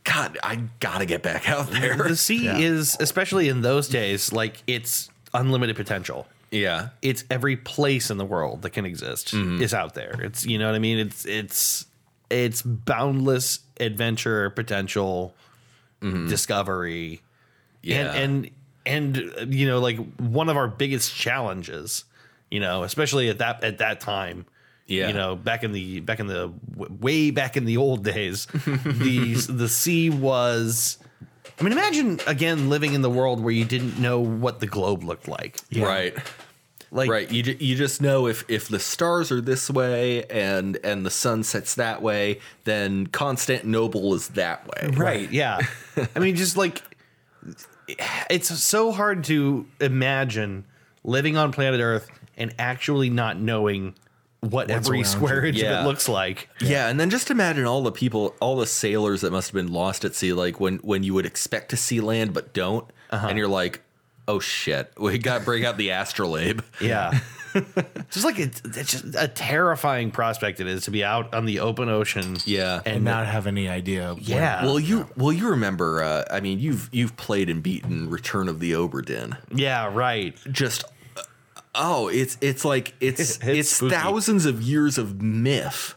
A: God, I gotta get back out there.
C: The sea is, especially in those days, like it's unlimited potential.
A: <laughs> yeah,
C: It's every place in the world that can exist
A: Mm-hmm.
C: is out there. It's you know what I mean. It's it's it's boundless adventure potential, discovery,
A: Mm-hmm. yeah,
C: and and and you know like one of our biggest challenges, you know, especially at that at that time.
A: yeah,
C: you know back in the back in the w- way back in the old days <laughs> the the sea was i mean imagine again living in the world where you didn't know what the globe looked like
A: right,
C: like
A: right. You ju- you just know if if the stars are this way and and the sun sets that way, then Constantinople is that way.
C: right yeah <laughs> i mean just like it's so hard to imagine living on planet earth and actually not knowing what every
B: around
C: square
B: you.
C: inch of
A: Yeah.
C: it looks like
A: Yeah, and then just imagine all the people, all the sailors that must have been lost at sea, like when when you would expect to see land <laughs>
C: Uh-huh.
A: but don't, and you're like, oh shit, we got to break out the astrolabe.
C: yeah <laughs> Just like it's, it's just a terrifying prospect it is to be out on the open ocean.
A: Yeah.
C: and
B: and
C: not
B: not have any idea. when-
C: yeah.
A: Well, you well you remember? Uh, I mean, you've you've played and beaten Return of the Oberdin.
C: yeah, right.
A: Just uh, oh, it's it's like it's
C: It's
A: it's,
C: spooky. Mm-hmm.
A: thousands of years of myth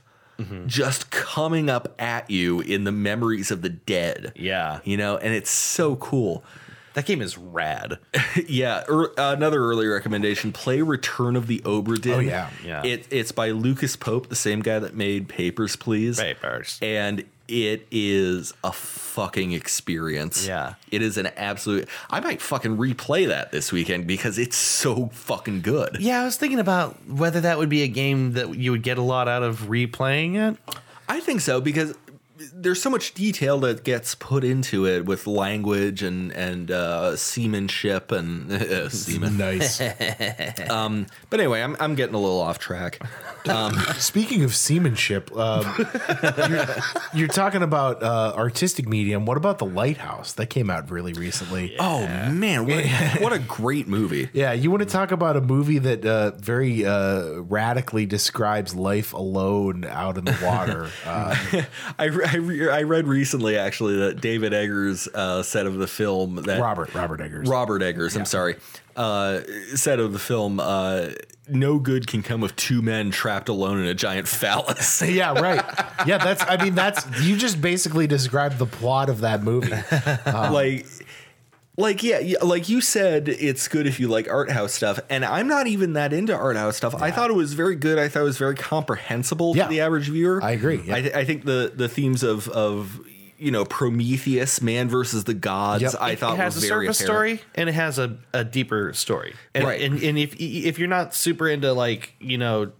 A: just coming up at you in the memories of the dead.
C: Yeah.
A: you know, and it's so cool.
C: That game is rad.
A: yeah, er, another early recommendation: play Return of the Oberdin.
B: Oh, yeah.
C: Yeah.
A: It, it's by Lucas Pope, the same guy that made Papers, Please.
C: Papers.
A: And it is a fucking experience.
C: Yeah.
A: It is an absolute. I might fucking replay that this weekend because it's so fucking good.
C: Yeah, I was thinking about whether that would be a game that you would get a lot out of replaying it.
A: I think so because there's so much detail that gets put into it with language and and uh, seamanship
B: <laughs>
A: and <laughs> uh, seaman.
C: <laughs>
B: Nice.
A: But anyway, I'm I'm getting a little off track.
B: Speaking of seamanship, um, <laughs> you're, you're talking about uh, artistic medium. What about the lighthouse that came out really recently?
A: Oh man, what, a- <laughs> what a great movie!
B: Yeah, you want to talk about a movie that uh, very uh, radically describes life alone out in the <laughs> water. Uh,
A: I, re- I, re- I read recently actually that David Eggers uh, said of the film that
B: Robert, Robert Eggers.
A: Robert Eggers, I'm sorry, uh, said of the film, uh, no good can come of two men trapped alone in a giant <laughs> phallus.
B: yeah, right. Yeah, that's. I mean, that's. You just basically described the plot of that movie.
A: like like yeah, yeah, like you said it's good if you like art house stuff and i'm not even that into art house stuff i thought it was very good i thought it was very comprehensible
B: Yeah.
A: for the average viewer
B: I agree, yeah.
A: I, th- I think the the themes of of you know prometheus man versus the gods
B: Yep.
A: i thought
C: it has a
A: was very
C: surface
A: apparent.
C: story and it has a, a deeper story. And,
A: Right.
C: and and if e, if you're not super into like you know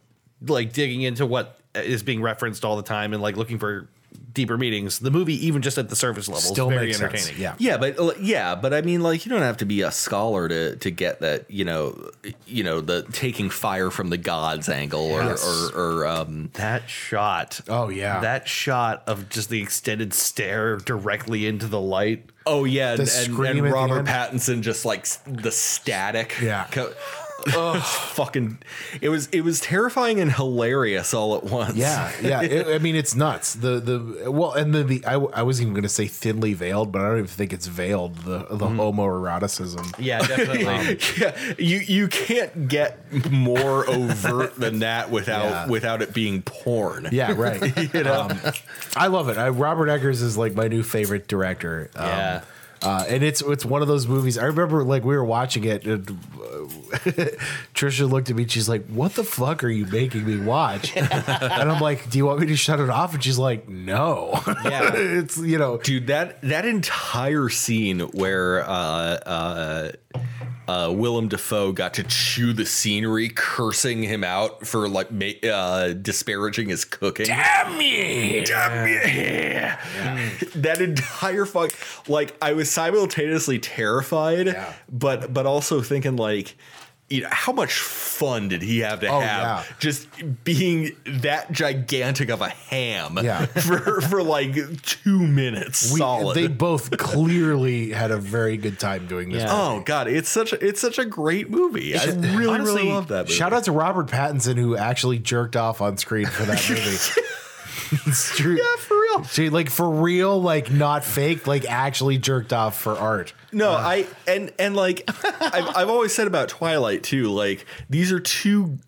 C: like digging into what is being referenced all the time and like looking for deeper meanings, the movie even just at the surface
B: <laughs>
C: level
B: Still
C: is very
B: makes
C: entertaining.
B: sense. Yeah.
A: yeah but uh, yeah but i mean like you don't have to be a scholar to to get that you know you know the taking fire from the gods angle
B: Yes.
A: or or, or um
C: That shot.
B: Oh, yeah.
C: That shot of just the extended stare directly into the light.
A: Oh yeah, and,
B: The
A: and,
B: scream at
A: and
B: the
A: Robert
B: end.
A: Pattinson just like s- the static.
B: Yeah.
A: Co- oh, fucking! It was it was terrifying and hilarious all at once.
B: Yeah, yeah. It, I mean, it's nuts. The the well, and then the I, w- I was even going to say thinly veiled, but I don't even think it's veiled. The the homoeroticism.
C: Yeah, <laughs> definitely.
A: yeah. You you can't get more
B: <laughs>
A: overt than that without
B: Yeah.
A: without it being porn.
B: Yeah, right. um, I love it. I, Robert Eggers is like my new favorite director. Um,
C: Yeah.
B: Uh, and it's it's one of those movies. I remember like we were watching it, and uh, <laughs> Trisha looked at me. and She's like, "What the fuck are you making me watch?" and I'm like, "Do you want me to shut it off?" And she's like, "No."
A: Yeah.
B: <laughs> it's you know,
A: Dude, that that entire scene where uh, uh, uh, Willem Dafoe got to chew the scenery, cursing him out for like ma- uh, disparaging his cooking. Damn me! Damn That entire fuck, like I was simultaneously terrified,
B: Yeah.
A: but but also thinking like. You know, how much fun did he have to
B: Oh, yeah.
A: have just being that gigantic of a ham <laughs>
B: Yeah.
A: for for like two minutes
B: we,
A: solid.
B: they both clearly had a very good time doing this.
C: Yeah.
A: oh god, it's such a, it's such a great movie. I really
C: honestly,
A: really love that movie.
B: Shout out to Robert Pattinson who actually jerked off on screen for that movie.
A: <laughs>
B: it's true.
A: yeah, for real.
B: She like for real, like not fake, like actually jerked off for art.
A: No, I and and like <laughs> I've, I've always said about Twilight too. Like these are two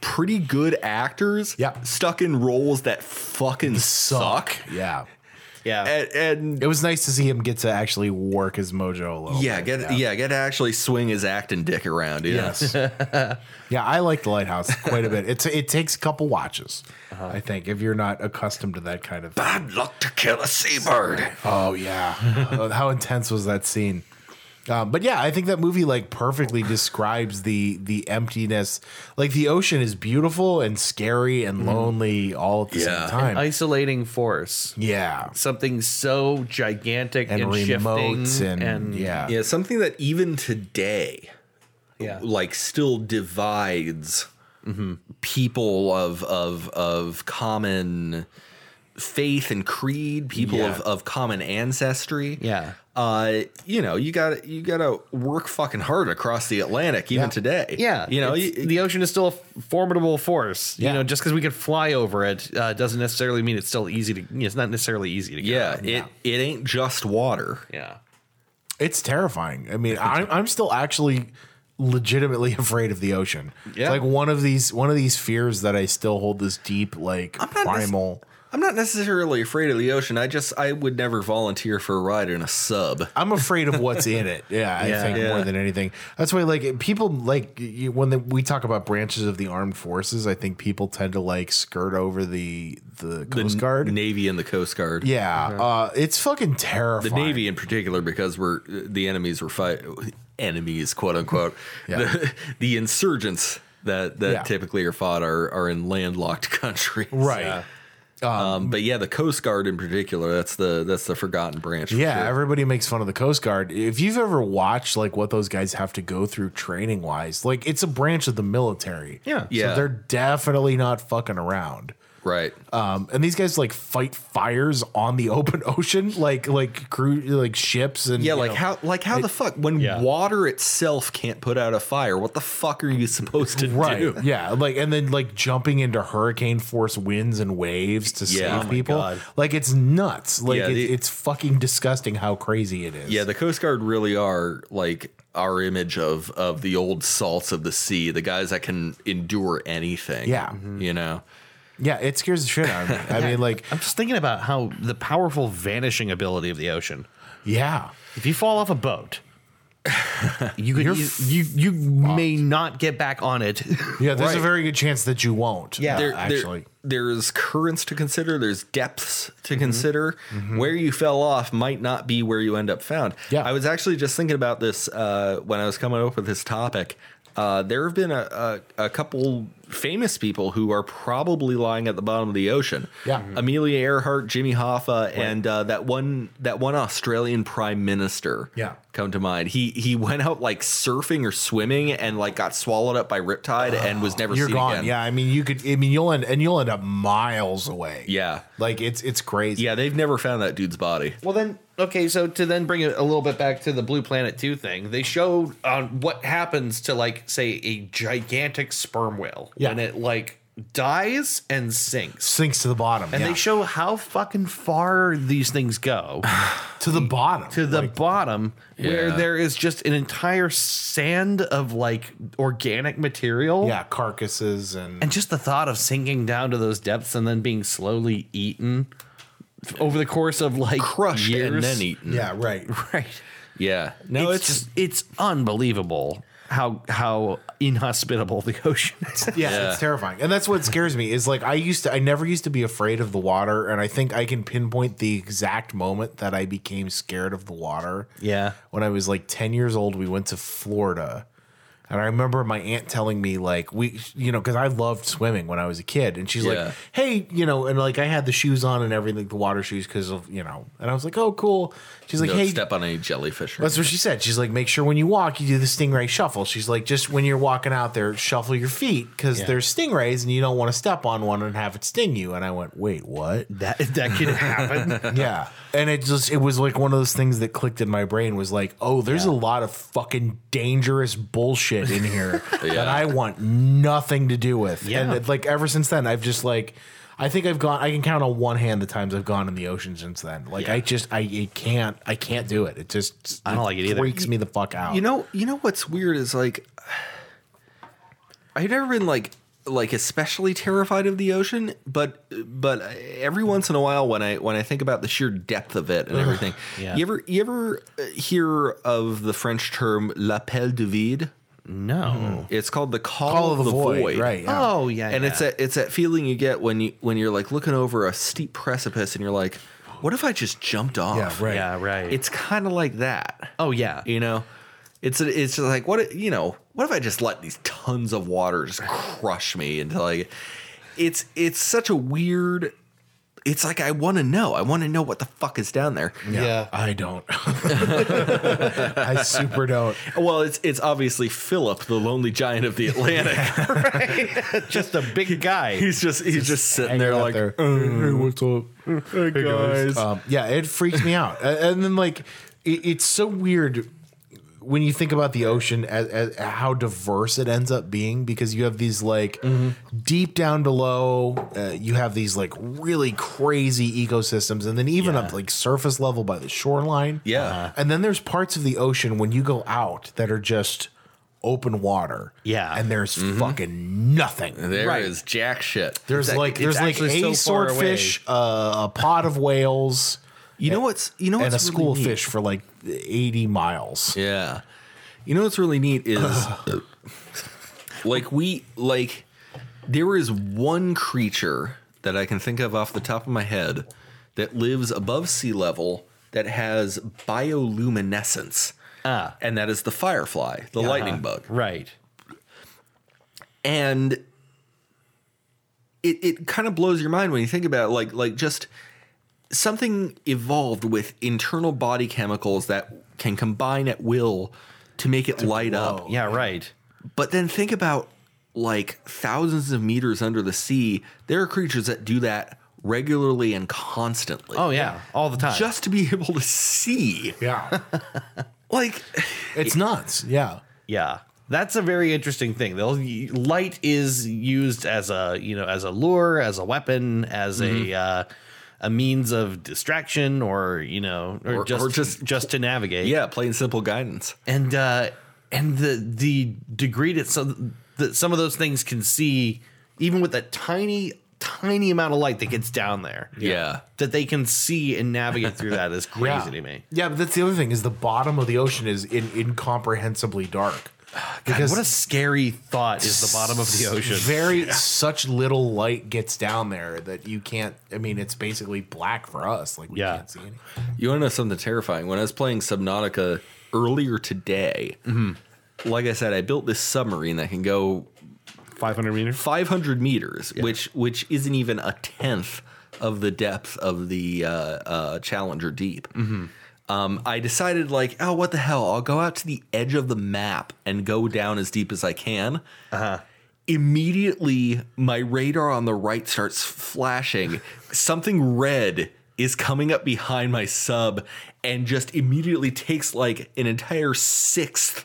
A: pretty good actors
B: Yeah.
A: stuck in roles that fucking suck.
B: Yeah.
C: yeah.
A: And, and
B: It was nice to see him get to actually work his mojo a little.
A: yeah,
B: bit.
A: get yeah. get to actually swing his acting dick around. Yeah.
B: Yes. <laughs> yeah, I like the lighthouse quite a bit. It's it takes a couple watches, I think, if you're not accustomed to that kind of. Thing.
A: Bad luck to kill a seabird.
B: Oh yeah, Oh, how intense was that scene? Um, but yeah, I think that movie like perfectly describes the the emptiness. Like the ocean is beautiful and scary and lonely all at the
A: Yeah.
B: same time.
C: Isolating force.
B: yeah,
C: Something so gigantic and,
B: and, remote
C: shifting
B: and, yeah.
A: Yeah, something that even today
C: yeah.
A: like still divides people of of of common faith and creed, people
B: Yeah.
A: of, of common ancestry.
C: Yeah.
A: uh, you know, you got to you got to work fucking hard across the Atlantic even
B: Yeah.
A: today.
C: Yeah,
A: you know,
C: it's-
A: you,
C: the ocean is still a formidable force.
B: Yeah.
C: You know, just because we could fly over it uh, doesn't necessarily mean it's still easy to. you know, It's not necessarily easy to. get
A: yeah,
C: around.
A: it it ain't just water.
C: yeah.
B: It's terrifying. I mean, I'm, I'm still actually legitimately <laughs> afraid of the ocean.
C: Yeah.
B: It's like one of these one of these fears that I still hold this deep like
A: not nec-
B: primal.
A: I'm not necessarily afraid of the ocean. I just I would never volunteer for a ride in a sub.
B: I'm afraid of what's in it. Yeah, I
C: Yeah.
B: think
A: Yeah.
B: more than anything. That's why, like, people like you, when the, we talk about branches of the armed forces. I think people tend to like skirt over the the Coast Guard.
A: Navy, and the Coast Guard.
B: yeah, uh, it's fucking
A: uh-huh. the
B: terrifying.
A: Navy in particular, because we're the enemies were fight enemies, quote unquote.
B: <laughs> Yeah.
A: the, the insurgents that that
B: Yeah.
A: typically are fought are are in landlocked <laughs> countries,
B: right?
A: Um, but yeah, the Coast Guard in particular, that's the that's the forgotten branch. for
B: Yeah,
A: sure.
B: everybody makes fun of the Coast Guard. If you've ever watched like what those guys have to go through training wise, like it's a branch of the military.
C: Yeah.
A: Yeah.
B: So they're definitely not fucking around.
A: right.
B: Um, and these guys like fight fires on the <laughs> open ocean, like like crew like ships and
A: yeah,
B: you
A: like
B: know.
A: how like how the fuck when
C: Yeah.
A: water itself can't put out a fire, what the fuck are you supposed to
B: right
A: do?
B: yeah like and then like jumping into hurricane force winds and waves to
A: Yeah. Oh
B: save
A: my
B: people
C: God.
B: like it's nuts like
A: Yeah,
B: it,
A: the-
B: it's fucking disgusting how crazy it is
A: Yeah, the Coast Guard really are like our image of of the old salts of the sea, the guys that can endure anything.
B: Yeah.
A: you know.
B: yeah it scares the shit out of me i mean like
C: I'm just thinking about how the powerful vanishing ability of the ocean.
B: yeah
C: If you fall off a <laughs> boat, you could
B: You're
C: eas- you you may not get back on it. <laughs>
B: yeah there's a
A: Right.
B: very good chance that you won't
C: Yeah.
A: There,
B: actually Mm-hmm.
A: there, there's currents to consider. There's depths to consider. Where you fell off might not be where you end up found.
B: Yeah.
A: I was actually just thinking about this uh, when I was coming up with this topic. Uh, there have been a, a, a couple famous people who are probably lying at the bottom of the ocean. Mm-hmm.
B: Yeah. Mhm.
A: Amelia Earhart, Jimmy Hoffa, and uh, that one that one Australian prime minister.
B: Yeah.
A: come to mind. He he went out like surfing or swimming and like got swallowed up by riptide and was never
B: you're
A: seen
B: gone
A: again.
B: yeah i mean you could i mean you'll end and you'll end up miles away
A: Yeah.
B: like it's it's crazy
A: Yeah, they've never found that dude's body.
C: Well, then, okay, so to then bring it a little bit back to the Blue Planet 2 thing, they showed on what happens to, like, say, a gigantic sperm whale
B: Yeah.
C: when it, like, dies and sinks.
B: sinks to the bottom
C: And
B: yeah.
C: they show how fucking far these things go
B: to the bottom
C: to the bottom, where
A: Yeah.
C: there is just an entire sand of, like, organic material.
B: yeah carcasses and
C: And just the thought of sinking down to those depths and then being slowly eaten f- over the course of, like,
A: Crushed
C: years.
A: and then eaten.
B: yeah
C: <laughs>
B: right
C: Right.
A: Yeah. No,
C: it's, just it's unbelievable how how inhospitable the ocean is. <laughs>
B: yeah,
A: Yeah.
B: it's terrifying. And that's what scares me is like I used to I never used to be afraid of the water and I think I can pinpoint the exact moment that I became scared of the water.
C: Yeah.
B: When I was like 10 years old, we went to Florida. And I remember my aunt telling me like we you know cuz I loved swimming when I was a kid and she's
A: Yeah.
B: like, "Hey, you know, and like I had the shoes on and everything, the water shoes cuz of, you know." And I was like, "Oh, cool." She's like,
A: don't
B: "Hey,
A: step on any jellyfish. or
B: that's what she said. She's like, make sure when you walk, you do the stingray shuffle. She's like, just when you're walking out there, shuffle your feet because there's stingrays and you don't want to step on one and have it sting you. And I went, wait, what?
C: That that could
A: <laughs>
C: happen.
B: yeah. And it just, it was like one of those things that clicked in my brain was like, oh, there's a lot of fucking dangerous bullshit in
C: <laughs>
B: here that I want nothing to do with.
C: Yeah.
B: And it, like ever since then, I've just like, I think I've gone. I can count on one hand the times I've gone in the ocean since then. Like I just, I it can't, I can't do it. It just,
C: I don't like it either.
B: Freaks me the fuck out.
A: You know, you know what's weird is like I've never been like like especially terrified of the ocean, but but every once in a while when I when I think about the sheer depth of it and everything,
C: Yeah.
A: you ever you ever uh, hear of the French term l'appel du vide?
C: No.
A: It's called the call,
B: all
A: of the, void,
B: right? Yeah.
C: Oh yeah.
A: and it's that it's that feeling you get when you when you're like looking over a steep precipice and you're like, what if I just jumped off?
B: yeah, right.
C: yeah right.
A: It's kind of like that.
C: oh yeah.
A: You know, it's it's just like what if- you know. What if I just let these tons of water just crush me until I? It's it's such a weird. It's like I want to know. I want to know what the fuck is down there.
C: Yeah.
B: I don't. <laughs> I super
C: <laughs>
B: don't.
A: Well, it's it's obviously Philip, the lonely giant of
B: <laughs>
A: the Atlantic.
C: <laughs> Just a big guy.
A: he's just he's just sitting there
B: Hanging out
A: like
B: there. Mm-hmm.
A: "Uh, hey, what's up, hey guys.
B: Um, yeah, it freaks me out. A- And then like it, it's so weird when you think about the ocean as, as how diverse it ends up being because you have these like
A: Mm-hmm.
B: deep down below uh, you have these like really crazy ecosystems and then even up like surface level by the shoreline
A: Yeah. Uh-huh.
B: and then there's parts of the ocean when you go out that are just open water
C: Yeah.
B: and there's
A: Mm-hmm.
B: fucking nothing
A: There is
C: Right.
A: jack shit.
B: there's
C: It's ac-
B: like
C: it's
B: there's like
C: actually
B: a
C: so far
B: swordfish, uh, a pod of whales,
A: You know what's you know
B: and a
A: what's
B: school
A: really
B: of
A: neat?
B: fish for like eighty miles.
A: Yeah. You know what's really neat is <laughs> like we like there is one creature that I can think of off the top of my head that lives above sea level that has bioluminescence.
C: Ah.
A: And that is the firefly, the lightning bug.
C: Right.
A: and it it kind of blows your mind when you think about it like like just something evolved with internal body chemicals that can combine at will to make it light up
C: Yeah, right.
A: but then think about like thousands of meters under the sea there are creatures that do that regularly and constantly
C: Oh yeah, all the time.
A: just to be able to see
B: Yeah,
A: like
B: <laughs> it's nuts. Yeah,
C: yeah. That's a very interesting thing. They'll, light is used as a you know as a lure, as a weapon, as a uh,
A: Mm-hmm.
C: a means of distraction, or you know, or,
A: Or-
C: just,
A: or
C: just
A: just-
C: to
A: <laughs>
C: navigate.
A: yeah plain simple guidance
C: and uh, and the the degree that some that some of those things can see, even with that tiny tiny amount of light that gets down there,
A: Yeah.
C: that they can see and navigate through that <laughs> is crazy
B: yeah.
C: to me.
B: Yeah, but that's the other thing is the bottom of the ocean is in, incomprehensibly dark.
C: <sighs> God, what a scary thought is the bottom of the ocean.
B: Very such little light gets down there that you can't. I mean, it's basically black for us. Like we
C: Yeah.
B: can't see anything.
A: You want to know something terrifying? When I was playing Subnautica earlier today, like I said, I built this submarine that can go
C: 500 meters.
A: 500 meters, which which isn't even a tenth of the depth of the uh, uh, Challenger Deep. Um, I decided like, oh, what the hell? I'll go out to the edge of the map and go down as deep as I can. Immediately, my radar on the right starts flashing. Something red is coming up behind my sub and just immediately takes like an entire sixth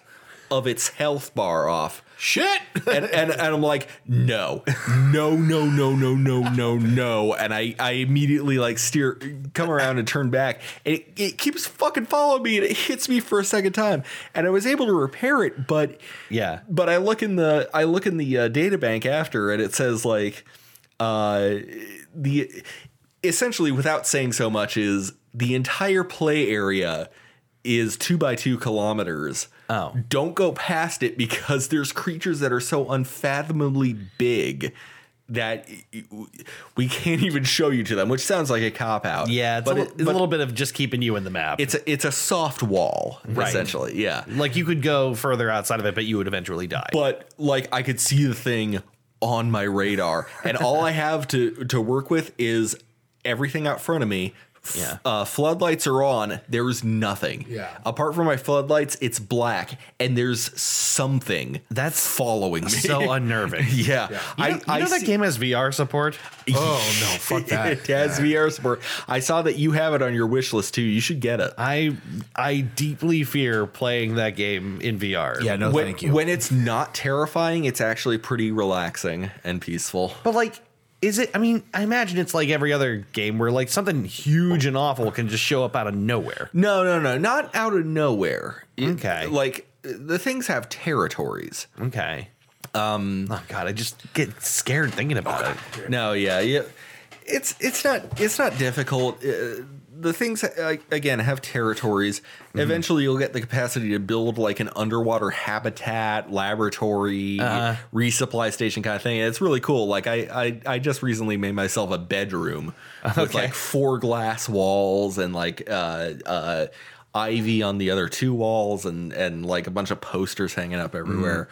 A: of its health bar off
B: Shit.
A: and, and and I'm like, no, no, no, no, no, no, no, no. And I, I immediately like steer, come around and turn back. And it, it keeps fucking following me and it hits me for a second time. And I was able to repair it, but
C: Yeah.
A: but I look in the I look in the uh, data bank after, and it says like uh, the essentially without saying so much is the entire play area is two by two kilometers.
C: Oh.
A: don't go past it because there's creatures that are so unfathomably big that we can't even show you to them, which sounds like a cop out.
C: Yeah, it's,
A: but,
C: a,
A: it-
C: li- it's a
A: but
C: little bit of just keeping you in the map.
A: it's a it's a soft wall essentially. Yeah,
C: like you could go further outside of it, but <laughs> you would eventually die.
A: but like I could see the thing on my radar, and all I have to to work with is everything out front of me. F-
C: Yeah.
A: Uh, floodlights are on. There is nothing.
B: Yeah.
A: Apart from my floodlights, it's black, and there's something
C: That's
A: following me.
C: so unnerving.
A: <laughs> yeah.
C: I, <laughs> you know, you know that
A: see- <laughs>
C: game has VR support.
B: Oh no! Fuck that.
A: It has VR support. I saw that you have it on your wish list too. You should get it.
C: I I deeply fear playing that game in VR.
B: Yeah. No.
A: when,
B: thank you.
A: When it's not terrifying, it's actually pretty relaxing and peaceful.
C: But like, is it? I mean, I imagine it's like every other game where like something huge and awful can just show up out of nowhere.
A: No, no, no, not out of nowhere. It-
C: Okay.
A: like the things have territories.
C: Okay. Um. Oh God, I just get scared thinking about it.
A: No, yeah, yeah. It's it's not it's not difficult. Uh, the things uh, again have territories. Eventually, you'll get the capacity to build like an underwater habitat, laboratory, resupply station kind of thing. It's really cool. Like I I, I just recently made myself a bedroom with like four glass walls and like uh uh ivy on the other two walls and and like a bunch of posters hanging up everywhere.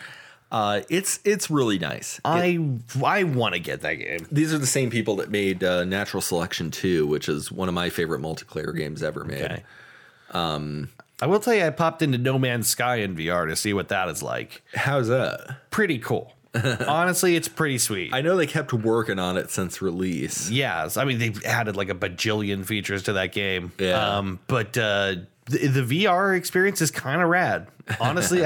A: Uh, it's it's really nice
C: I I want to get that game.
A: these are the same people that made uh, Natural Selection 2, which is one of my favorite multiplayer games ever made.
C: Okay. Um, I will tell you, I popped into No Man's Sky in VR to see what that is like.
A: How's that?
C: Pretty cool. Honestly, it's pretty sweet.
A: I know they kept working on it since release.
C: yes, I mean they've added like a bajillion features to that game.
A: Yeah.
C: Um, but uh, the, the VR experience is kind of rad. Honestly,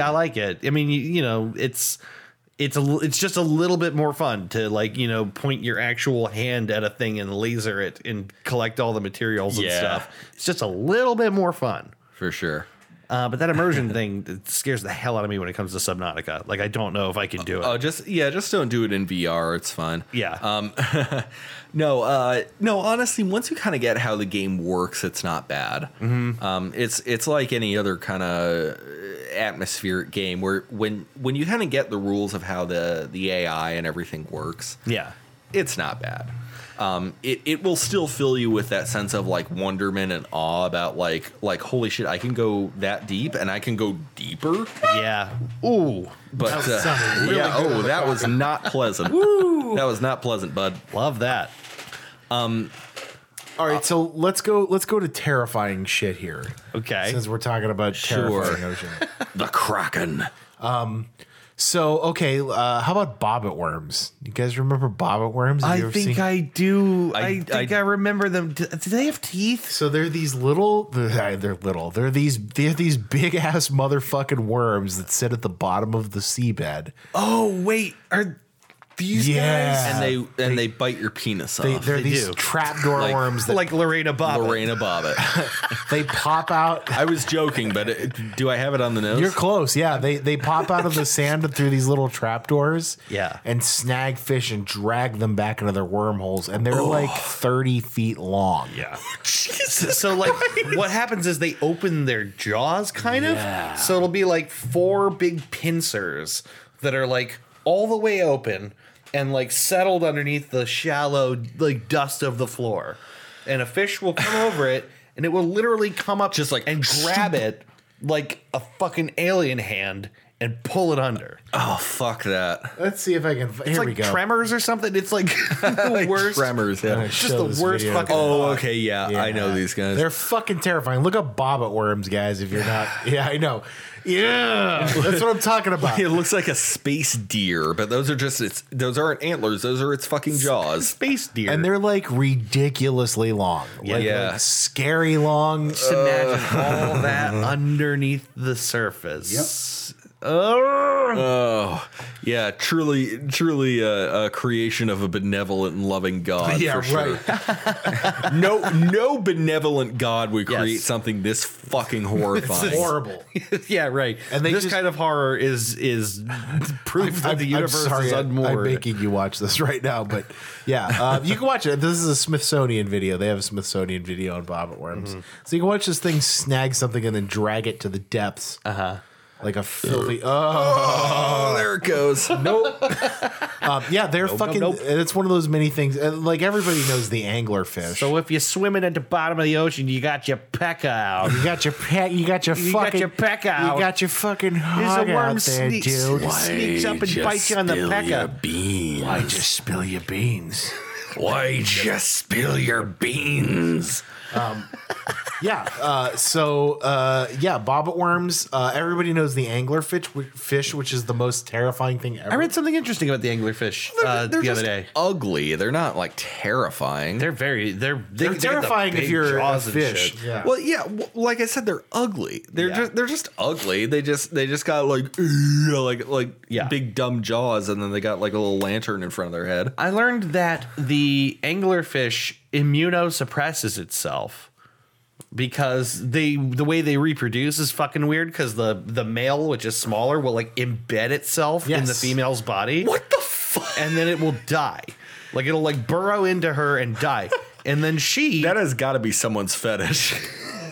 A: <laughs>
C: I like it. I mean, you, you know, it's it's a l- it's just a little bit more fun to like you know point your actual hand at a thing and laser it and collect all the materials and
A: Yeah.
C: stuff. It's just a little bit more fun.
A: for sure.
C: Uh, but
A: <laughs>
C: that immersion thing it scares the hell out of me when it comes to Subnautica. Like I don't know if I can do it.
A: Oh, just yeah, just don't do it in VR. It's fine.
C: Yeah.
A: Um, no, uh, no. Honestly, once you kind of get how the game works, it's not bad. Um, it's it's like any other kind of atmospheric game where when when you kind of get the rules of how the the AI and everything works,
C: yeah.
A: it's not bad. Um, it, it will still fill you with that sense of like wonderment and awe about like like holy shit I can go that deep and I can go deeper
C: Yeah. Ooh.
A: but uh, yeah, oh, that was not pleasant. That was not pleasant, bud.
C: Love that.
B: All right, so let's go. Let's go to terrifying shit here.
C: Okay.
B: since we're talking about
A: Sure.
B: terrifying ocean.
C: <laughs>
A: The Kraken.
B: So okay, uh, how about bobbit worms? You guys remember bobbit worms? Have you
C: I
B: ever
C: think
B: seen-
C: I do. I,
A: I-
C: think I,
A: I-
C: remember them. Do, do they have teeth?
B: So they're these little. They're, they're little. They're these. They're these big ass motherfucking worms that sit at the bottom of the seabed.
C: Oh wait, are these
B: Yeah.
A: And they and they bite your penis
B: They,
A: off.
B: they're
C: they
B: these
C: do.
B: trapdoor
A: Like-
B: worms
C: <laughs>
B: that
C: like Lorena Bob?
A: Lorena Bobbitt.
B: they pop out.
A: I was joking, but it, do I have it on the nose?
B: You're close. Yeah, they they pop out of the sand through these little trapdoors.
C: Yeah.
B: and snag fish and drag them back into their wormholes, and they're like thirty feet long.
C: Yeah. Jesus. So like, what happens is they open their jaws, kind
B: Yeah.
C: of. So it'll be like four big pincers that are like all the way open and like settled underneath the shallow like dust of the floor, and a fish will come over it, and it will literally come up
A: Just like-
C: and grab it like a fucking alien hand and pull it under.
A: oh fuck that.
B: Let's see if I can.
C: It's
B: here
C: like
B: we go.
C: tremors or something. It's
A: <laughs>
C: like <laughs> the worst.
A: Tremors. Yeah.
C: Just
B: Show
C: the
B: this
C: worst
B: video.
C: fucking.
A: Oh, okay, yeah, I know
B: Yeah.
A: these guys.
B: They're fucking terrifying. Look up bobbit worms, guys. If
A: <laughs>
B: you're not, yeah, I know. Yeah, that's what I'm
A: <laughs>
B: talking about.
A: it looks like a space deer, but those are just its. Those aren't antlers. Those are its fucking jaws.
C: space deer.
B: And they're like ridiculously long, Like- like,
A: Yeah.
B: scary
A: <laughs>
B: long.
C: Just imagine
B: Uh. <laughs>
C: all that underneath the surface. Oh,
A: <laughs> Oh, yeah, truly, truly a, a creation of a benevolent and loving <laughs> God. for sure. <laughs> no no benevolent god would
C: Yes.
A: create something this fucking horrifying.
B: horrible.
C: <laughs> yeah, right.
B: And
C: And
B: they
C: this
B: just-
C: kind of horror is is proof that the universe is
B: I- I'm
C: unmoored.
B: making you watch this right now, but yeah, uh, you can watch it. This is a Smithsonian video. They have a Smithsonian video on bobbit worms,
A: Mm-hmm.
B: so you can watch this thing snag something and then drag it to the depths. Uh
A: Uh-huh.
B: huh. Like a filthy. Oh.
A: Oh, there it goes.
B: Nope. um, yeah, they're fucking.
C: nope.
B: It's one of those many things. uh, Like everybody knows the angler fish.
C: so if you're swimming at the bottom of the ocean, you got your pecker out.
B: you got your pe- you got your
C: You got
B: fucking
C: your peck out.
B: You got your fucking
C: There's
B: hog
C: a worm
B: out there,
C: sneaks,
B: dude.
C: sneaks up and bites you on the pecker.
A: beans?
B: I just spill your beans.
A: Why just spill your beans?
B: Yeah. Uh, so uh, yeah, bobbit worms. Uh, everybody knows the angler fish, fish, which is the most terrifying thing ever.
C: I read something interesting about the anglerfish uh, the other day.
A: ugly. They're not like terrifying.
C: They're very they're they-
B: They're
C: they got the
B: terrifying if
C: big
B: you're a
C: jaws and
B: fish.
C: shit.
B: Yeah.
A: well, yeah, w- like I said, they're ugly. They're
C: Yeah.
A: just they're just ugly. They just they just got like <laughs> like like
C: Yeah.
A: big dumb jaws, and then they got like a little lantern in front of their head.
C: I learned that the anglerfish immunosuppresses itself because they the way they reproduce is fucking weird because the the male which is smaller will like embed itself in the
B: Yes.
C: female's body
A: What the fuck?
C: and then it will die like it'll like burrow into her and
A: <laughs>
C: die and then she
A: That has got to be someone's <laughs> fetish.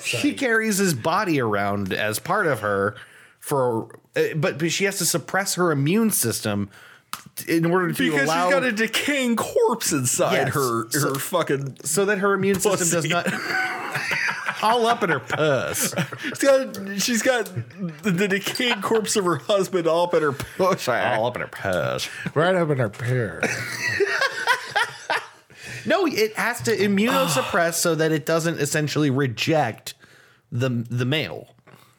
C: she carries his body around as part of her for uh, but, but she has to suppress her immune system in order to
A: because
C: allow
A: she's got a decaying corpse inside
C: Yes.
A: her her
C: So-
A: fucking
C: so that her immune system
A: Pussy.
C: does <laughs> not all up in her puss.
A: she's got she's got the, the decaying corpse of her husband all up in her push
C: all up in her puss.
B: right up in our pear.
C: No, it has to immunosuppress so that it doesn't essentially reject the the male,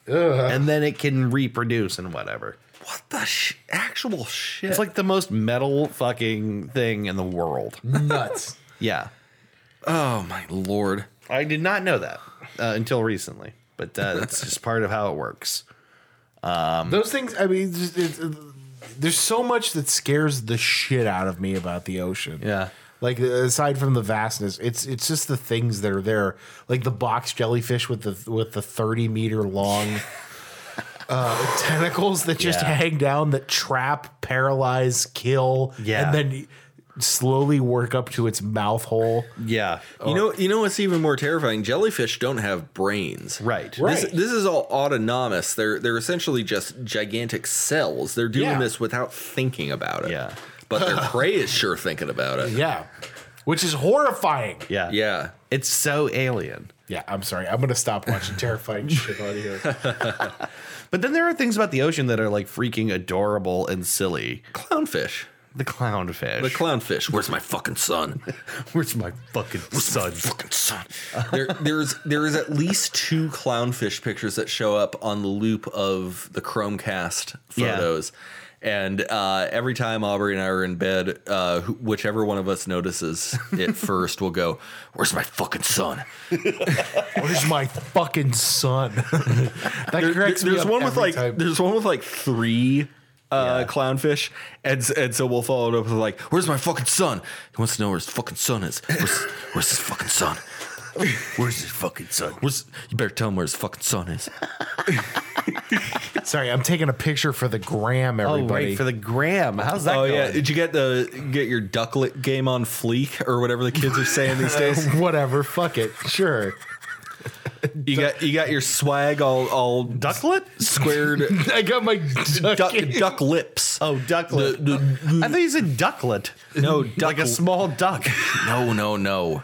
C: and then it can reproduce and whatever.
A: what the sh- actual shit
C: It's like the most metal fucking thing in the world.
B: Nuts.
C: Yeah,
A: oh my lord
C: I did not know that uh, until recently. but uh, <laughs> that's just part of how it works.
B: Those things, I mean, just, it's, it, there's so much that scares the shit out of me about the ocean.
C: Yeah.
B: Like aside from the vastness, it's it's just the things that are there, like the box jellyfish with the with the thirty meter long
C: <laughs>
B: uh, tentacles that just
C: Yeah.
B: hang down, that trap, paralyze, kill,
C: Yeah.
B: and then slowly work up to its mouth hole.
C: Yeah.
A: You know, you know what's even more terrifying? Jellyfish don't have brains.
C: Right.
A: This,
B: Right.
A: this is all autonomous. They're they're essentially just gigantic cells. They're doing
B: Yeah.
A: this without thinking about it.
C: Yeah.
A: But
C: <laughs>
A: their prey is sure thinking about it.
B: Yeah, which is horrifying.
C: Yeah.
A: Yeah.
C: It's so alien.
B: Yeah, I'm sorry. I'm gonna stop
C: <laughs>
B: watching terrifying shit on here.
C: But then there are things about the ocean that are like freaking adorable and silly.
A: Clownfish.
C: The clownfish.
A: The clownfish. Where's my fucking son?
C: Where's my fucking son?
A: fucking son. there, there's there is at least two clownfish pictures that show up on the loop of the Chromecast
C: Yeah.
A: photos. And uh, every time Aubrey and I are in bed, uh, wh- whichever one of us notices it <laughs> first will go, "Where's my fucking son?"
B: Where's my fucking
C: <laughs>
B: son? that corrects me.
A: there's
B: up
A: one with
B: every
A: like
B: time.
A: there's one with like three uh, clownfish, and s- and so we'll follow it up with like, "Where's my fucking son?" He wants to know where his fucking son is. Where's, where's his fucking son?
C: Where's his fucking son?
A: Where's you better tell him where his fucking son is.
B: Sorry, I'm taking a picture for the gram,
C: Oh,
B: everybody.
C: right, for the gram. How's that
A: Oh
C: going?
A: yeah, did you get the get your ducklet game on fleek or whatever the kids are saying these days?
B: <laughs> Whatever, fuck it. Sure. <laughs>
A: You got you got your swag all all
C: Ducklet?
A: squared
B: I got my
A: duck duck lips.
C: Oh, ducklet.
A: The- the-
C: I thought you said ducklet.
A: no,
C: Like a
A: duck-
C: small duck.
A: no, no, no,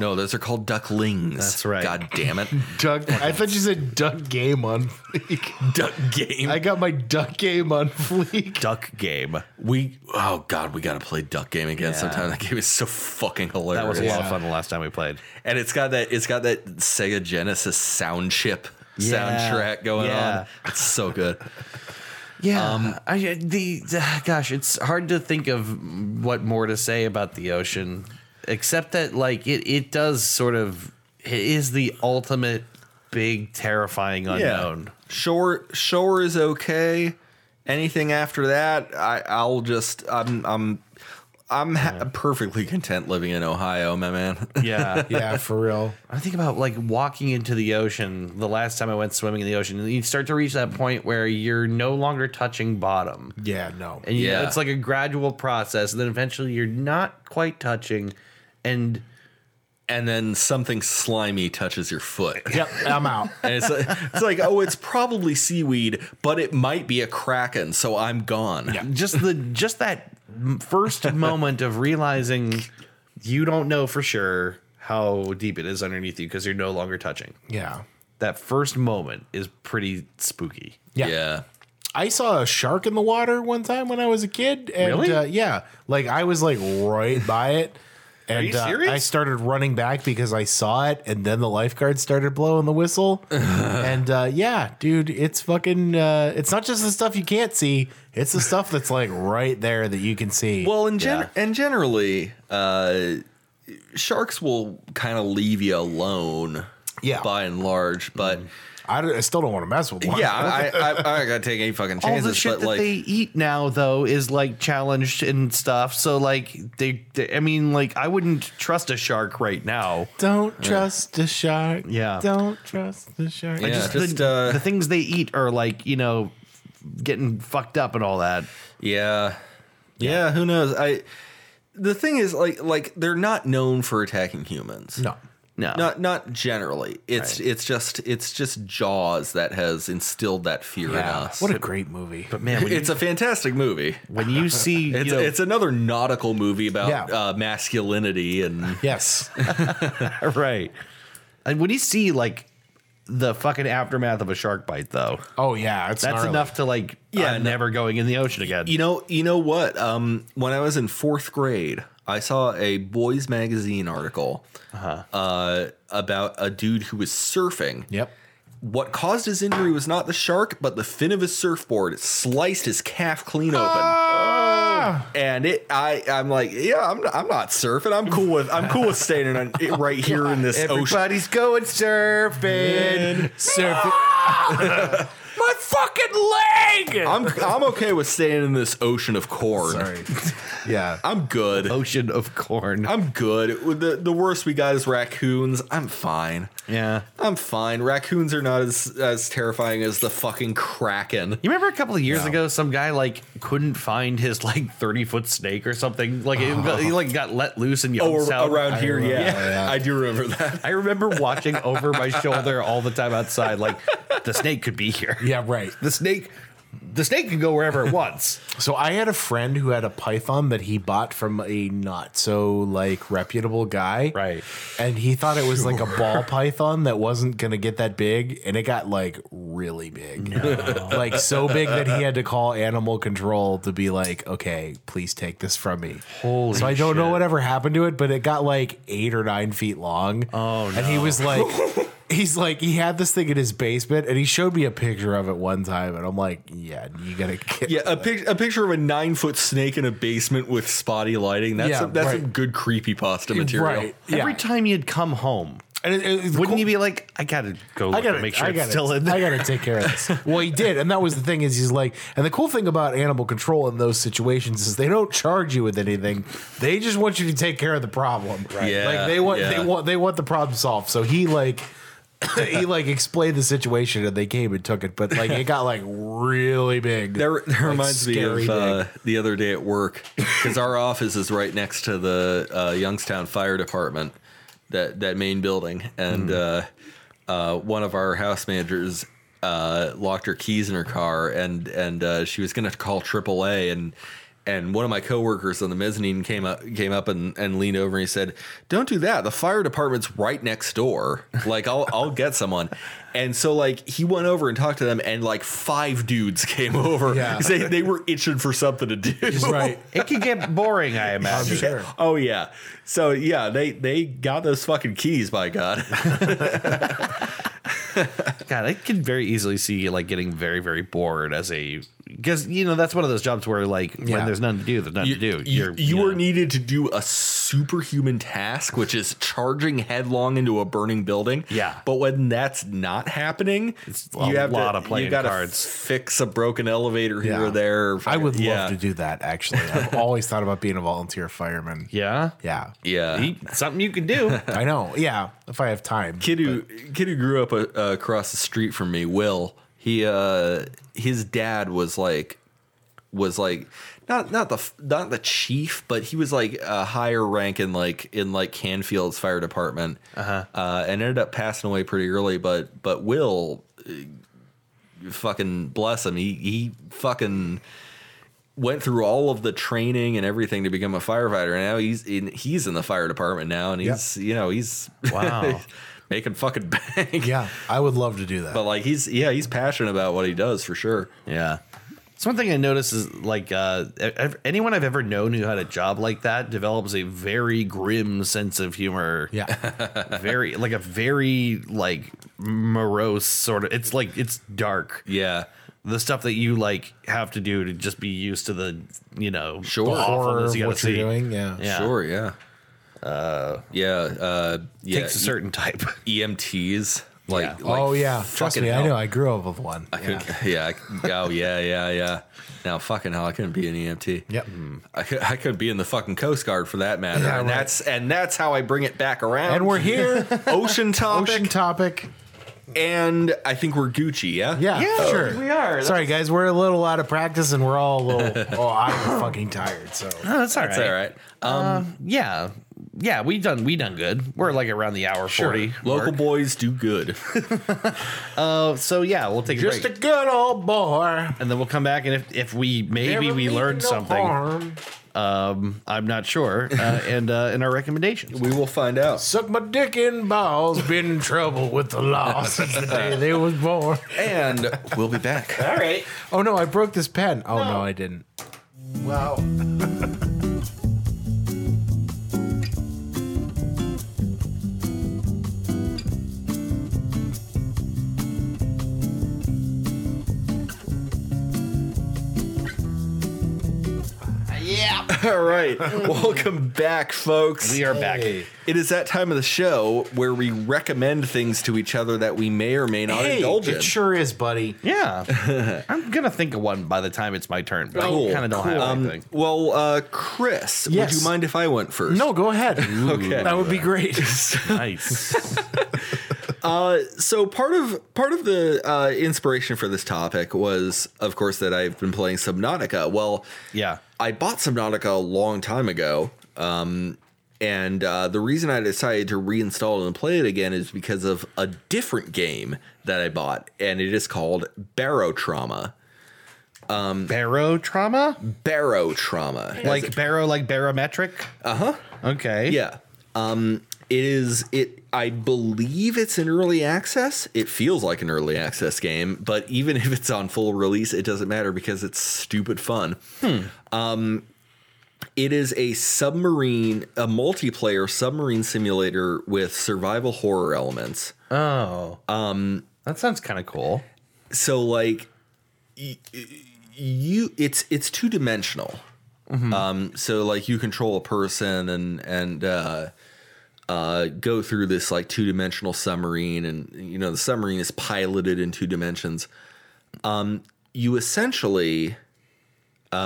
A: no. Those are called ducklings.
C: That's right.
A: God damn it,
B: duck. I thought you said duck game on fleek.
A: duck game.
B: I got my duck game on fleek.
C: duck game.
A: we oh god, we got to play duck game again
C: Yeah.
A: sometime. That game is so fucking hilarious.
C: That was a lot of
B: Yeah.
C: fun the last time we played.
A: and it's got that it's got that Sega Genesis sound chip
C: Yeah.
A: soundtrack going
C: Yeah.
A: on. It's so
C: <laughs>
A: good.
C: Yeah, I, the, the gosh, it's hard to think of what more to say about the ocean, except that like it it does sort of it is the ultimate big terrifying unknown.
A: Shore shore is okay. Anything after that, I I'll just I'm I'm I'm ha- perfectly content living in Ohio, my man. <laughs>
C: Yeah.
B: Yeah, for real.
C: <laughs> I think about like walking into the ocean. The last time I went swimming in the ocean, and you start to reach that point where you're no longer touching bottom.
B: Yeah, no.
C: And yeah,
A: Yeah.
C: it's like a gradual process, and then eventually you're not quite touching, and
A: and then something slimy touches your foot.
B: Yep, I'm out.
A: And it's <laughs> like, it's like, oh, it's probably seaweed, but it might be a kraken, so I'm gone.
B: Yeah.
C: just the <laughs> just that m- first moment of realizing you don't know for sure how deep it is underneath you because you're no longer touching.
B: Yeah.
C: That first moment is pretty spooky.
B: Yeah.
A: yeah.
B: I saw a shark in the water one time when I was a kid. And,
C: Really?
B: Uh, yeah. Like I was like right by it.
C: <laughs>
B: And
C: you serious?
B: Uh, I started running back because I saw it, and then the lifeguard started blowing the
C: <laughs>
B: whistle. and uh, yeah, dude, it's fucking. Uh, it's not just the stuff you can't see; it's the stuff that's like right there that you can see.
A: Well, and gen- and generally, uh, sharks will kind of leave you alone.
B: Yeah.
A: by and large, but
B: I, don't- I still don't want to mess with one.
A: yeah, I, I, I, I gotta take any fucking
C: All
A: chances.
C: the shit
A: but
C: that
A: like,
C: they eat now, though, is like challenged and stuff. So, like, they, they- I mean, like, I wouldn't trust a shark right now.
B: Don't trust the shark.
C: Yeah.
B: Don't trust the shark.
A: Yeah,
C: Just the-
A: just, uh,
C: the things they eat are like, you know, getting fucked up and all that.
A: yeah, yeah, who knows? I the thing is like like they're not known for attacking humans.
B: No.
C: No,
A: Not not generally. It's it's just it's just Jaws that has instilled that fear in
B: Yeah.
A: us.
B: What a great movie.
C: but
A: <laughs>
C: man, when,
A: it's a fantastic movie.
C: when you see,
A: It's,
C: you know,
A: it's another nautical movie about
B: Yeah.
A: uh, masculinity and
B: yes.
C: right. And when you see like the fucking aftermath of a shark bite, though,
B: Oh yeah, it's
C: that's
B: gnarly.
C: enough to like,
A: Yeah,
C: yeah, I'm
A: no-
C: never going in the ocean again.
A: You know, you know what? Um, when I was in fourth grade, I saw a boys' magazine article uh about a dude who was surfing.
B: Yep.
A: What caused his injury
B: Ah.
A: was not the shark, but the fin of his surfboard sliced his calf clean open.
B: Yeah.
A: and it I I'm like yeah I'm I'm not surfing I'm cool with I'm cool with staying in, it right here in this ocean.
C: Everybody's going surfing.
B: Surf- My fucking leg.
A: I'm I'm okay with staying in this ocean of corn.
B: Sorry.
C: Yeah.
A: I'm good.
C: Ocean of corn.
A: I'm good. With The the worst we got is raccoons. I'm fine.
C: yeah.
A: I'm fine. Raccoons are not as as terrifying as the fucking kraken.
C: You remember a couple of years ago, some guy like couldn't find his like thirty foot snake or something. Like it, he like got let loose and
A: Oh,
C: yoked out.
A: around here,
B: remember
A: yeah.
B: that.
A: I do remember
B: <laughs>
A: that.
C: I remember watching over my shoulder all the time outside. Like the snake could be here.
B: Yeah, right.
C: The snake, the snake can go wherever it wants.
B: So I had a friend who had a python that he bought from a not so like reputable guy.
C: Right.
B: And he thought it was like a ball python that wasn't going to get that big and it got like really big. like so big that he had to call animal control to be like, "Okay, please take this from me."
C: Holy
B: so I don't know
C: shit.
B: whatever happened to it, but it got like 8 or 9 feet long. Oh And he was like
C: <laughs>
B: He's like he had this thing in his basement, and he showed me a picture of it one time, and I'm like, "Yeah, you gotta get
A: Yeah, a, pic- a picture of a nine foot snake in a basement with spotty lighting. That's
B: Yeah,
A: some- that's
B: right.
A: some good creepy pasta material.
B: Right.
C: Every
B: Yeah.
C: time you'd come home,
B: And it, it,
C: wouldn't you be like, I gotta go
B: I
C: look
B: gotta
C: and make sure
B: I
C: it's
B: gotta,
C: still in there?
B: I gotta take care of this. Well, he did, and that was the thing is he's like, and the cool thing about animal control in those situations is they don't charge you with anything. They just want you to take care of the problem. Right.
A: Yeah,
B: like they want
A: yeah.
B: they want they want the problem solved. So he like. <coughs> he like explained the situation and they came and took it, but like it got like really big.
A: That, re- <laughs> that
B: Like,
A: reminds me
B: scary
A: of
B: big.
A: uh, the other day at work because our office is right next to the uh, Youngstown Fire Department, that that main building,
B: Hmm.
A: and uh, uh, one of our house managers uh, locked her keys in her car, and and uh, she was going to call AAA and. And one of my coworkers on the mezzanine came up, came up and, and leaned over and he said, "Don't do that. The fire department's right next door. Like I'll I'll get someone." And so like he went over and talked to them, and like five dudes came over.
B: Yeah.
A: <laughs> They, they were itching for something to do. <laughs>
B: right.
C: it could get boring, I imagine.
B: Sure.
A: Oh yeah. So yeah, they they got those fucking keys. By God.
C: God, I can very easily see you, like getting very, very bored as a because you know that's one of those jobs where like
B: Yeah.
C: when there's nothing to do, there's nothing to
A: you,
C: do.
A: you, you
C: know.
A: are needed to do a superhuman task, which is charging headlong into a burning building.
C: Yeah.
A: But when that's not happening, it's
C: a lot of playing cards.
A: Fix a broken elevator here or there. or
B: I would love
A: yeah.
B: to do that actually. I've always thought about being a volunteer fireman.
C: yeah,
B: Yeah.
A: Yeah.
C: Eat something you
B: <laughs>
C: can do.
B: I know. Yeah. If I have time.
A: kid who kid who grew up uh, uh, across the street from me, Will. He uh, his dad was like was like not not the f- not the chief, but he was like a higher rank in like in like Canfield's fire department, uh-huh. and ended up passing away pretty early. But but Will, uh, fucking bless him, he he fucking went through all of the training and everything to become a firefighter. And now he's in he's in the fire department now, and he's you know he's
C: Wow.
A: making fucking <laughs> bank.
B: Yeah, I would love to do that.
A: But like he's yeah he's passionate about what he does for sure.
C: yeah, it's one thing I notice is like uh, ev- anyone I've ever known who had a job like that develops a very grim sense of humor.
B: yeah.
C: <laughs> very like a very like morose sort of. It's like it's dark.
A: Yeah.
C: the stuff that you like have to do to just be used to the you know
A: Sure.
C: the
A: The
B: Horror
C: awfulness
B: of
C: you gotta
B: what you're
C: see.
B: doing. Yeah.
C: Yeah.
A: Sure. Yeah. Uh. Yeah. Uh. Yeah.
C: takes a certain type.
A: E- EMTs. Like.
C: Yeah.
A: like
B: oh yeah. Trust
A: fucking
B: me, I
A: hell.
B: know. I grew up with one.
A: I
B: yeah.
A: could, yeah. I- Oh yeah. Yeah. Yeah. Now fucking hell, I couldn't be an EMT.
B: Yep.
A: I could, I could be in the fucking Coast Guard for that matter.
B: Yeah,
A: and
B: right.
A: that's and that's how I bring it back around.
B: And we're here.
A: <laughs> ocean topic.
B: Ocean topic.
A: and I think we're Gucci. Yeah.
B: Yeah.
C: Yeah,
B: sure.
C: we are. That's-
B: Sorry guys, we're a little out of practice and we're all a little. oh, I'm fucking tired. So.
C: <laughs> No, that's all
A: That's all right.
C: Yeah, yeah, we done we done good. We're like around the hour forty.
A: Local
C: mark.
A: boys do
B: <laughs>
A: good.
C: Uh, so yeah, we'll take a
B: Just a
C: break
B: good old boy.
C: and then we'll come back and if if we maybe
B: Never
C: we
B: mean
C: learned
B: no
C: something.
B: harm.
C: Um, I'm not <laughs> sure. Uh, and uh, and our recommendations.
A: we will find out.
B: Suck my dick in balls. Been in trouble with the law since the day they was born.
A: and we'll be back.
C: All right.
B: Oh no, I broke this pen. Oh no, I didn't. Wow.
E: Yeah.
A: <laughs> All right. Welcome back, folks.
C: We are back.
A: It is that time of the show where we recommend things to each other that we may or may not indulge in.
B: it sure is, buddy.
C: <laughs> Yeah. I'm going to think of one by the time it's my turn, but I kind of don't have
A: Um,
C: anything.
A: well, uh, Chris,
B: Yes.
A: would you mind if I went first?
B: No, go ahead.
A: Okay.
B: That would be great.
C: <laughs>
E: Nice.
A: so part of part of the uh, inspiration for this topic was, of course, that I've been playing Subnautica. Well,
C: Yeah.
A: I bought Subnautica a long time ago, um, and uh, the reason I decided to reinstall it and play it again is because of a different game that I bought, and it is called Barotrauma.
C: Barrow trauma?
A: Barotrauma,
C: Like barrow, like barometric? Uh huh. Okay.
A: Yeah. Um it is it I believe it's an early access. It feels like an early access game, but even <laughs> if it's on full release, it doesn't matter because it's stupid fun. Um it is a submarine, a multiplayer submarine simulator with survival horror elements.
C: Oh. Um, that sounds kind of cool.
A: So like y- y- you it's it's two dimensional. Um so like you control a person and and uh uh, go through this like two dimensional submarine, and you know the submarine is piloted in two dimensions. Um, you essentially, uh,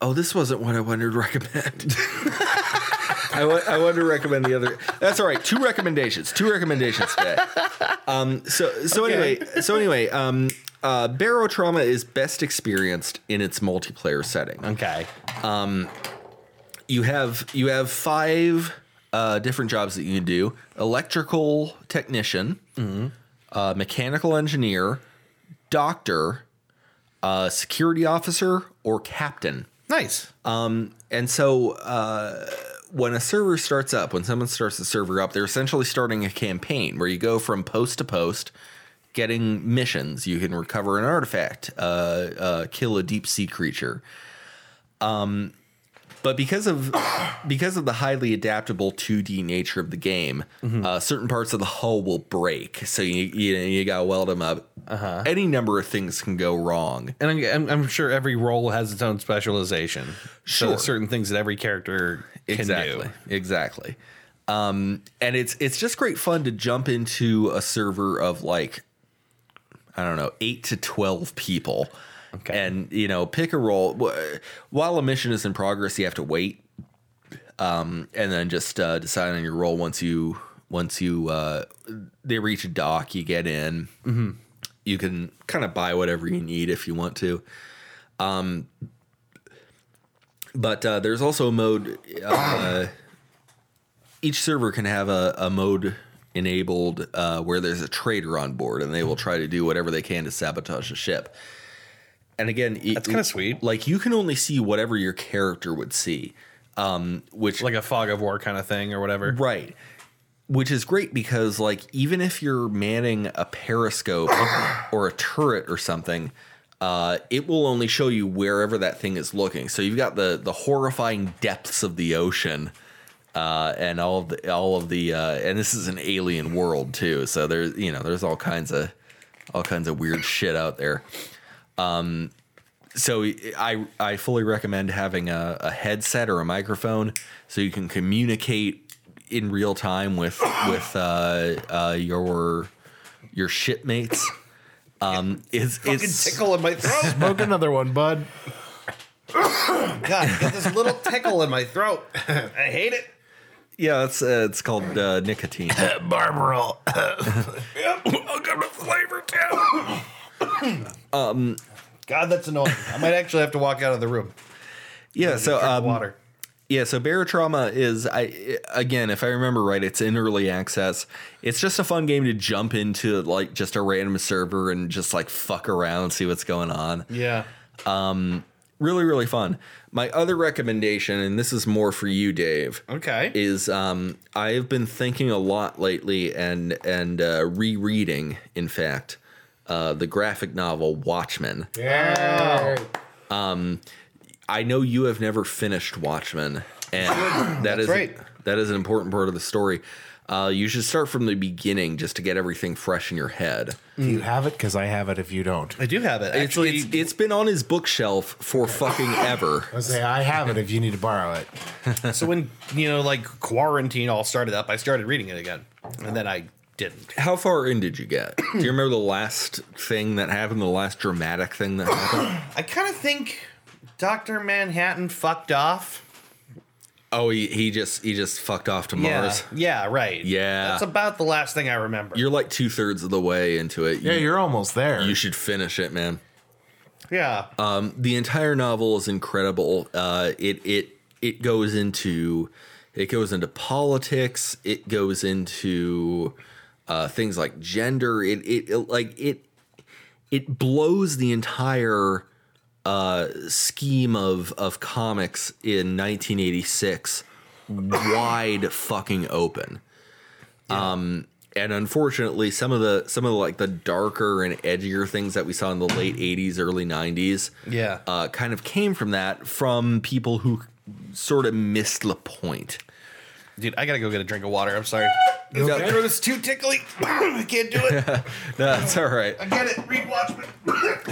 A: oh, this wasn't what I wanted to recommend. <laughs> I, wa- I wanted to recommend the other. That's all right. Two recommendations. Two recommendations today. Um, so so anyway so anyway um, uh, Barrow Trauma is best experienced in its multiplayer setting
C: Okay.
A: you have you have five uh, different jobs that you can do: electrical technician, uh, mechanical engineer, doctor, uh, security officer, or captain.
C: Nice.
A: And so, uh, when a server starts up, when someone starts the server up, they're essentially starting a campaign where you go from post to post, getting missions. You can recover an artifact, uh, uh, kill a deep sea creature. Um, but because of <coughs> because of the highly adaptable 2D nature of the game, uh, certain parts of the hull will break, so you you, you gotta weld them up. Uh-huh. Any number of things can go wrong.
C: and I'm, I'm, I'm sure every role has its own specialization. So
A: Sure.
C: there's certain things that every character can
A: exactly
C: do.
A: exactly um and it's it's just great fun to jump into a server of like i don't know 8 to 12 people
C: Okay.
A: and you know pick a role Wh- while a mission is in progress you have to wait um and then just uh, decide on your role once you once you uh they reach a dock you get in
C: Mm-hmm.
A: you can kind of buy whatever you need if you want to Um, but uh, there's also a mode. Uh, each server can have a, a mode enabled uh, where there's a trader on board, and they will try to do whatever they can to sabotage the ship. And again,
C: That's kinda sweet.
A: Like you can only see whatever your character would see, um, which
C: Like a fog of war kind of thing or whatever.
A: Right. Which is great because, like, even if you're manning a periscope or a turret or something, uh, it will only show you wherever that thing is looking. So you've got the the horrifying depths of the ocean, uh, and all of the all of the uh, and this is an alien world too. So there's you know there's all kinds of all kinds of weird shit out there. So I I fully recommend having a, a headset or a microphone so you can communicate in real time with with uh, uh, your your shipmates. Um, it's it's
C: in my throat.
B: Smoke another one, bud.
C: God, I got this little tickle in my throat. I hate it.
A: yeah it's uh, it's called uh,
C: <laughs>
A: nicotine. <laughs>
B: Barbarol.
C: God, that's annoying. I might actually have to walk out of the room.
A: Yeah, so
C: Drink
A: um,
C: water.
A: Yeah, so Barotrauma is I again, if I remember right, it's in early access. It's just a fun game to jump into like just a random server and just like fuck around, see what's going on.
C: Yeah.
A: really really fun my other recommendation and this is more for you dave
C: Okay.
A: is um i've been thinking a lot lately and and uh rereading in fact uh the graphic novel watchmen
B: Yeah.
A: i know you
C: <coughs>
A: have never finished watchmen and that is
C: right.
A: that is an important part of the story Uh, you should start from the beginning just to get everything fresh in your head.
B: Do you have it? Because I have it. If you don't,
C: I do have it.
A: It's,
C: Actually,
A: it's it's been on his bookshelf for fucking ever.
B: I say I have it. If you need to borrow it,
C: so when you know, like quarantine all started up, I started reading it again, and then I didn't.
A: How far in did you get? Do you remember the last thing that happened? The last dramatic thing that happened?
C: I kind of think Doctor Manhattan fucked off.
A: Oh, he, he just he just fucked off to Mars.
C: Yeah, yeah, right.
A: Yeah.
C: That's about the last thing I remember.
A: You're like two thirds of the way into it.
B: yeah,
A: you,
B: you're almost there.
A: you should finish it, man.
C: yeah.
A: the entire novel is incredible. Uh, it it it goes into it goes into politics. It goes into uh, things like gender. It, it it like it it blows the entire uh, scheme of of comics in 1986 wide fucking open Um, and unfortunately some of the some of the, like the darker and edgier things that we saw in the late 80s early 90s
C: Yeah.
A: uh, kind of came from that from people who sort of missed the point
C: Dude, I gotta go get a drink of water. I'm sorry.
A: No,
C: My throat is too tickly. <coughs> I can't do <laughs> it.
A: that's all right
C: I get it. Read Watchmen.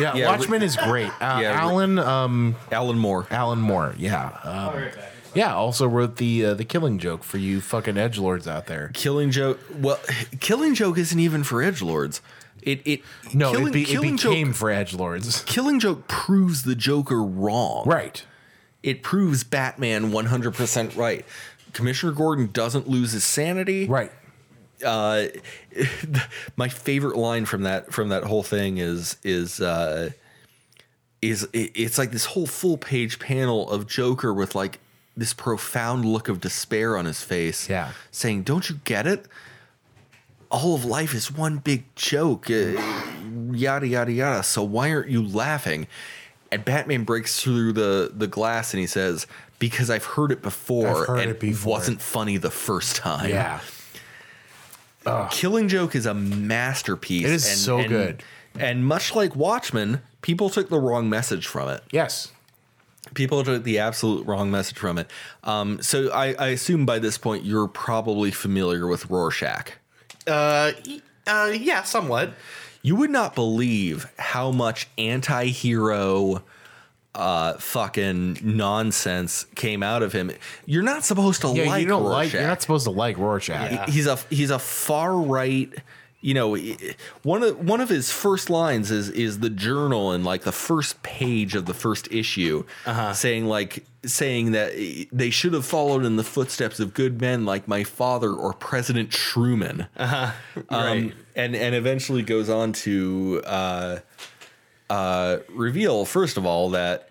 B: yeah,
A: yeah,
B: Watchmen is
A: <laughs>
B: great. Uh,
A: yeah, re-
B: Alan, um,
A: alan moore
B: Alan Moore. Yeah, um, yeah. Also wrote the uh, the Killing Joke for you fucking edge lords out there.
A: killing joke well killing joke isn't even for edge lords it it
B: No,
A: killing,
B: it, be, it
A: Killing
B: became
A: joke
B: for edge lords.
A: killing joke proves the joker wrong
B: Right.
A: it proves batman 100% right commissioner gordon doesn't lose his sanity
B: Right.
A: uh, my favorite line from that from that whole thing is is uh, is it, it's like this whole full page panel of Joker with like this profound look of despair on his face,
B: Yeah.
A: saying, "Don't you get it? All of life is one big joke, uh, yada yada yada. So why aren't you laughing?" And Batman breaks through the the glass and he says, "Because I've heard it before,
B: I've heard
A: and
B: it before."
A: wasn't funny the first time."
B: Yeah.
A: Killing Joke is a masterpiece.
B: It is so good.
A: And much like Watchmen, people took the wrong message from it.
B: Yes.
A: People took the absolute wrong message from it. Um, so I, I assume by this point you're probably familiar with Rorschach.
C: Uh, y- uh, yeah, somewhat.
A: You would not believe how much anti-hero uh, fucking nonsense came out of him. You're not supposed to
B: Yeah.
A: like
B: you don't
A: Rorschach.
B: like. You're not supposed to like Rorschach.
C: Yeah.
A: he's a he's a far right you know one of one of his first lines is is the journal and like the first page of the first issue saying like saying that they should have followed in the footsteps of good men like my father or president truman uh-huh. um, and and eventually goes on to uh, uh, reveal first of all that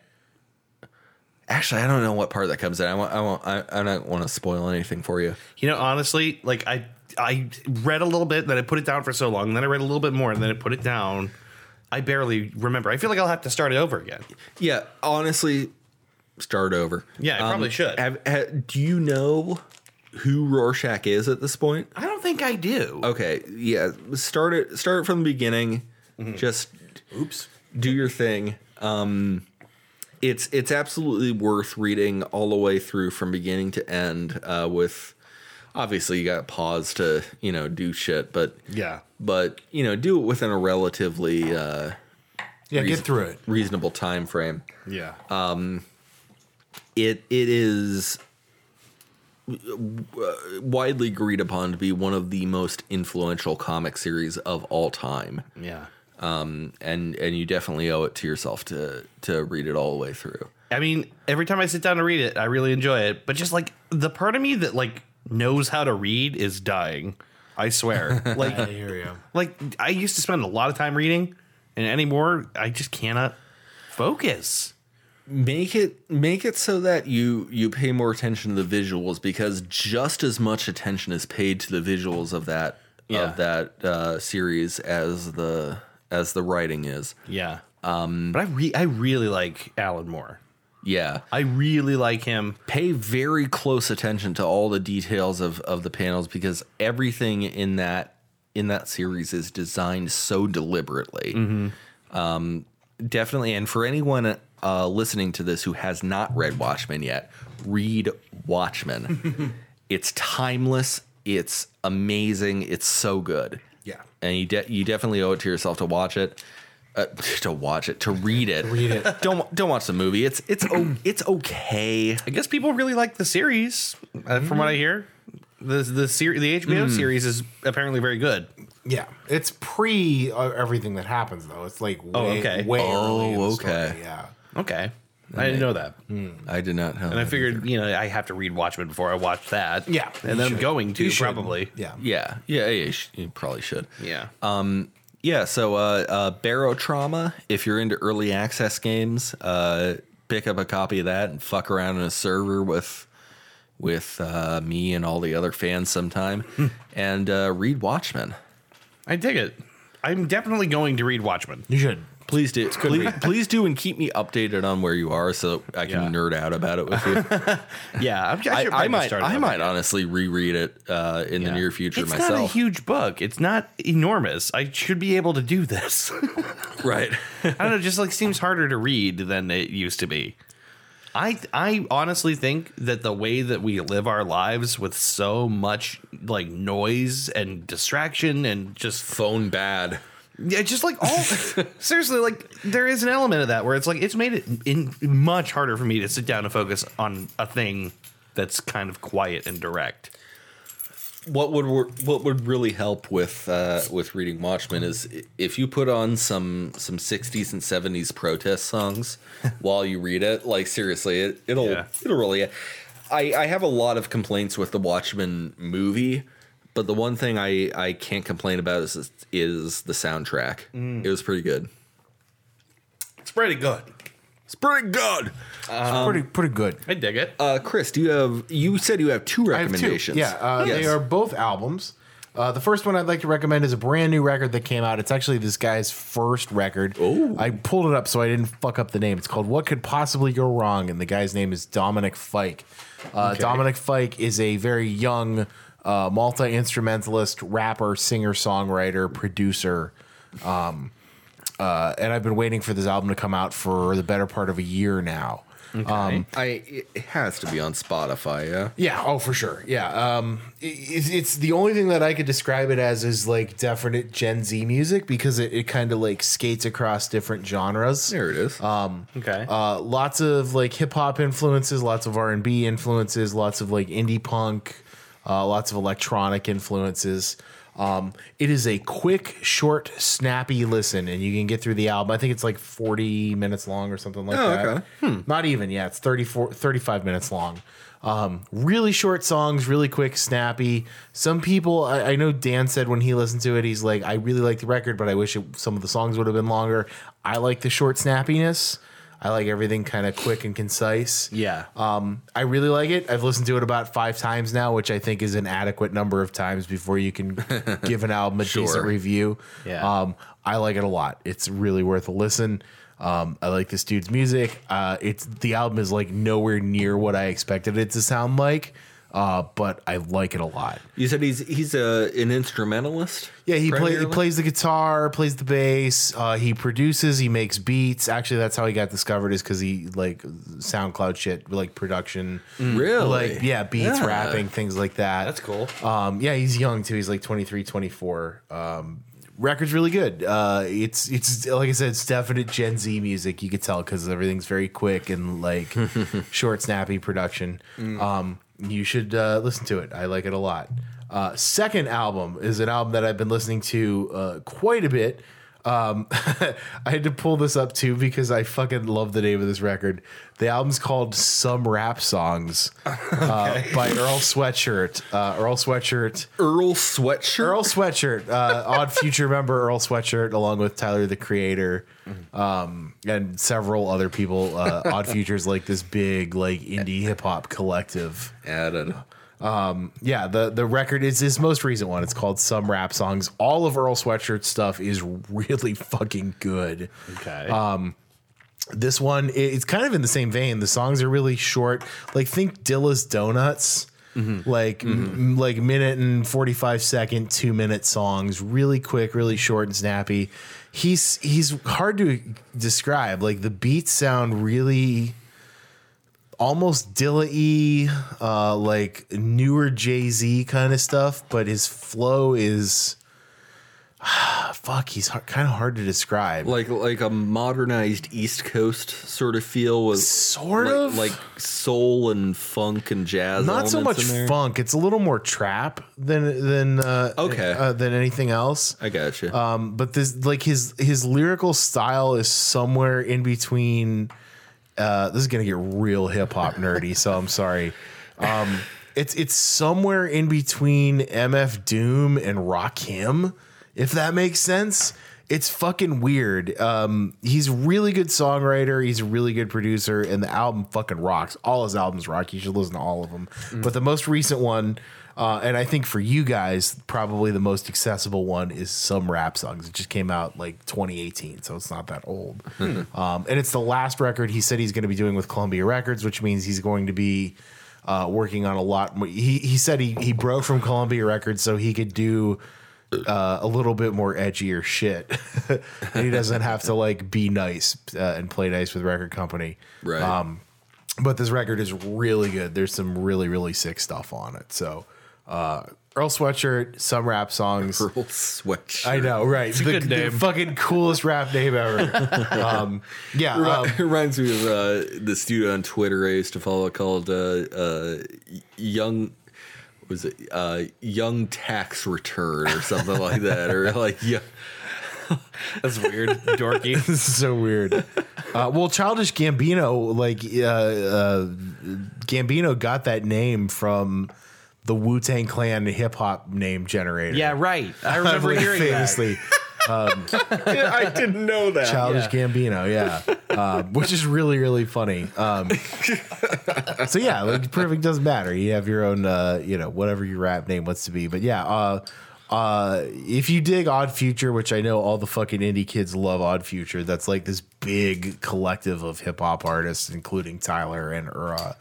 A: actually i don't know what part that comes in i want i want i, I don't want to spoil anything for you
C: You know, honestly, like I, I read a little bit, then I put it down for so long, then I read a little bit more, and then I put it down. I barely remember. I feel like I'll have to start it over again.
A: Yeah, honestly, start over.
C: Yeah, I probably should.
A: Have, ha- do you know who Rorschach is at this point?
C: I don't think I do.
A: Okay, yeah, start it. Start it from the beginning. Just
C: Oops.
A: do your thing. Um, it's it's absolutely worth reading all the way through from beginning to end. Uh, with obviously you got to pause to you know do shit, but
C: Yeah.
A: but you know do it within a relatively uh,
B: Yeah. Get through it.
A: reasonable time frame.
C: Yeah.
B: Uh,
A: it it is uh, widely agreed upon to be one of the most influential comic series of all time
C: yeah.
A: and and you definitely owe it to yourself to to read it all the way through
C: I mean, every time I sit down to read it, I really enjoy it. But just like the part of me that like knows how to read is dying. I <laughs> swear. like,
B: hear you.
C: like I used to spend a lot of time reading, and anymore I just cannot focus.
A: make it make it so that you you pay more attention to the visuals because just as much attention is paid to the visuals of that
C: Yeah.
A: of that uh, series as the as the writing is
C: Yeah. Um. But I re- I really like Alan Moore.
A: yeah
C: I really like him.
A: pay very close attention to all the details of of the panels because everything in that in that series is designed so deliberately. Um, definitely, and for anyone uh, listening to this who has
B: <laughs>
A: not read Watchmen yet, read Watchmen. it's timeless. It's amazing. It's so good.
B: Yeah.
A: And you de- you definitely owe it to yourself to watch it. Uh, <laughs> to watch it, to read it,
B: read it.
A: Don't don't watch the movie. It's it's o- it's okay.
C: I guess people really like the series, uh, from what I hear. The the ser- the HBO series is apparently very good.
B: Yeah, it's pre uh, everything that happens though. It's like way,
C: okay.
B: way
A: Oh,
B: early in the
A: okay.
B: story, Yeah,
C: Okay, I didn't know that,
A: I did not. Know
C: and I figured you know I have to read Watchmen before I watch that.
B: Yeah,
C: and
B: you
C: I'm
B: should.
C: going to
B: You should.
C: probably.
B: yeah,
A: Yeah, yeah, yeah you, sh- you probably should.
C: yeah.
A: Um, Yeah, so uh, uh, Barotrauma, if you're into early access games, uh, pick up a copy of that and fuck around in a server with with uh, me and all the other fans sometime, and uh, read Watchmen.
C: I dig it. I'm definitely going to read Watchmen.
B: You should.
A: Please do, please, please do, and keep me updated on where you are so I can
C: Yeah.
A: nerd out about it with <laughs> you.
C: Yeah, I'm,
A: I,
C: should
A: I
C: probably
A: might,
C: start
A: I
C: on
A: might
C: that.
A: honestly reread it uh, in the
C: Yeah.
A: near future
C: it's not a
A: myself.
C: huge book. It's not enormous. I should be able to do this. <laughs>
A: right.
C: I don't know. It just like seems harder to read than it used to be. I I honestly think that the way that we live our lives with so much like noise and distraction and just
A: <laughs> Phone bad.
C: yeah, just like all
B: <laughs>
C: seriously, like there is an element of that where it's like it's made it in much harder for me to sit down and focus on a thing that's kind of quiet and direct.
A: what would wor- what would really help with uh, with reading Watchmen is i- if you put on some some 60s and 70s protest
B: <laughs>
A: songs while you read it. Like seriously, it, it'll
C: Yeah.
A: it'll really. I I have a lot of complaints with the Watchmen movie, but the one thing I I can't complain about is is the soundtrack.
B: Mm.
A: It was pretty good.
C: It's pretty good.
A: It's pretty good.
B: It's
C: Um,
B: pretty pretty good.
C: I dig it.
A: Uh, Chris, do you have you said you have two
B: I have two.
A: recommendations?
B: Yeah, uh,
A: Yes.
B: they are both albums. Uh, the first one I'd like to recommend is a brand new record that came out. It's actually this guy's first record. Oh, I pulled it up so I didn't fuck up the name. It's called "What Could Possibly Go Wrong," and the guy's name is Dominic Fike. Uh, Dominic Fike is a very young uh, multi instrumentalist, rapper, singer, songwriter, producer Um, uh, and I've been waiting for this album to come out for the better part of a year now. Um,
A: I it has to be on Spotify. Yeah.
B: yeah. Oh, for sure. Yeah. Um, i- it's, it's the only thing that I could describe it as is like definite Gen Z music because it, it kind of like skates across different genres.
A: There it is.
C: okay.
B: Uh, lots of like hip hop influences, lots of R and B influences, lots of like indie punk, uh, lots of electronic influences. Um, it is a quick, short, snappy listen, and you can get through the album. I think it's like 40 minutes long or something like
A: Oh,
B: that.
A: okay.
B: Hmm. Not even, yeah, it's 34, 35 minutes long. Um, really short songs, really quick, snappy. Some people, I, I know Dan said when he listened to it, he's like, I really like the record, but I wish it, some of the songs would have been longer. I like the short snappiness. I like everything kind of quick and concise.
C: yeah.
B: Um, I really like it. I've listened to it about five times now, which I think is an adequate number of times before you <laughs> can give an album a decent review.
C: Yeah.
B: Um, I like it a lot. It's really worth a listen. Um, I like this dude's music. Uh, it's the album is like nowhere near what I expected it to sound like, uh, but I like it a lot.
A: You said he's he's a an instrumentalist.
B: Yeah, he, play, he
A: primarily?
B: plays the guitar, plays the bass. Uh, he produces, he makes beats. Actually, that's how he got discovered is because he like SoundCloud shit, like production,
A: Really?
B: like yeah, beats,
A: Yeah.
B: rapping, things like that.
C: That's cool.
B: Um, yeah, he's young too. He's like 23, 24. Um, record's really good. Uh, it's it's like I said, it's definite Gen Z music. You could tell because everything's very quick and
C: <laughs>
B: like short, snappy production.
C: Mm.
B: Um, you should uh, listen to it. I like it a lot. Uh, second album is an album that I've been listening to uh, quite a bit. Um, <laughs> I had to pull this up too because I fucking love the name of this record. The album's called "Some Rap Songs" uh, by Earl Sweatshirt. Uh, Earl Sweatshirt.
A: Earl Sweatshirt.
B: Earl Sweatshirt, uh, odd future member Earl Sweatshirt, along with Tyler the Creator, um, and several other people. Uh, odd Future's like this big like indie hip hop collective.
A: added.
B: Yeah, the the record is his most recent one. It's called Some Rap Songs. All of Earl Sweatshirt's stuff is really fucking good.
C: Okay.
B: um, This one, i- it's kind of in the same vein. The songs are really short. Like think Dilla's Donuts,
A: Mm-hmm.
B: like m- like minute and forty five second, two minute songs. Really quick, really short and snappy. He's he's hard to describe. Like the beats sound really almost Dilla y, uh, like newer Jay Z kind of stuff, but his flow is. <sighs> Fuck, he's hard, kind of hard to describe.
A: like like a modernized East Coast sort of feel with
B: Sort
A: like,
B: of?
A: like soul and funk and jazz.
B: not so much
A: elements in there.
B: funk. It's a little more trap than than uh,
A: Okay.
B: uh, than anything else.
A: I gotcha.
B: Um, but this like his his lyrical style is somewhere in between. Uh, this is gonna get real hip hop nerdy, so I'm sorry. Um, it's it's somewhere in between MF Doom and Rakim, if that makes sense. It's fucking weird. Um, he's a really good songwriter. He's a really good producer, and the album fucking rocks. All his albums rock. You should listen to all of them. But the most recent one, uh, and I think for you guys, probably the most accessible one is some rap songs. It just came out like 2018, so it's not that old. um, and it's the last record he said he's going to be doing with Columbia Records, which means he's going to be uh, working on a lot. More. He he said he he broke from Columbia Records so he could do uh, a little bit more edgier shit, <laughs> and he doesn't have to like be nice uh, and play nice with record company. Um,
A: Right.
B: but this record is really good. There's some really really sick stuff on it. So, uh, Earl Sweatshirt, some rap songs.
A: Pearl Sweatshirt. Uh,
B: I know, right? the,
C: good
B: the
C: name.
B: fucking coolest rap name
C: <laughs>
B: ever. um, yeah, um,
A: it reminds me of uh, this dude on Twitter I used to follow called uh, uh, Young. what Was it uh, Young Tax Return or something like that, or like
B: <laughs>
A: yeah,
C: That's weird. Dorky.
B: this is so weird. Uh, well, Childish Gambino, like uh, uh, Gambino, got that name from the Wu Tang Clan hip hop name generator.
E: Yeah, right. I
B: I <laughs>
E: remember
B: believe
E: hearing that.
B: famously.
C: I didn't know that.
B: Childish
E: Yeah.
B: Gambino, yeah,
E: <laughs>
B: uh, which is really really funny. Um, so yeah, like, perfect doesn't matter. You have your own, uh, you know, whatever your rap name wants to be. But yeah, uh, uh, if you dig Odd Future, which I know all the fucking indie kids love Odd Future, that's like this big collective of hip hop artists, including Tyler and or, uh,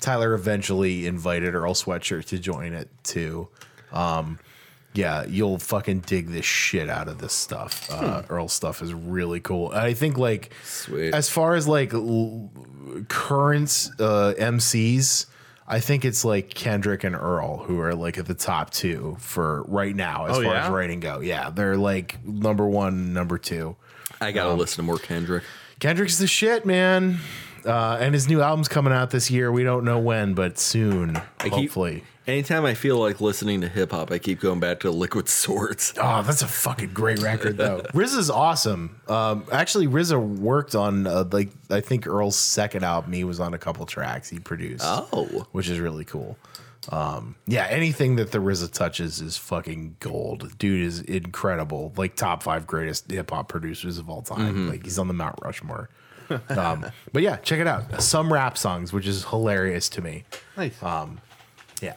B: Tyler. Eventually invited Earl Sweatshirt to join it too. Um, yeah, you'll fucking dig this shit out of this stuff. Uh, Earl stuff is really cool. I think like
A: Sweet.
B: as far as like l- current uh, MCs, I think it's like Kendrick and Earl who are like at the top two for right now as
C: Oh,
B: far
C: yeah?
B: as writing go. Yeah, they're like number one, number two.
A: I gotta
B: Um,
A: listen to more Kendrick.
B: Kendrick's the shit, man. Uh, and his new album's coming out this year. We don't know when, but soon,
A: keep-
B: hopefully.
A: Anytime I feel like listening to hip hop, I keep going back to Liquid Swords.
B: Oh, that's a fucking great record though. <laughs> RZA's awesome. Um, actually, RZA worked on uh, like I think Earl's second album. He was on a couple tracks he produced.
A: Oh.
B: which is really cool. Um, yeah, anything that the RZA touches is fucking gold. Dude is incredible. Like top five greatest hip hop producers of all time. Like he's on the Mount Rushmore. um, <laughs> but yeah, check it out. Some rap songs, which is hilarious to me.
C: Nice.
B: um, Yeah.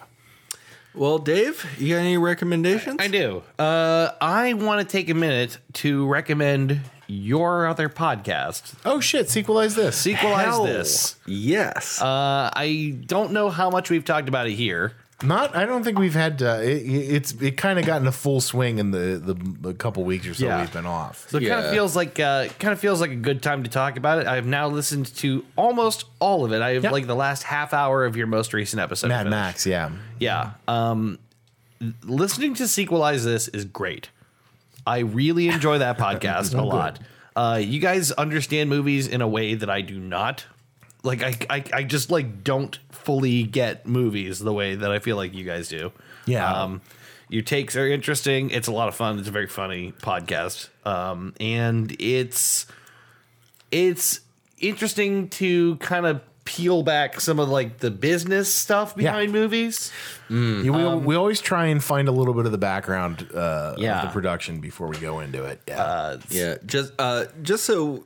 A: Well, Dave, you got any recommendations?
C: I do. Uh, I want to take a minute to recommend your other podcast.
B: Oh shit! Sequelize this.
C: Sequelize
B: Hell.
C: this.
A: Yes.
C: Uh, I don't know how much we've talked about it here.
B: Not, I don't think we've had. Uh, it, it's it kind of gotten a full swing in the, the the couple weeks or so
C: Yeah.
B: we've been off.
C: So it kind
A: Yeah.
C: of feels like uh, kind of feels like a good time to talk about it. I have now listened to almost all of it. I have
B: Yep.
C: like the last half hour of your most recent episode.
B: Mad
C: finished.
B: Max, yeah,
C: Yeah. Um, listening to Sequelize This is great. I really
B: <laughs>
C: enjoy that
B: Oh,
C: podcast a lot. Uh, you guys understand movies in a way that I do not. Like I, I, I just like don't fully get movies the way that I feel like you guys do.
B: Yeah.
C: Um, your takes are interesting. It's a lot of fun. It's a very funny podcast. Um, and it's it's interesting to kind of peel back some of like the business stuff
B: Yeah.
C: behind movies.
B: Yeah, we,
C: um,
B: we always try and find a little bit of the background uh,
C: Yeah.
B: of the production before we go into it. Yeah,
A: yeah. Just uh, just so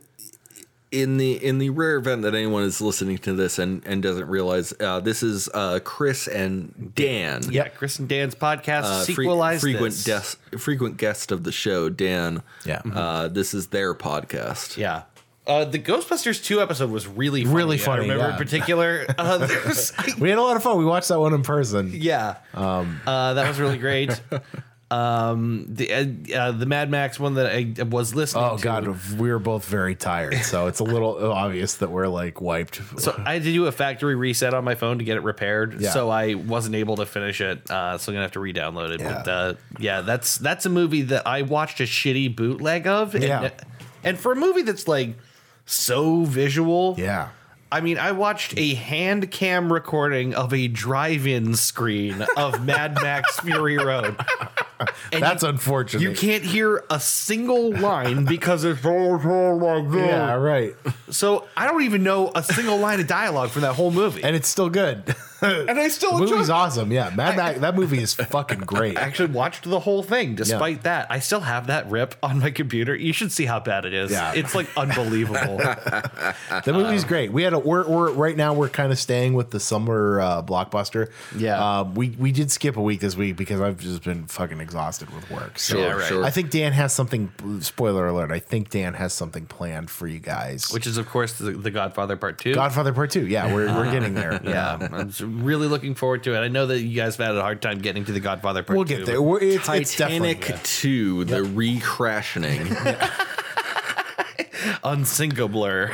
A: in the in the rare event that anyone is listening to this and and doesn't realize, uh, this is uh, Chris and Dan.
C: Yeah, Chris and Dan's podcast
A: Uh, fre-
C: sequelize
A: frequent
C: this.
A: guest, frequent guest of the show, Dan.
B: Yeah.
C: mm-hmm.
A: uh, this is their podcast.
C: Yeah. Uh, the Ghostbusters 2 episode was really funny.
B: Really funny,
C: I remember
B: yeah. <laughs>
C: in particular. Uh, <laughs> there's,
B: we had a lot of fun. We watched that one in person. <laughs>
C: yeah. Uh, that was really great. Um, the uh, uh, the Mad Max one that I was listening.
B: Oh
C: to.
B: God, we were both very tired, so it's a
C: <laughs>
B: little obvious that we're like wiped.
C: So I had to do a factory reset on my phone to get it repaired.
B: Yeah.
C: So I wasn't able to finish it. Uh, so I'm gonna have to re-download it. But
B: Yeah.
C: uh, yeah, that's that's a movie that I watched a shitty bootleg of. And, uh,
B: Yeah.
C: and for a movie that's like so visual,
B: yeah,
C: I mean, I watched a hand cam recording of a drive-in screen of Mad Max Fury Road. And
B: that's
C: you,
B: unfortunate.
C: you can't hear a single line because it's
B: Yeah, right.
C: so I don't even know a single line of dialogue from that whole movie.
B: And it's still good. <laughs>
C: and I still
B: The movie's
C: enjoyed-
B: awesome. Yeah, Mad Max. That movie is fucking great.
C: I actually watched the whole thing despite that. I still have that rip on my computer. You should see how bad it is.
B: Yeah.
C: It's like unbelievable.
B: <laughs> The
C: Um,
B: movie's great. We had a we're, we're right now we're kind of staying with the summer uh, blockbuster.
C: Yeah.
B: uh, we we did skip a week this week because I've just been fucking exhausted with work. So
A: Sure, Yeah, sure.
B: I think Dan has something. Spoiler alert! I think Dan has something planned for you guys.
C: Which is, of course, the, the Godfather Part 2.
B: Godfather Part Two. Yeah, we're we're getting there.
C: <laughs> yeah, I'm just really looking forward to it. I know that you guys have had a hard time getting to the Godfather Part
B: we'll
C: 2.
B: get there. We're, it's, it's definitely
A: Titanic 2, the recrashioning.
C: Unsinko blur.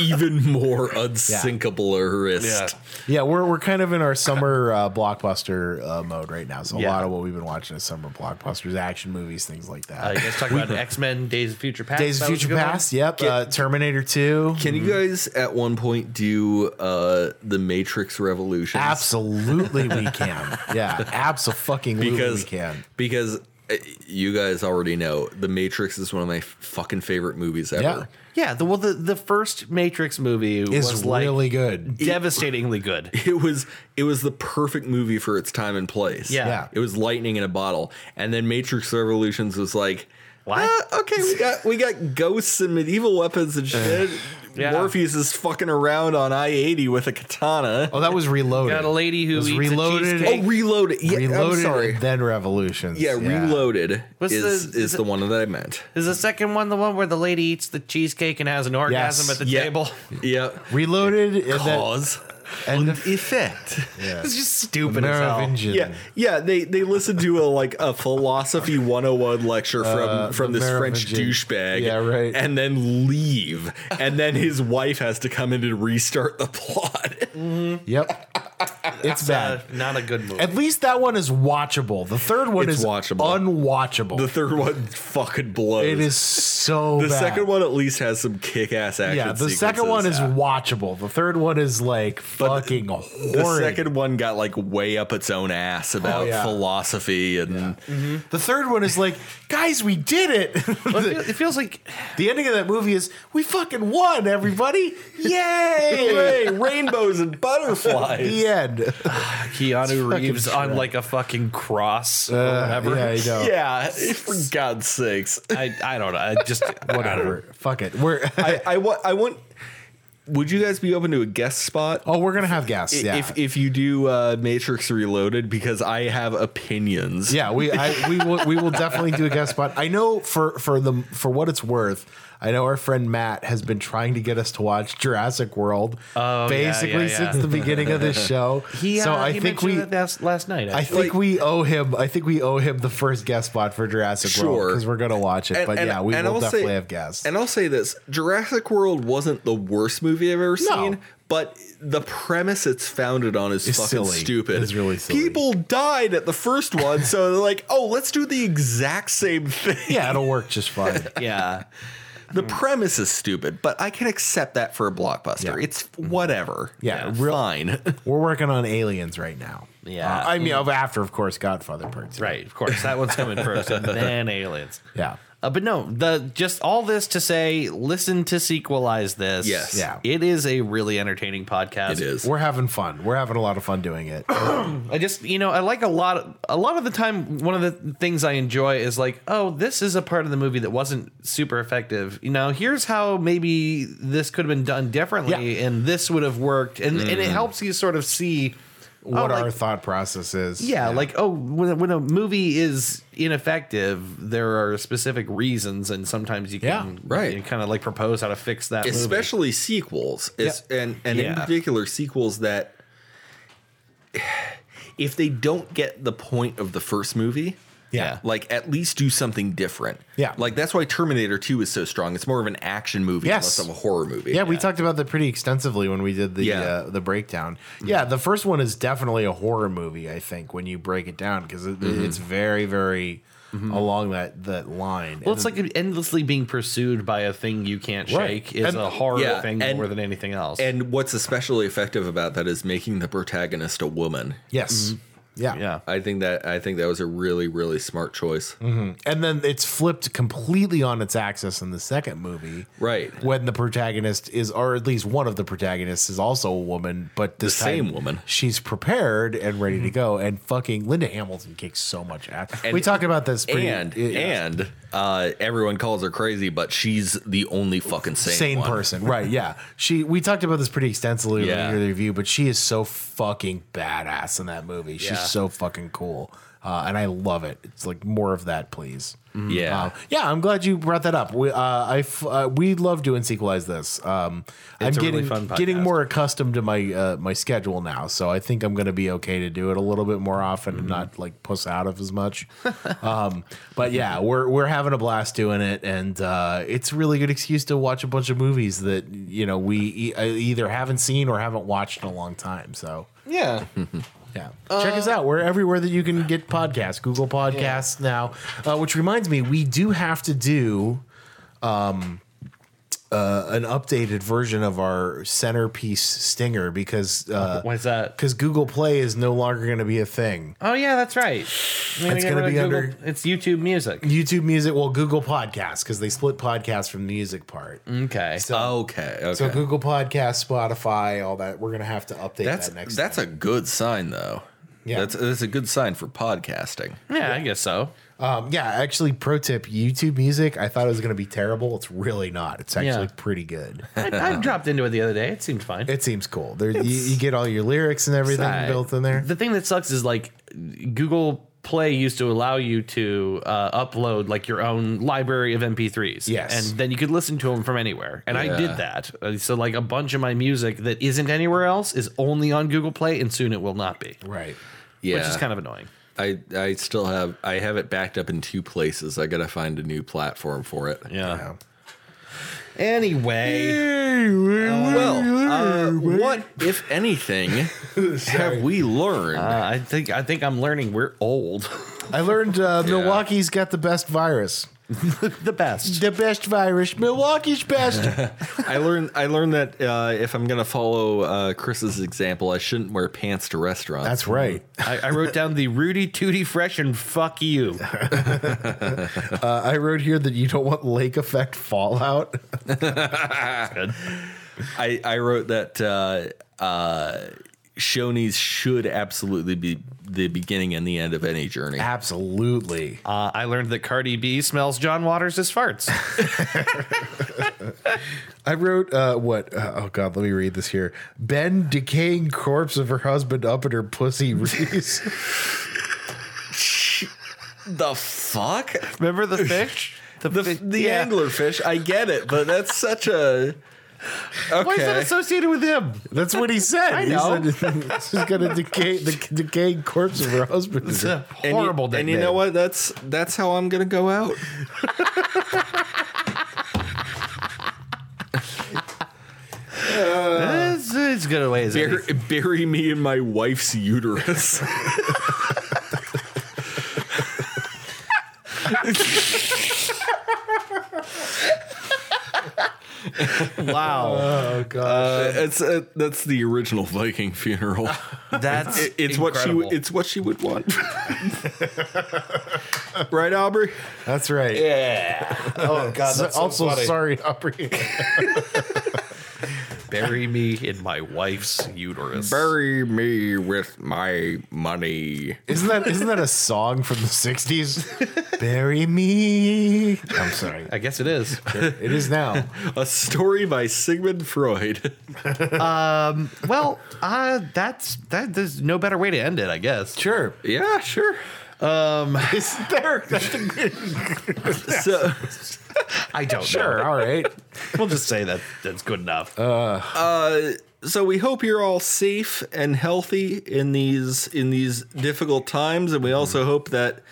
A: Even more unsinkable wrist.
B: <laughs> Yeah, we're we're kind of in our
C: <laughs>
B: summer uh, blockbuster uh, mode right now. So a
C: Yeah.
B: lot of what we've been watching is summer blockbusters, action movies, things like that.
C: Uh, you guys talk about X Men Days of Future Past.
B: Days of
C: Uh, That was a
B: Future
C: good one?
B: Past. Yep. uh, Terminator Two.
A: Can you guys at one point do uh, the Matrix Revolution? <laughs>
B: Absolutely, we can. Yeah, absolutely,
A: because
B: we can.
A: because uh, you guys already know the Matrix is one of my f- fucking favorite movies ever.
B: Yeah.
C: Yeah, the, well, the, the first Matrix movie
B: It's
C: was like
B: really good.
C: devastatingly good.
A: <laughs> It was it was the perfect movie for its time and place.
C: Yeah.
B: Yeah.
A: it was lightning in a bottle, and then Matrix Revolutions was like,
C: What?
A: "Ah, okay, we got we got ghosts and medieval weapons and shit.
C: Yeah.
A: Morpheus is fucking around on I eighty with a katana.
B: Oh, that was reloaded.
C: Got a lady who
B: It was
C: eats a
B: reloaded.
C: cheesecake.
A: Oh, reloaded. Yeah,
B: reloaded.
A: I'm sorry.
B: and then Revolutions.
A: Yeah, reloaded
C: What's
A: is
C: the-
A: is,
C: is
A: the one that I meant.
C: Is the second one the one where the lady eats the cheesecake and has an orgasm
B: Yes.
C: at the
A: Yeah.
C: <laughs> table?
A: <laughs> Yeah.
B: Reloaded. and then-
A: Cause
B: and the-
A: effect.
B: yeah.
C: It's just stupid as hell.
B: Merovingian.
A: Yeah, yeah. They they listened to a like a philosophy 101 lecture from
B: Uh,
A: from
B: the
A: this French
B: Merovingian.
A: douchebag.
B: Yeah, right.
A: And then leave, and then his wife has to come in to restart the plot. <laughs>
B: Yep. It's
C: Uh,
B: bad.
C: not a good movie.
B: At least that one is watchable. The third one
A: It's
B: is
A: watchable.
B: unwatchable.
A: the third one fucking blows.
B: it is so
A: <laughs> The
B: bad.
A: second one at least has some kick ass action.
B: Yeah, the second one is
A: sequences.
B: watchable. The third one is like
A: But
B: fucking horrid.
A: The second one got like way up its own ass about
B: Oh, yeah.
A: philosophy and
B: The third one is like, guys, we did it. <laughs>
C: Well,
B: the,
C: it feel- it feels like
B: the ending of that movie is, we fucking won, everybody.
A: Yay,
B: Yay!
A: rainbows and
B: <laughs>
A: butterflies.
B: the end.
C: Keanu
B: fucking
C: Reeves on
B: crap.
C: like a fucking cross or
B: Uh,
C: whatever.
B: yeah, I know.
A: Yeah, for God's sakes.
C: I, I don't know. I just
B: Whatever. Fuck it. We're <laughs>
A: I, I want. I want. Would you guys be open to a guest spot?
B: oh, we're gonna have guests.
A: I-
B: Yeah.
A: If if you do uh, Matrix Reloaded, because I have opinions.
B: yeah, we I, we will we will definitely do a guest spot. I know for for the for what it's worth, I know our friend Matt has been trying to get us to watch Jurassic World
C: yeah,
B: basically
C: yeah, yeah.
B: since the beginning of this show.
C: He, uh,
B: so I
C: he
B: think
C: mentioned
B: we
C: that last, last night.
B: I
C: actually.
B: think
A: Like-
B: we owe him. I think we owe him the first guest spot for Jurassic World
A: Sure.
B: because we're gonna watch it.
A: And-
B: but
A: and-
B: yeah, we
A: and
B: will
A: I'll say-
B: definitely have guests.
A: And I'll say this: Jurassic World wasn't the worst movie I've ever seen, but the premise it's founded on is
B: It's
A: fucking
B: silly.
A: stupid.
B: It's really silly.
A: People died at the first one, so they're like, "Oh, let's do the exact same thing."
B: yeah, it'll work just
C: <laughs>
B: fine.
C: yeah.
B: Hmm.
A: The premise is stupid, but I can accept that for a blockbuster.
B: Yeah.
A: It's whatever.
B: Yeah, Yeah. real- <laughs>
A: fine.
B: we're working on Aliens right now.
C: Yeah.
B: Uh, I mean, of after of course Godfather Part Two.
C: Right, of course. That one's coming first, <laughs> and then aliens.
B: Yeah.
C: Uh, but no, the just all this to say, listen to sequelize this.
A: Yes.
B: Yeah.
C: it is a really entertaining podcast.
A: It is.
B: We're having fun. We're having a lot of fun doing
C: <coughs>
B: it.
C: I just you know I like a lot of, a lot of the time one of the things I enjoy is like oh this is a part of the movie that wasn't super effective you know here's how maybe this could have been done differently
B: Yeah.
C: and this would have worked and and it helps you sort of see
B: what
C: oh, like-
B: our thought process is.
C: yeah, like oh when when a movie is ineffective there are specific reasons and sometimes you can
B: Yeah,
A: right.
C: kind of like propose how to fix that movie.
A: Especially sequels, It's- and and in
C: Yeah.
A: particular sequels that <sighs> if they don't get the point of the first movie,
B: Yeah.
A: like at least do something different.
B: Yeah.
A: like that's why Terminator Two is so strong. It's more of an action movie,
B: Yes.
A: less of a horror movie.
B: Yeah, we talked about that pretty extensively when we did the
A: Yeah.
B: uh, the breakdown. Yeah, the first one is definitely a horror movie. I think when you break it down because it,
C: Mm-hmm.
B: it's very very along that that line.
C: Well, it's like endlessly being pursued by a thing you can't
B: Right.
C: shake is
B: And-
C: a horror
A: yeah,
C: thing
A: and-
C: more than anything else.
A: And what's especially effective about that is making the protagonist a woman.
B: yes, yeah,
C: mm-hmm. yeah,
A: I think that I think that was a really really smart choice.
B: and then it's flipped completely on its axis in the second movie.
A: Right.
B: When the protagonist is, or at least one of the protagonists is also a woman, but this
A: The same
B: time
A: woman. Mm-hmm.
B: She's prepared and ready to go. And fucking Linda Hamilton kicks so much ass.
A: And-
B: we talked about this pretty,
A: and
B: yeah.
A: and uh, everyone calls her crazy, but she's the only fucking sane,
B: sane
A: one.
B: person, right? Yeah, she. We talked about this pretty extensively
A: Yeah.
B: in the review, but she is so fucking badass in that movie. She's
C: Yeah.
B: so fucking cool, uh, and I love it. It's like more of that, please.
A: Yeah.
B: Uh, yeah. I'm glad you brought that up. We, uh, I, f- uh, we love doing sequelize this. Um, I'm
C: It's a
B: getting
C: really fun podcast.
B: getting more accustomed to my uh, my schedule now, so I think I'm going to be okay to do it a little bit more often
C: Mm-hmm.
B: and not like puss out of as
C: <laughs>
B: much. um, but yeah, we're we're having a blast doing it, and uh, it's a really good excuse to watch a bunch of movies that you know we e- uh, either haven't seen or haven't watched in a long time. So. <laughs>
C: yeah.
B: Yeah. Check
A: Uh,
B: us out. We're everywhere that you can get podcasts, Google Podcasts now. Uh, which reminds me, we do have to do um, uh, an updated version of our centerpiece stinger because uh, because
C: Why's that?
B: Google Play is no longer going to be a thing.
C: uh, Oh yeah, that's right.
B: It's gonna be under-
C: It's YouTube Music.
B: YouTube Music, well, Google Podcasts, because they split podcasts from the music part.
C: Okay.
B: So,
A: Okay. Mm. Oh, Okay.
B: so Google Podcasts, Spotify, all that. We're going to have to update
A: that's
B: that next.
A: that's a good sign though.
B: Yeah.
A: That's that's a good sign for podcasting.
C: yeah, I guess so.
B: Um, yeah, actually, pro tip: YouTube Music. I thought it was going to be terrible. It's really not. It's actually
C: Yeah.
B: pretty good.
C: I,
B: <laughs>
C: I dropped into it the other day. It seemed fine.
B: It seems cool. There, you, you get all your lyrics and everything
C: Sigh.
B: built in there.
C: The thing that sucks is like Google Play used to allow you to uh, upload like your own library of MP3s.
B: Yes.
C: and then you could listen to them from anywhere. And I
A: Yeah.
C: did that. Uh, So like a bunch of my music that isn't anywhere else is only on Google Play, and soon it will not be.
B: Right.
A: Yeah.
C: Which is kind of annoying.
A: I I still have I have it backed up in two places. I got to find a new platform for it.
C: Yeah. Anyway,
A: Well, uh, what if
B: <laughs>
A: anything have we learned?
C: uh, I think I think I'm learning we're old. <laughs>
B: I learned uh, Milwaukee's got the best virus.
C: the best.
B: The best virus. Milwaukee's best.
A: I learned I learned that uh, if I'm gonna follow uh, Chris's example, I shouldn't wear pants to restaurants.
B: <laughs> That's right.
C: I, I wrote down the Rudy Tooty Fresh and fuck you.
B: Uh, I wrote here that you don't want lake effect fallout.
A: I, I wrote that uh, uh, Shoney's should absolutely be the beginning and the end of any journey.
B: Absolutely.
C: Uh, I learned that Cardi B smells John Waters' farts.
B: I wrote uh, what? Uh, oh God, let me read this here. Ben decaying corpse of her husband up at her pussy. <laughs> Reese.
A: The fuck? <laughs>
C: Remember the fish? The,
A: The,
C: fi-
A: the
C: yeah.
A: anglerfish, I get it, but that's such a. Okay.
C: Why is that associated with him?
B: That's what he <laughs> said.
C: I
B: He
C: know.
B: said, <laughs> She's got a decay, the <laughs> decaying corpse of her husband.
C: It's a
A: and
C: horrible
A: you,
C: day.
A: and you know what? That's that's how I'm gonna go out.
C: It's, it's good a ways.
A: Bur- bury me in my wife's uterus.
C: Wow.
B: Oh god.
A: it's <laughs> uh that's the original Viking <laughs> funeral.
C: That's
A: It- <laughs> it's what she
C: incredible.
A: it's what she would want. <laughs> right, Aubrey?
B: That's right. Yeah. <laughs> Oh god.
C: that's so
B: also
C: funny.
B: sorry, Aubrey.
C: bury me in my wife's uterus.
A: Bury me with my money.
B: <laughs> isn't that isn't that a song from the <laughs> 60s? Bury me. I'm sorry.
C: I guess
A: <laughs>
C: it is.
B: It is now.
A: A story by Sigmund <laughs> Freud.
C: well, uh, that's that. There's no better way to end it, I guess.
B: Sure.
A: <laughs> yeah, sure.
B: Is there
A: Um, So
C: I don't
B: Sure,
C: know.
B: all right.
C: <laughs> We'll just say that that's good enough.
A: so we hope you're all safe and healthy in these in these difficult times and we also hope that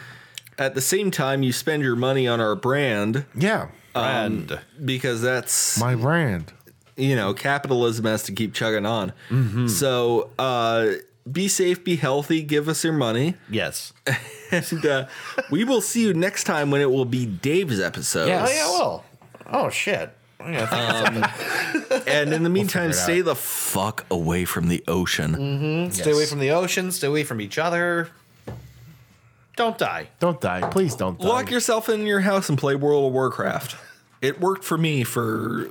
A: at the same time you spend your money on our brand
B: Yeah,
C: and
A: because that's
B: my brand.
A: you know capitalism has to keep chugging on Mm-hmm. so uh be safe be healthy give us your money
C: yes.
A: and uh, we will see you next time when it will be dave's episode
B: Yes.
C: well. Oh shit. Uh,
A: <laughs> and in the meantime
B: figure it Mm-hmm.
A: stay the fuck away from the ocean
C: Stay away from the ocean. Stay away from each other. Don't die.
B: Don't die, please. Don't die.
A: Lock yourself in your house and play World of Warcraft. It worked for me for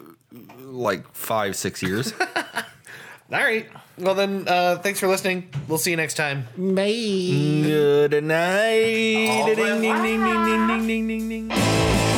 A: like five, six
B: <laughs>
A: years.
C: All right. Well then, uh, thanks for listening. We'll see you next time.
A: Good night. Ding, ding, ding, ding, ding, ding, ding, ding, ding.